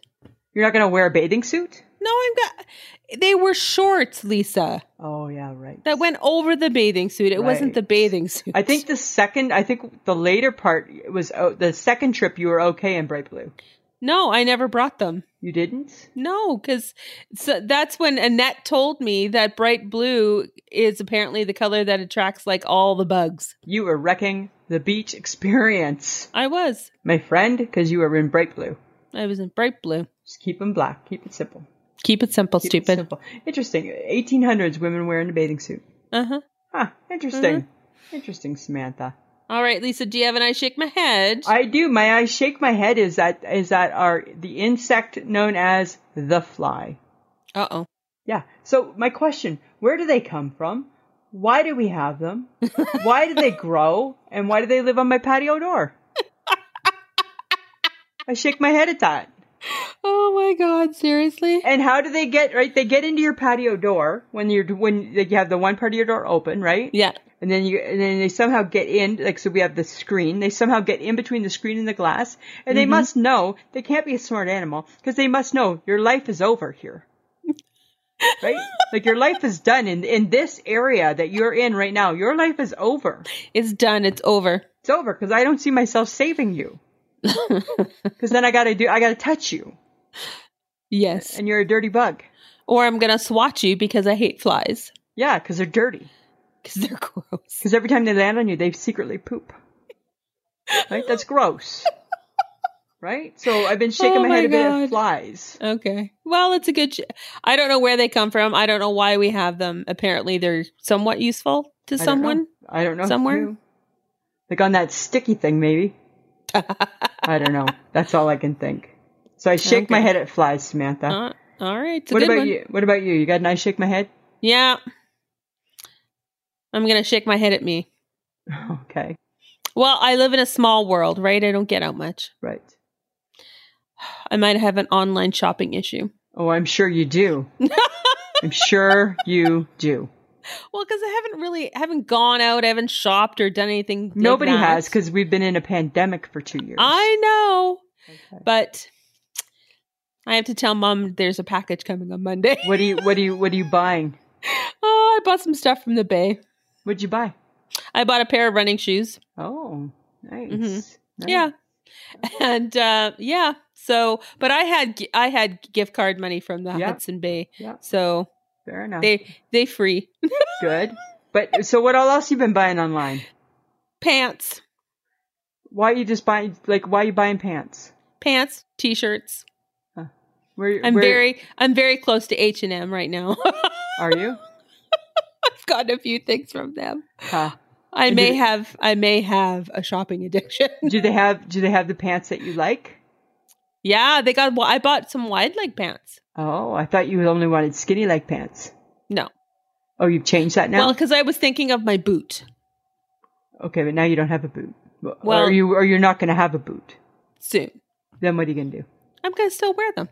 [SPEAKER 2] You're not going to wear a bathing suit.
[SPEAKER 1] No, I'm got. They were shorts, Lisa.
[SPEAKER 2] Oh yeah, right.
[SPEAKER 1] That went over the bathing suit. It wasn't the
[SPEAKER 2] Right.
[SPEAKER 1] bathing suit.
[SPEAKER 2] I think the second. I think the later part was oh, the second trip. You were okay in bright blue.
[SPEAKER 1] No, I never brought them.
[SPEAKER 2] You didn't.
[SPEAKER 1] No, because so that's when Annette told me that bright blue is apparently the color that attracts like all the bugs.
[SPEAKER 2] You were wrecking the beach experience,
[SPEAKER 1] I was.
[SPEAKER 2] my friend, because you were in bright blue.
[SPEAKER 1] I was in bright blue.
[SPEAKER 2] Just keep them black. Keep it simple.
[SPEAKER 1] Keep it simple,
[SPEAKER 2] Keep it
[SPEAKER 1] stupid.
[SPEAKER 2] simple. Interesting. 1800s women wearing a bathing suit.
[SPEAKER 1] Uh huh.
[SPEAKER 2] Huh, interesting. Interesting, Samantha.
[SPEAKER 1] All right, Lisa. Do you have an I shake my head?
[SPEAKER 2] I do. My I shake my head is that is that our the insect known as the fly.
[SPEAKER 1] Uh oh.
[SPEAKER 2] Yeah. So my question, where do they come from? Why do we have them? why do they grow? And why do they live on my patio door? I shake my head at that.
[SPEAKER 1] Oh my God! Seriously?
[SPEAKER 2] And how do they get right? They get into your patio door when you're when like, you have the one part of your door open, right?
[SPEAKER 1] Yeah.
[SPEAKER 2] and then you and then they somehow get in like so we have the screen they somehow get in between the screen and the glass and they must know they can't be a smart animal because they must know your life is over here right like your life is done in in this area that you're in right now your life is over
[SPEAKER 1] It's done. It's over.
[SPEAKER 2] it's over because i don't see myself saving you because then i gotta do i gotta touch you
[SPEAKER 1] Yes.
[SPEAKER 2] and you're a dirty bug
[SPEAKER 1] Or I'm gonna swat you because I hate flies.
[SPEAKER 2] yeah because they're dirty
[SPEAKER 1] because they're gross.
[SPEAKER 2] Because every time they land on you, they secretly poop. Right? That's gross. Right? So I've been shaking
[SPEAKER 1] Oh
[SPEAKER 2] my head
[SPEAKER 1] my
[SPEAKER 2] a bit
[SPEAKER 1] God.
[SPEAKER 2] at flies.
[SPEAKER 1] Okay. Well, it's a good. Sh- I don't know where they come from. I don't know why we have them. Apparently, they're somewhat useful to
[SPEAKER 2] I don't know.
[SPEAKER 1] someone.
[SPEAKER 2] I don't know.
[SPEAKER 1] Somewhere?
[SPEAKER 2] who. Like on that sticky thing, maybe. I don't know. That's all I can think. So I shake my
[SPEAKER 1] Okay.
[SPEAKER 2] head at flies, Samantha.
[SPEAKER 1] Uh, all right. It's a
[SPEAKER 2] what
[SPEAKER 1] good
[SPEAKER 2] about
[SPEAKER 1] one.
[SPEAKER 2] you? What about you? You got an I shake my head?
[SPEAKER 1] Yeah. I'm gonna shake my head at me.
[SPEAKER 2] Okay.
[SPEAKER 1] Well, I live in a small world, right? I don't get out much.
[SPEAKER 2] Right.
[SPEAKER 1] I might have an online shopping issue.
[SPEAKER 2] Oh, I'm sure you do. I'm sure you do.
[SPEAKER 1] Well, because I haven't really, I haven't gone out, I haven't shopped or done anything. like
[SPEAKER 2] Nobody
[SPEAKER 1] that.
[SPEAKER 2] has because we've been in a pandemic for two years.
[SPEAKER 1] I know,
[SPEAKER 2] Okay.
[SPEAKER 1] but I have to tell mom there's a package coming on Monday.
[SPEAKER 2] What do you? What do you? What are you buying?
[SPEAKER 1] Oh, I bought some stuff from the Bay.
[SPEAKER 2] What'd you buy?
[SPEAKER 1] I bought a pair of running shoes.
[SPEAKER 2] Oh, nice.
[SPEAKER 1] Mhm.
[SPEAKER 2] Nice.
[SPEAKER 1] Yeah. And uh, yeah, so but I had gi- I had gift card money from the
[SPEAKER 2] Yeah.
[SPEAKER 1] Hudson Bay,
[SPEAKER 2] Yeah.
[SPEAKER 1] so
[SPEAKER 2] Fair enough.
[SPEAKER 1] they they free
[SPEAKER 2] Good. But so what all else you been buying online?
[SPEAKER 1] pants,
[SPEAKER 2] Why you just buying like why you buying pants?
[SPEAKER 1] pants, t-shirts.
[SPEAKER 2] Where,
[SPEAKER 1] I'm
[SPEAKER 2] where
[SPEAKER 1] very I'm very close to H and M right now.
[SPEAKER 2] are you?
[SPEAKER 1] I've gotten a few things from them.
[SPEAKER 2] Huh.
[SPEAKER 1] I
[SPEAKER 2] Did
[SPEAKER 1] may
[SPEAKER 2] you-
[SPEAKER 1] have I may have a shopping addiction.
[SPEAKER 2] Do they have do they have the pants that you like?
[SPEAKER 1] yeah, they got. Well, I bought some wide leg pants.
[SPEAKER 2] Oh, I thought you only wanted skinny leg pants.
[SPEAKER 1] No,
[SPEAKER 2] Oh, you've changed that now.
[SPEAKER 1] well, because I was thinking of my boot.
[SPEAKER 2] okay, but now you don't have a boot. Well,
[SPEAKER 1] Well-
[SPEAKER 2] or you or you're not going to have a boot.
[SPEAKER 1] Soon,
[SPEAKER 2] Then what are you going to do?
[SPEAKER 1] I'm gonna still wear them.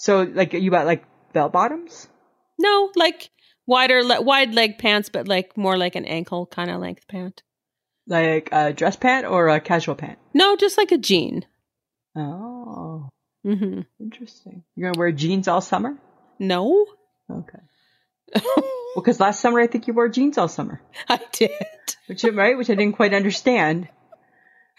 [SPEAKER 2] So like you bought like bell bottoms?
[SPEAKER 1] No, like wider, le- wide leg pants, but like more like an ankle kind of length pant.
[SPEAKER 2] Like a dress pant or a casual pant?
[SPEAKER 1] No, just like a jean.
[SPEAKER 2] Oh,
[SPEAKER 1] hmm
[SPEAKER 2] interesting. You're going to wear jeans all summer?
[SPEAKER 1] No,
[SPEAKER 2] Okay. Well,
[SPEAKER 1] I
[SPEAKER 2] because last summer I think you wore jeans all summer,
[SPEAKER 1] did.
[SPEAKER 2] which right, which I didn't quite understand.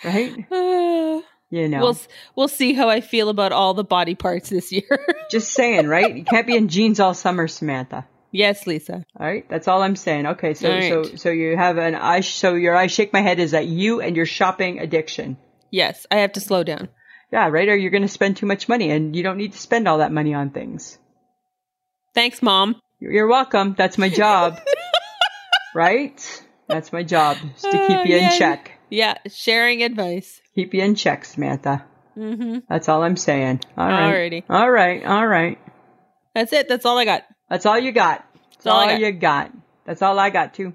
[SPEAKER 2] Right?
[SPEAKER 1] Uh,
[SPEAKER 2] You know,
[SPEAKER 1] We'll s- we'll see how I feel about all the body parts this year.
[SPEAKER 2] just saying, right? You can't be in jeans all summer, Samantha.
[SPEAKER 1] yes, Lisa.
[SPEAKER 2] All right, that's all I'm saying. Okay, so
[SPEAKER 1] All right.
[SPEAKER 2] so so you have an I so your I shake my head is that you and your shopping addiction.
[SPEAKER 1] Yes, I have to slow down.
[SPEAKER 2] Yeah, right. Or you're going to spend too much money, and you don't need to spend all that money on things.
[SPEAKER 1] Thanks, mom.
[SPEAKER 2] You're you're welcome. That's my job. right? That's my job is to
[SPEAKER 1] Uh,
[SPEAKER 2] keep you
[SPEAKER 1] yeah.
[SPEAKER 2] in check.
[SPEAKER 1] Yeah, sharing advice.
[SPEAKER 2] Keep you in check, Samantha.
[SPEAKER 1] hmm
[SPEAKER 2] That's all I'm saying. All right.
[SPEAKER 1] Alrighty.
[SPEAKER 2] All right. All right.
[SPEAKER 1] That's it. That's all I got.
[SPEAKER 2] That's all you got. That's
[SPEAKER 1] all
[SPEAKER 2] all,
[SPEAKER 1] I got.
[SPEAKER 2] you got. That's all I got too.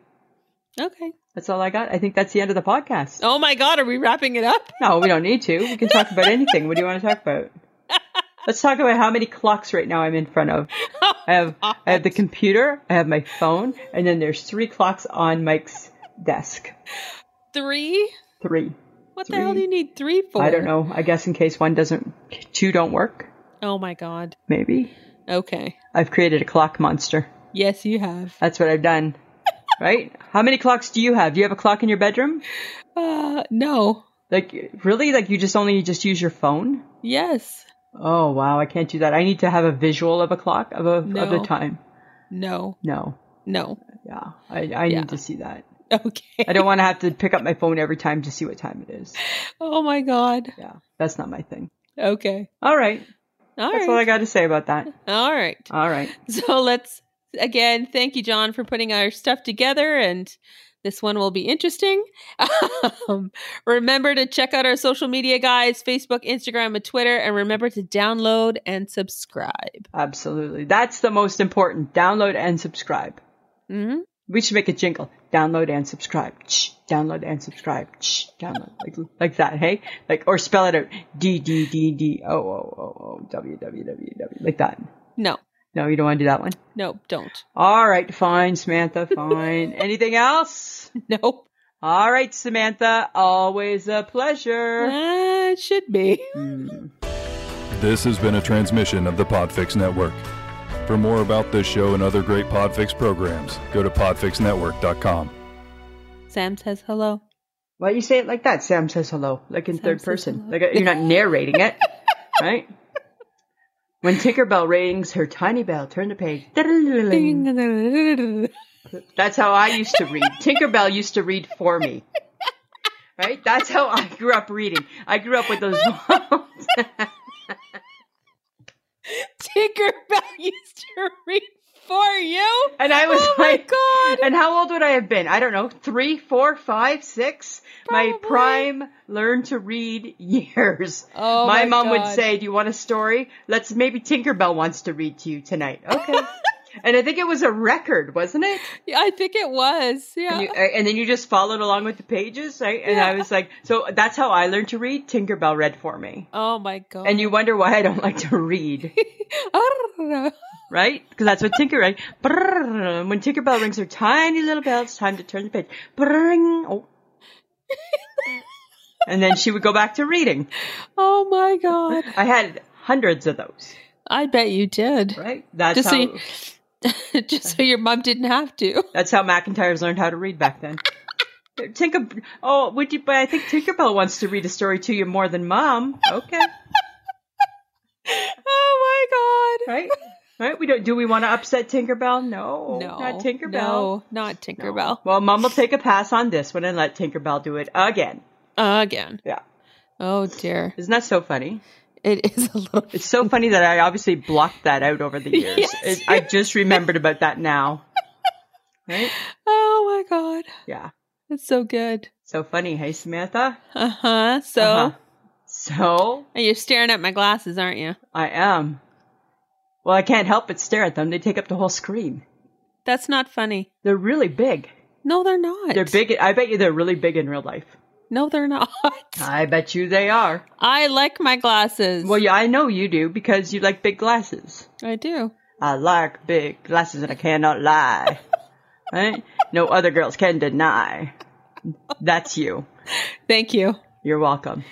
[SPEAKER 1] Okay.
[SPEAKER 2] That's all I got. I think that's the end of the podcast.
[SPEAKER 1] Oh my God, are we wrapping it up?
[SPEAKER 2] No, we don't need to. We can talk about anything. What do you want to talk about? Let's talk about how many clocks right now I'm in front of. I have I have the computer, I have my phone, and then there's three clocks on Mike's desk.
[SPEAKER 1] Three?
[SPEAKER 2] Three.
[SPEAKER 1] What the hell do
[SPEAKER 2] Three.
[SPEAKER 1] you need three for?
[SPEAKER 2] I don't know. I guess in case one doesn't two don't work,
[SPEAKER 1] Oh my God.
[SPEAKER 2] maybe.
[SPEAKER 1] Okay.
[SPEAKER 2] I've created a clock monster.
[SPEAKER 1] Yes, you have.
[SPEAKER 2] That's what I've done. right? How many clocks do you have? Do you have a clock in your bedroom?
[SPEAKER 1] Uh, no.
[SPEAKER 2] Like really? Like you just only you just use your phone?
[SPEAKER 1] Yes.
[SPEAKER 2] Oh wow, I can't do that. I need to have a visual of a clock of a of the
[SPEAKER 1] No.
[SPEAKER 2] time.
[SPEAKER 1] No.
[SPEAKER 2] No.
[SPEAKER 1] No.
[SPEAKER 2] Yeah. I I
[SPEAKER 1] Yeah.
[SPEAKER 2] need to see that.
[SPEAKER 1] Okay.
[SPEAKER 2] I don't want to have to pick up my phone every time to see what time it is.
[SPEAKER 1] Oh my God.
[SPEAKER 2] Yeah. That's not my thing.
[SPEAKER 1] Okay.
[SPEAKER 2] All right.
[SPEAKER 1] All
[SPEAKER 2] that's
[SPEAKER 1] right.
[SPEAKER 2] all I got to say about that.
[SPEAKER 1] All right.
[SPEAKER 2] All right.
[SPEAKER 1] So let's again thank you, John, for putting our stuff together, and this one will be interesting. Um, remember to check out our social media, guys: Facebook, Instagram, and Twitter. And remember to download and subscribe.
[SPEAKER 2] Absolutely. That's the most important. Download and subscribe.
[SPEAKER 1] hmm
[SPEAKER 2] We should make a jingle. Download and subscribe. Shh. Download and subscribe. Shh. Download like like that. Hey, like or spell it out. D D D D O O O O W W W W like that.
[SPEAKER 1] No,
[SPEAKER 2] No, you don't want to do that one.
[SPEAKER 1] no, don't.
[SPEAKER 2] All right, fine, Samantha. Fine. Anything else?
[SPEAKER 1] Nope.
[SPEAKER 2] All right, Samantha. Always a pleasure.
[SPEAKER 1] That should be.
[SPEAKER 3] This has been a transmission of the Podfix Network. For more about this show and other great Podfix programs, go to podfixnetwork.com.
[SPEAKER 1] Sam says hello.
[SPEAKER 2] Why you say it like that? Sam says hello, like in
[SPEAKER 1] Sam
[SPEAKER 2] third
[SPEAKER 1] says
[SPEAKER 2] person.
[SPEAKER 1] hello.
[SPEAKER 2] Like you're not narrating it, right? When Tinkerbell rings her tiny bell, turn the page. Diddle-diddle-diddle. That's how I used to read. Tinkerbell used to read for me. Right? That's how I grew up reading. I grew up with those moms.
[SPEAKER 1] Tinkerbell used to read for you.
[SPEAKER 2] and I was
[SPEAKER 1] Oh my
[SPEAKER 2] like,
[SPEAKER 1] god.
[SPEAKER 2] And how old would I have been? I don't know, three, four, five, six. My
[SPEAKER 1] Probably.
[SPEAKER 2] prime learn to read years.
[SPEAKER 1] Oh my
[SPEAKER 2] mom would
[SPEAKER 1] God.
[SPEAKER 2] say, "Do you want a story? Let's maybe Tinkerbell wants to read to you tonight." Okay. and I think it was a record, wasn't it?
[SPEAKER 1] Yeah, I think it was. Yeah.
[SPEAKER 2] And, you, and then you just followed along with the pages, right? And I
[SPEAKER 1] Yeah.
[SPEAKER 2] was like, "So that's how I learned to read. Tinkerbell read for me."
[SPEAKER 1] oh my god.
[SPEAKER 2] And you wonder why I don't like to read, right? Because that's what Tinker, right? Brrrr. When Tinkerbell rings her tiny little bell, it's time to turn the page. Brrrring. Oh, and then she would go back to reading.
[SPEAKER 1] oh my god.
[SPEAKER 2] I had hundreds of those.
[SPEAKER 1] I bet you did.
[SPEAKER 2] Right? That's
[SPEAKER 1] Just
[SPEAKER 2] how.
[SPEAKER 1] so you, just so your mom didn't have to.
[SPEAKER 2] That's how McIntyres learned how to read back then. Tinker, oh, would you? But I think Tinkerbell wants to read a story to you more than mom. Okay,
[SPEAKER 1] Oh my god.
[SPEAKER 2] right, right. We don't. Do we want to upset Tinkerbell? No,
[SPEAKER 1] No.
[SPEAKER 2] not Tinkerbell.
[SPEAKER 1] No, not Tinkerbell.
[SPEAKER 2] Well, mom will take a pass on this one and let Tinkerbell do it again.
[SPEAKER 1] Again.
[SPEAKER 2] Yeah.
[SPEAKER 1] Oh dear.
[SPEAKER 2] Isn't that so funny?
[SPEAKER 1] It is a little
[SPEAKER 2] It's so funny that I obviously blocked that out over the years.
[SPEAKER 1] Yes,
[SPEAKER 2] it,
[SPEAKER 1] you-
[SPEAKER 2] I just remembered about that now. Right?
[SPEAKER 1] Oh my god.
[SPEAKER 2] Yeah.
[SPEAKER 1] It's so good.
[SPEAKER 2] So funny, hey Samantha?
[SPEAKER 1] Uh-huh. So
[SPEAKER 2] Uh-huh. So
[SPEAKER 1] and you're staring at my glasses, aren't you?
[SPEAKER 2] I am. Well, I can't help but stare at them. They take up the whole screen.
[SPEAKER 1] That's not funny.
[SPEAKER 2] They're really big.
[SPEAKER 1] No, they're not.
[SPEAKER 2] They're big. I bet you they're really big in real life.
[SPEAKER 1] No, they're not.
[SPEAKER 2] I bet you they are.
[SPEAKER 1] I like my glasses.
[SPEAKER 2] Well, yeah, I know you do because you like big glasses.
[SPEAKER 1] I do.
[SPEAKER 2] I like big glasses and I cannot lie. right? No other girls can deny. That's you.
[SPEAKER 1] Thank you.
[SPEAKER 2] You're welcome.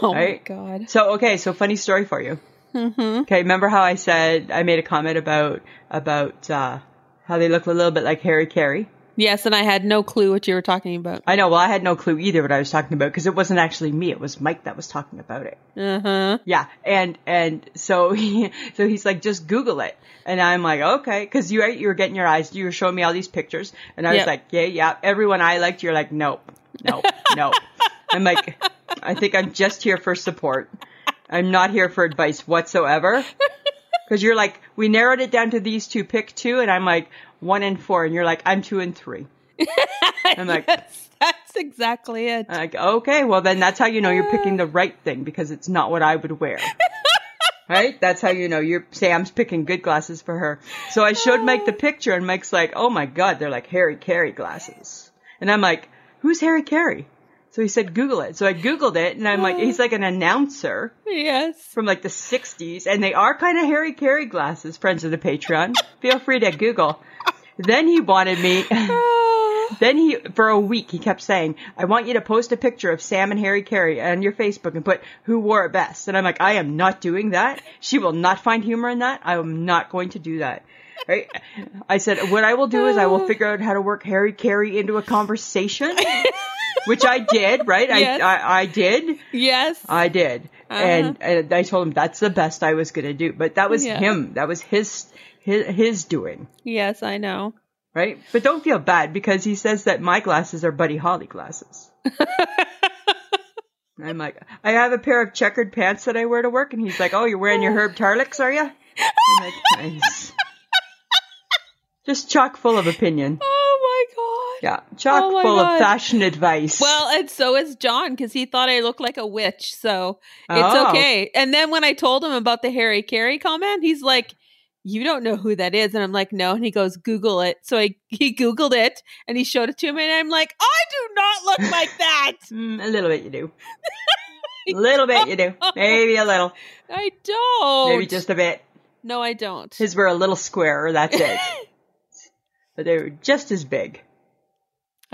[SPEAKER 1] Oh
[SPEAKER 2] Right?
[SPEAKER 1] my god.
[SPEAKER 2] So okay, so funny story for you.
[SPEAKER 1] Mm-hmm.
[SPEAKER 2] Okay, remember how I said I made a comment about about uh, how they look a little bit like Harry Carey?
[SPEAKER 1] Yes, and I had no clue what you were talking about.
[SPEAKER 2] I know. Well, I had no clue either what I was talking about because it wasn't actually me. It was Mike that was talking about it.
[SPEAKER 1] Uh-huh.
[SPEAKER 2] Yeah, and and so he so he's like, just Google it, and I'm like, okay, because you were- you were getting your eyes, you were showing me all these pictures, and I was
[SPEAKER 1] Yep.
[SPEAKER 2] like, yeah, yeah, everyone I liked, you're like, nope, nope, nope. I'm like, I think I'm just here for support. I'm not here for advice whatsoever, because you're like, we narrowed it down to these two, pick two, and I'm like one and four, and you're like, I'm two and three. I'm like- Uh,
[SPEAKER 1] yes, that's exactly it.
[SPEAKER 2] I'm like, okay, well then that's how you know you're picking the right thing because it's not what I would wear. right? That's how you know you're Sam's picking good glasses for her. So I showed Mike the picture and Mike's like, Oh my god, they're like Harry Carey glasses. And I'm like, Who's Harry Carey? So he said, Google it. So I Googled it and I'm like, he's like an announcer
[SPEAKER 1] yes.
[SPEAKER 2] from like the 60s, and they are kind of Harry Carey glasses, friends of the Patreon. Feel free to Google. Then he wanted me.
[SPEAKER 1] Ah.
[SPEAKER 2] Then he, for a week, he kept saying, I want you to post a picture of Sam and Harry Carey on your Facebook and put who wore it best. And I'm like, I am not doing that. She will not find humor in that. I am not going to do that. Right? I said, what I will do is I will figure out how to work Harry Carey into a conversation, which I did, right?
[SPEAKER 1] Yes. Uh-huh.
[SPEAKER 2] I, I, I did.
[SPEAKER 1] yes.
[SPEAKER 2] I did, and, and I told him that's the best I was gonna do. But that was
[SPEAKER 1] Yeah.
[SPEAKER 2] him. That was his his his doing,
[SPEAKER 1] yes, I know.
[SPEAKER 2] right? But don't feel bad because he says that my glasses are Buddy Holly glasses. And I'm like, I have a pair of checkered pants that I wear to work, and he's like, "Oh, you're wearing your Herb Tarlicks, are you?" I'm like, nice. Just chock full of opinion.
[SPEAKER 1] Oh my god.
[SPEAKER 2] Yeah, chock
[SPEAKER 1] Oh my
[SPEAKER 2] full
[SPEAKER 1] God.
[SPEAKER 2] of fashion advice.
[SPEAKER 1] Well, and so is John because he thought I looked like a witch. So it's
[SPEAKER 2] Oh.
[SPEAKER 1] okay. And then when I told him about the Harry Carey comment, he's like, "You don't know who that is," and I'm like, "No." And he goes, "Google it." So I he googled it and he showed it to me, and I'm like, "I do not look like that.
[SPEAKER 2] Mm, a little bit you do. A little bit you do. Maybe a little.
[SPEAKER 1] I don't.
[SPEAKER 2] Maybe just a bit.
[SPEAKER 1] no, I don't."
[SPEAKER 2] His were a little squarer, that's it. but they were just as big.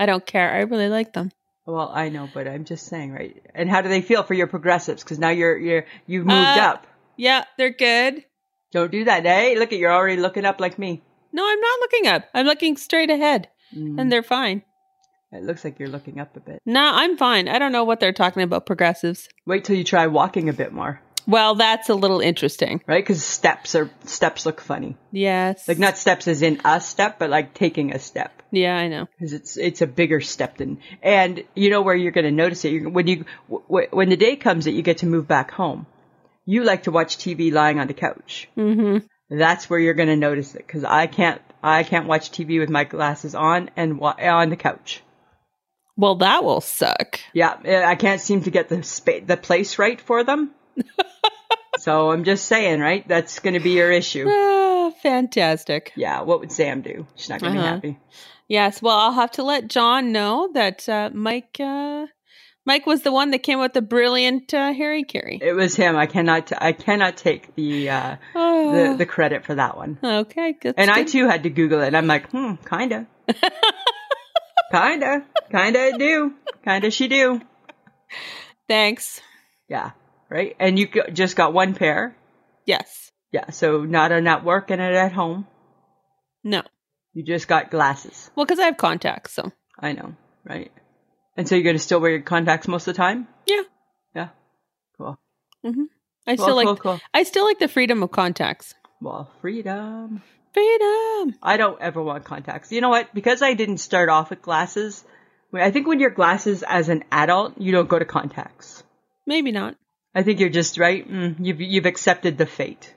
[SPEAKER 1] I don't care. I really like them.
[SPEAKER 2] Well, I know, but I'm just saying, right? And how do they feel for your progressives? Because now you're you're you've moved
[SPEAKER 1] Uh,
[SPEAKER 2] up.
[SPEAKER 1] Yeah, they're good.
[SPEAKER 2] Don't do that, eh? Look at you're already looking up like me.
[SPEAKER 1] No, I'm not looking up. I'm looking straight ahead,
[SPEAKER 2] Mm.
[SPEAKER 1] and they're fine.
[SPEAKER 2] It looks like you're looking up a bit.
[SPEAKER 1] No, I'm fine. I don't know what they're talking about progressives.
[SPEAKER 2] Wait till you try walking a bit more,
[SPEAKER 1] Well, that's a little interesting.
[SPEAKER 2] right? Because steps are steps look funny.
[SPEAKER 1] Yes.
[SPEAKER 2] Like not steps as in a step, but like taking a step.
[SPEAKER 1] Yeah, I know.
[SPEAKER 2] because it's it's a bigger step than and you know where you're going to notice it you're, when you w- when the day comes that you get to move back home you like to watch tv lying on the couch
[SPEAKER 1] Mm-hmm.
[SPEAKER 2] that's where you're going to notice it because i can't i can't watch tv with my glasses on and wa- on the couch
[SPEAKER 1] Well, that will suck.
[SPEAKER 2] yeah eh, i can't seem to get the spa- the place right for them so i'm just saying right that's going to be your issue
[SPEAKER 1] Ah, fantastic.
[SPEAKER 2] yeah what would sam do she's not going to
[SPEAKER 1] Uh-huh.
[SPEAKER 2] be happy
[SPEAKER 1] Yes. Well, I'll have to let John know that uh, Mike uh, Mike was the one that came up with the brilliant uh, Harry Carey.
[SPEAKER 2] it was him i cannot t- i cannot take the uh the,
[SPEAKER 1] Oh.
[SPEAKER 2] the credit for that one
[SPEAKER 1] okay. Good.
[SPEAKER 2] And I
[SPEAKER 1] good.
[SPEAKER 2] too had to Google it. And I'm like, hmm, kinda. kinda. Kinda I do. Kinda she do.
[SPEAKER 1] thanks.
[SPEAKER 2] Yeah. Right? And you go- just got one pair.
[SPEAKER 1] Yes.
[SPEAKER 2] Yeah. So not a not working it at home.
[SPEAKER 1] No.
[SPEAKER 2] You just got glasses.
[SPEAKER 1] Well, because I have contacts, so
[SPEAKER 2] I know, right? And so you're going to still wear your contacts most of the time?
[SPEAKER 1] Yeah.
[SPEAKER 2] Yeah. Cool.
[SPEAKER 1] I
[SPEAKER 2] Cool,
[SPEAKER 1] still like
[SPEAKER 2] cool, cool.
[SPEAKER 1] I still like the freedom of contacts.
[SPEAKER 2] Well, freedom.
[SPEAKER 1] Freedom.
[SPEAKER 2] I don't ever want contacts. You know what? Because I didn't start off with glasses, I think when you're glasses as an adult, you don't go to contacts.
[SPEAKER 1] Maybe not.
[SPEAKER 2] I think you're just right. Mm, you've you've accepted the fate,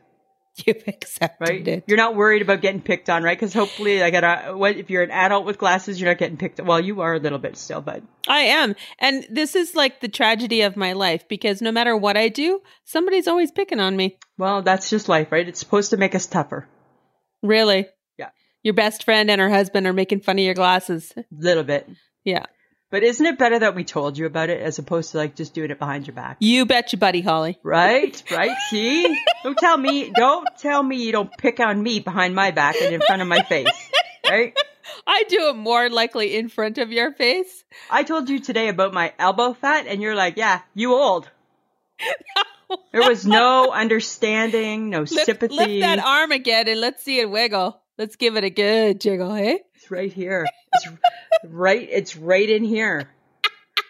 [SPEAKER 1] You've accepted
[SPEAKER 2] right?
[SPEAKER 1] it.
[SPEAKER 2] You're not worried about getting picked on, right? Because hopefully, I got what if you're an adult with glasses, you're not getting picked. Well, you are a little bit still, but
[SPEAKER 1] I am. And this is like the tragedy of my life because no matter what I do, somebody's always picking on me.
[SPEAKER 2] well, that's just life, right? It's supposed to make us tougher,
[SPEAKER 1] Really?
[SPEAKER 2] Yeah.
[SPEAKER 1] Your best friend and her husband are making fun of your glasses.
[SPEAKER 2] a little bit.
[SPEAKER 1] Yeah.
[SPEAKER 2] But isn't it better that we told you about it as opposed to like just doing it behind your back?
[SPEAKER 1] You betcha, buddy Holly.
[SPEAKER 2] Right, right. See, don't tell me, don't tell me you don't pick on me behind my back and in front of my face. Right?
[SPEAKER 1] I do it more likely in front of your face.
[SPEAKER 2] I told you today about my elbow fat, and you're like, "Yeah, you old." There was no understanding, no
[SPEAKER 1] Lift,
[SPEAKER 2] sympathy.
[SPEAKER 1] lift that arm again and let's see it wiggle. Let's give it a good jiggle, hey?
[SPEAKER 2] It's right here. It's right. It's right in here.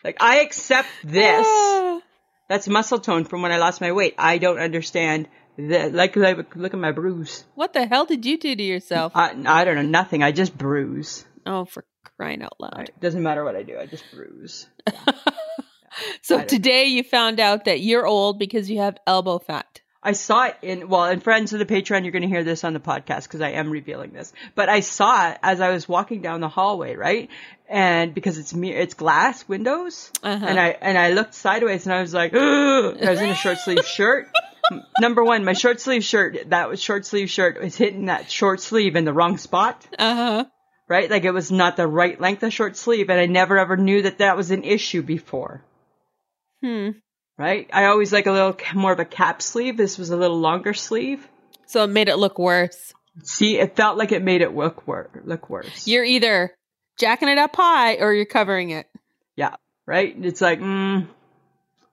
[SPEAKER 2] Like I accept this.
[SPEAKER 1] Ah.
[SPEAKER 2] That's muscle tone from when I lost my weight. I don't understand. The, like, like, look at my bruise.
[SPEAKER 1] What the hell did you do to yourself?
[SPEAKER 2] I, I don't know nothing. I just bruise.
[SPEAKER 1] oh, for crying out loud.
[SPEAKER 2] It doesn't matter what I do. I just bruise. I
[SPEAKER 1] So
[SPEAKER 2] don't-
[SPEAKER 1] today you found out that you're old because you have elbow fat.
[SPEAKER 2] I saw it in, well, and friends of the Patreon, you're going to hear this on the podcast because I am revealing this, but I saw it as I was walking down the hallway, right? And because it's me, it's glass windows.
[SPEAKER 1] Uh-huh.
[SPEAKER 2] And I, and I looked sideways and I was like, Ugh! And I was in a short sleeve shirt. M- Number one, my short sleeve shirt, that was short sleeve shirt was hitting that short sleeve in the wrong spot,
[SPEAKER 1] Uh huh.
[SPEAKER 2] right? Like it was not the right length of short sleeve. And I never ever knew that that was an issue before.
[SPEAKER 1] Hmm.
[SPEAKER 2] Right? I always like a little more of a cap sleeve. This was a little longer sleeve.
[SPEAKER 1] So it made it look worse.
[SPEAKER 2] See, it felt like it made it look worse. Look worse.
[SPEAKER 1] You're either jacking it up high or you're covering it.
[SPEAKER 2] yeah, right. It's like, mm,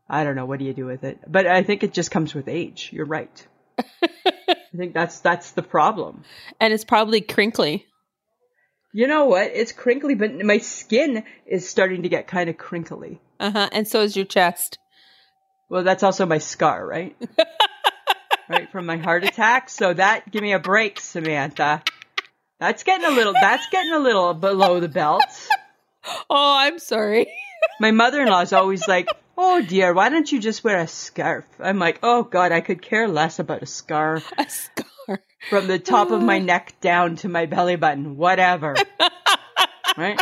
[SPEAKER 2] I don't know. What do you do with it? But I think it just comes with age. You're right. I think that's that's the problem.
[SPEAKER 1] And it's probably crinkly.
[SPEAKER 2] You know what? It's crinkly, but my skin is starting to get kind of crinkly.
[SPEAKER 1] Uh huh. And so is your chest.
[SPEAKER 2] Well, that's also my scar, right? right from my heart attack. So that give me a break, Samantha. That's getting a little. That's getting a little below the belt.
[SPEAKER 1] Oh, I'm sorry.
[SPEAKER 2] My mother in law's always like, Oh dear, why don't you just wear a scarf? I'm like, Oh God, I could care less about a scarf
[SPEAKER 1] A scar.
[SPEAKER 2] from the top of my neck down to my belly button, whatever. right?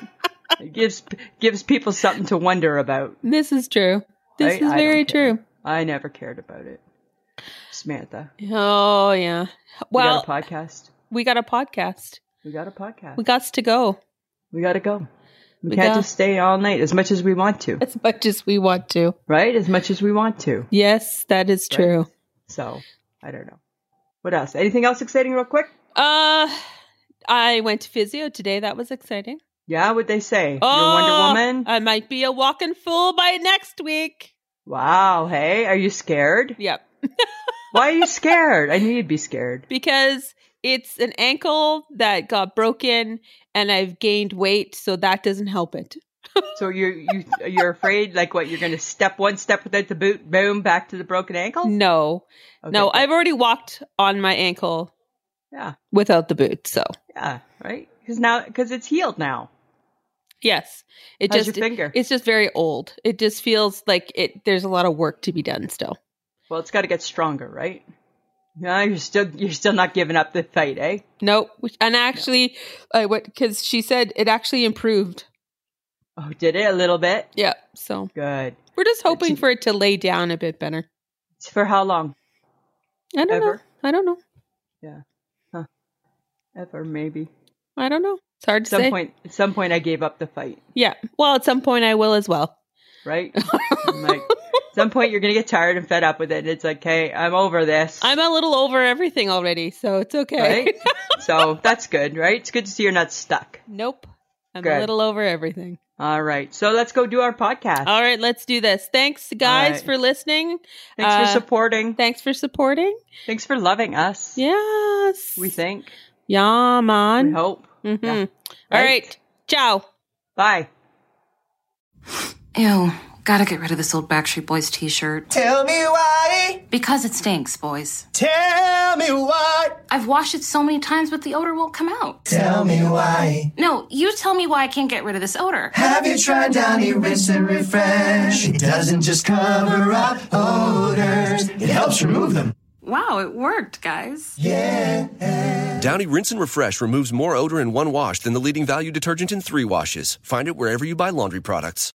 [SPEAKER 2] It gives gives people something to wonder about.
[SPEAKER 1] This is true. This
[SPEAKER 2] Right?
[SPEAKER 1] is
[SPEAKER 2] I
[SPEAKER 1] very
[SPEAKER 2] don't care.
[SPEAKER 1] true.
[SPEAKER 2] I never cared about it. Samantha,
[SPEAKER 1] Oh, yeah. Well,
[SPEAKER 2] we got a podcast.
[SPEAKER 1] we got a podcast.
[SPEAKER 2] We got a podcast.
[SPEAKER 1] We got to go
[SPEAKER 2] We got to go. We,
[SPEAKER 1] We
[SPEAKER 2] can't
[SPEAKER 1] got-
[SPEAKER 2] just stay all night as much as we want to,
[SPEAKER 1] as much as we want to.
[SPEAKER 2] right? As much as we want to.
[SPEAKER 1] Yes, that is
[SPEAKER 2] Right.
[SPEAKER 1] true.
[SPEAKER 2] So, I don't know. What else? Anything else exciting, real quick?
[SPEAKER 1] Uh, I went to physio today. That was exciting.
[SPEAKER 2] Yeah, what they say.
[SPEAKER 1] Oh,
[SPEAKER 2] You're Wonder Woman.
[SPEAKER 1] I might be a walking fool by next week.
[SPEAKER 2] wow. Hey, are you scared?
[SPEAKER 1] Yep.
[SPEAKER 2] Why are you scared? I knew you'd be scared.
[SPEAKER 1] Because it's an ankle that got broken and I've gained weight, so that doesn't help it.
[SPEAKER 2] So you're you you're afraid like what? You're gonna step one step without the boot, boom, back to the broken ankle.
[SPEAKER 1] No.
[SPEAKER 2] Oh. Okay,
[SPEAKER 1] no,
[SPEAKER 2] good.
[SPEAKER 1] I've already walked on my ankle
[SPEAKER 2] yeah
[SPEAKER 1] without the boot, so
[SPEAKER 2] yeah right because now because it's healed now.
[SPEAKER 1] yes. It
[SPEAKER 2] How's
[SPEAKER 1] just
[SPEAKER 2] your finger?
[SPEAKER 1] it's just very old. It just feels like it there's a lot of work to be done still.
[SPEAKER 2] well, it's got to get stronger, right? No, you're still you're still not giving up the fight, eh?
[SPEAKER 1] Nope. And actually I went because she said it actually improved.
[SPEAKER 2] Oh, did it a little bit?
[SPEAKER 1] Yeah. So
[SPEAKER 2] Good.
[SPEAKER 1] we're just hoping
[SPEAKER 2] It's-
[SPEAKER 1] for it to lay down a bit better.
[SPEAKER 2] It's for how long?
[SPEAKER 1] I don't know.
[SPEAKER 2] Ever?
[SPEAKER 1] I don't know.
[SPEAKER 2] Ever maybe.
[SPEAKER 1] I don't know. It's hard
[SPEAKER 2] At
[SPEAKER 1] to
[SPEAKER 2] some
[SPEAKER 1] say.
[SPEAKER 2] point, at some point, I gave up the fight.
[SPEAKER 1] Yeah. Well, at some point I will as well.
[SPEAKER 2] right? I'm like, at some point, you're gonna get tired and fed up with it. And it's like, hey, I'm over this,
[SPEAKER 1] I'm a little over everything already, so it's okay.
[SPEAKER 2] right? so that's good, right? It's good to see you're not stuck.
[SPEAKER 1] nope. I'm a
[SPEAKER 2] Good.
[SPEAKER 1] little over everything.
[SPEAKER 2] All right, so let's go do our podcast.
[SPEAKER 1] All right, let's do this. Thanks guys
[SPEAKER 2] right.
[SPEAKER 1] for listening.
[SPEAKER 2] thanks
[SPEAKER 1] uh,
[SPEAKER 2] for supporting.
[SPEAKER 1] Thanks for supporting.
[SPEAKER 2] thanks for loving us.
[SPEAKER 1] Yes.
[SPEAKER 2] We think
[SPEAKER 1] Yeah,
[SPEAKER 2] We
[SPEAKER 1] man.
[SPEAKER 2] hope.
[SPEAKER 1] Mhm.
[SPEAKER 2] yeah,
[SPEAKER 1] All
[SPEAKER 2] right?
[SPEAKER 1] right. Ciao.
[SPEAKER 2] Bye.
[SPEAKER 4] Ew, gotta get rid of this old Backstreet Boys t shirt.
[SPEAKER 5] Tell me why.
[SPEAKER 4] Because it stinks, boys.
[SPEAKER 5] Tell me why.
[SPEAKER 4] I've washed it so many times, but the odor won't come out.
[SPEAKER 5] Tell me why.
[SPEAKER 4] No, you tell me why I can't get rid of this odor.
[SPEAKER 5] Have you tried Downy Rinse and Refresh? It doesn't just cover up odors, it helps remove them.
[SPEAKER 4] Wow, it worked, guys.
[SPEAKER 5] Yeah.
[SPEAKER 6] Downy Rinse and Refresh removes more odor in one wash than the leading value detergent in three washes. Find it wherever you buy laundry products.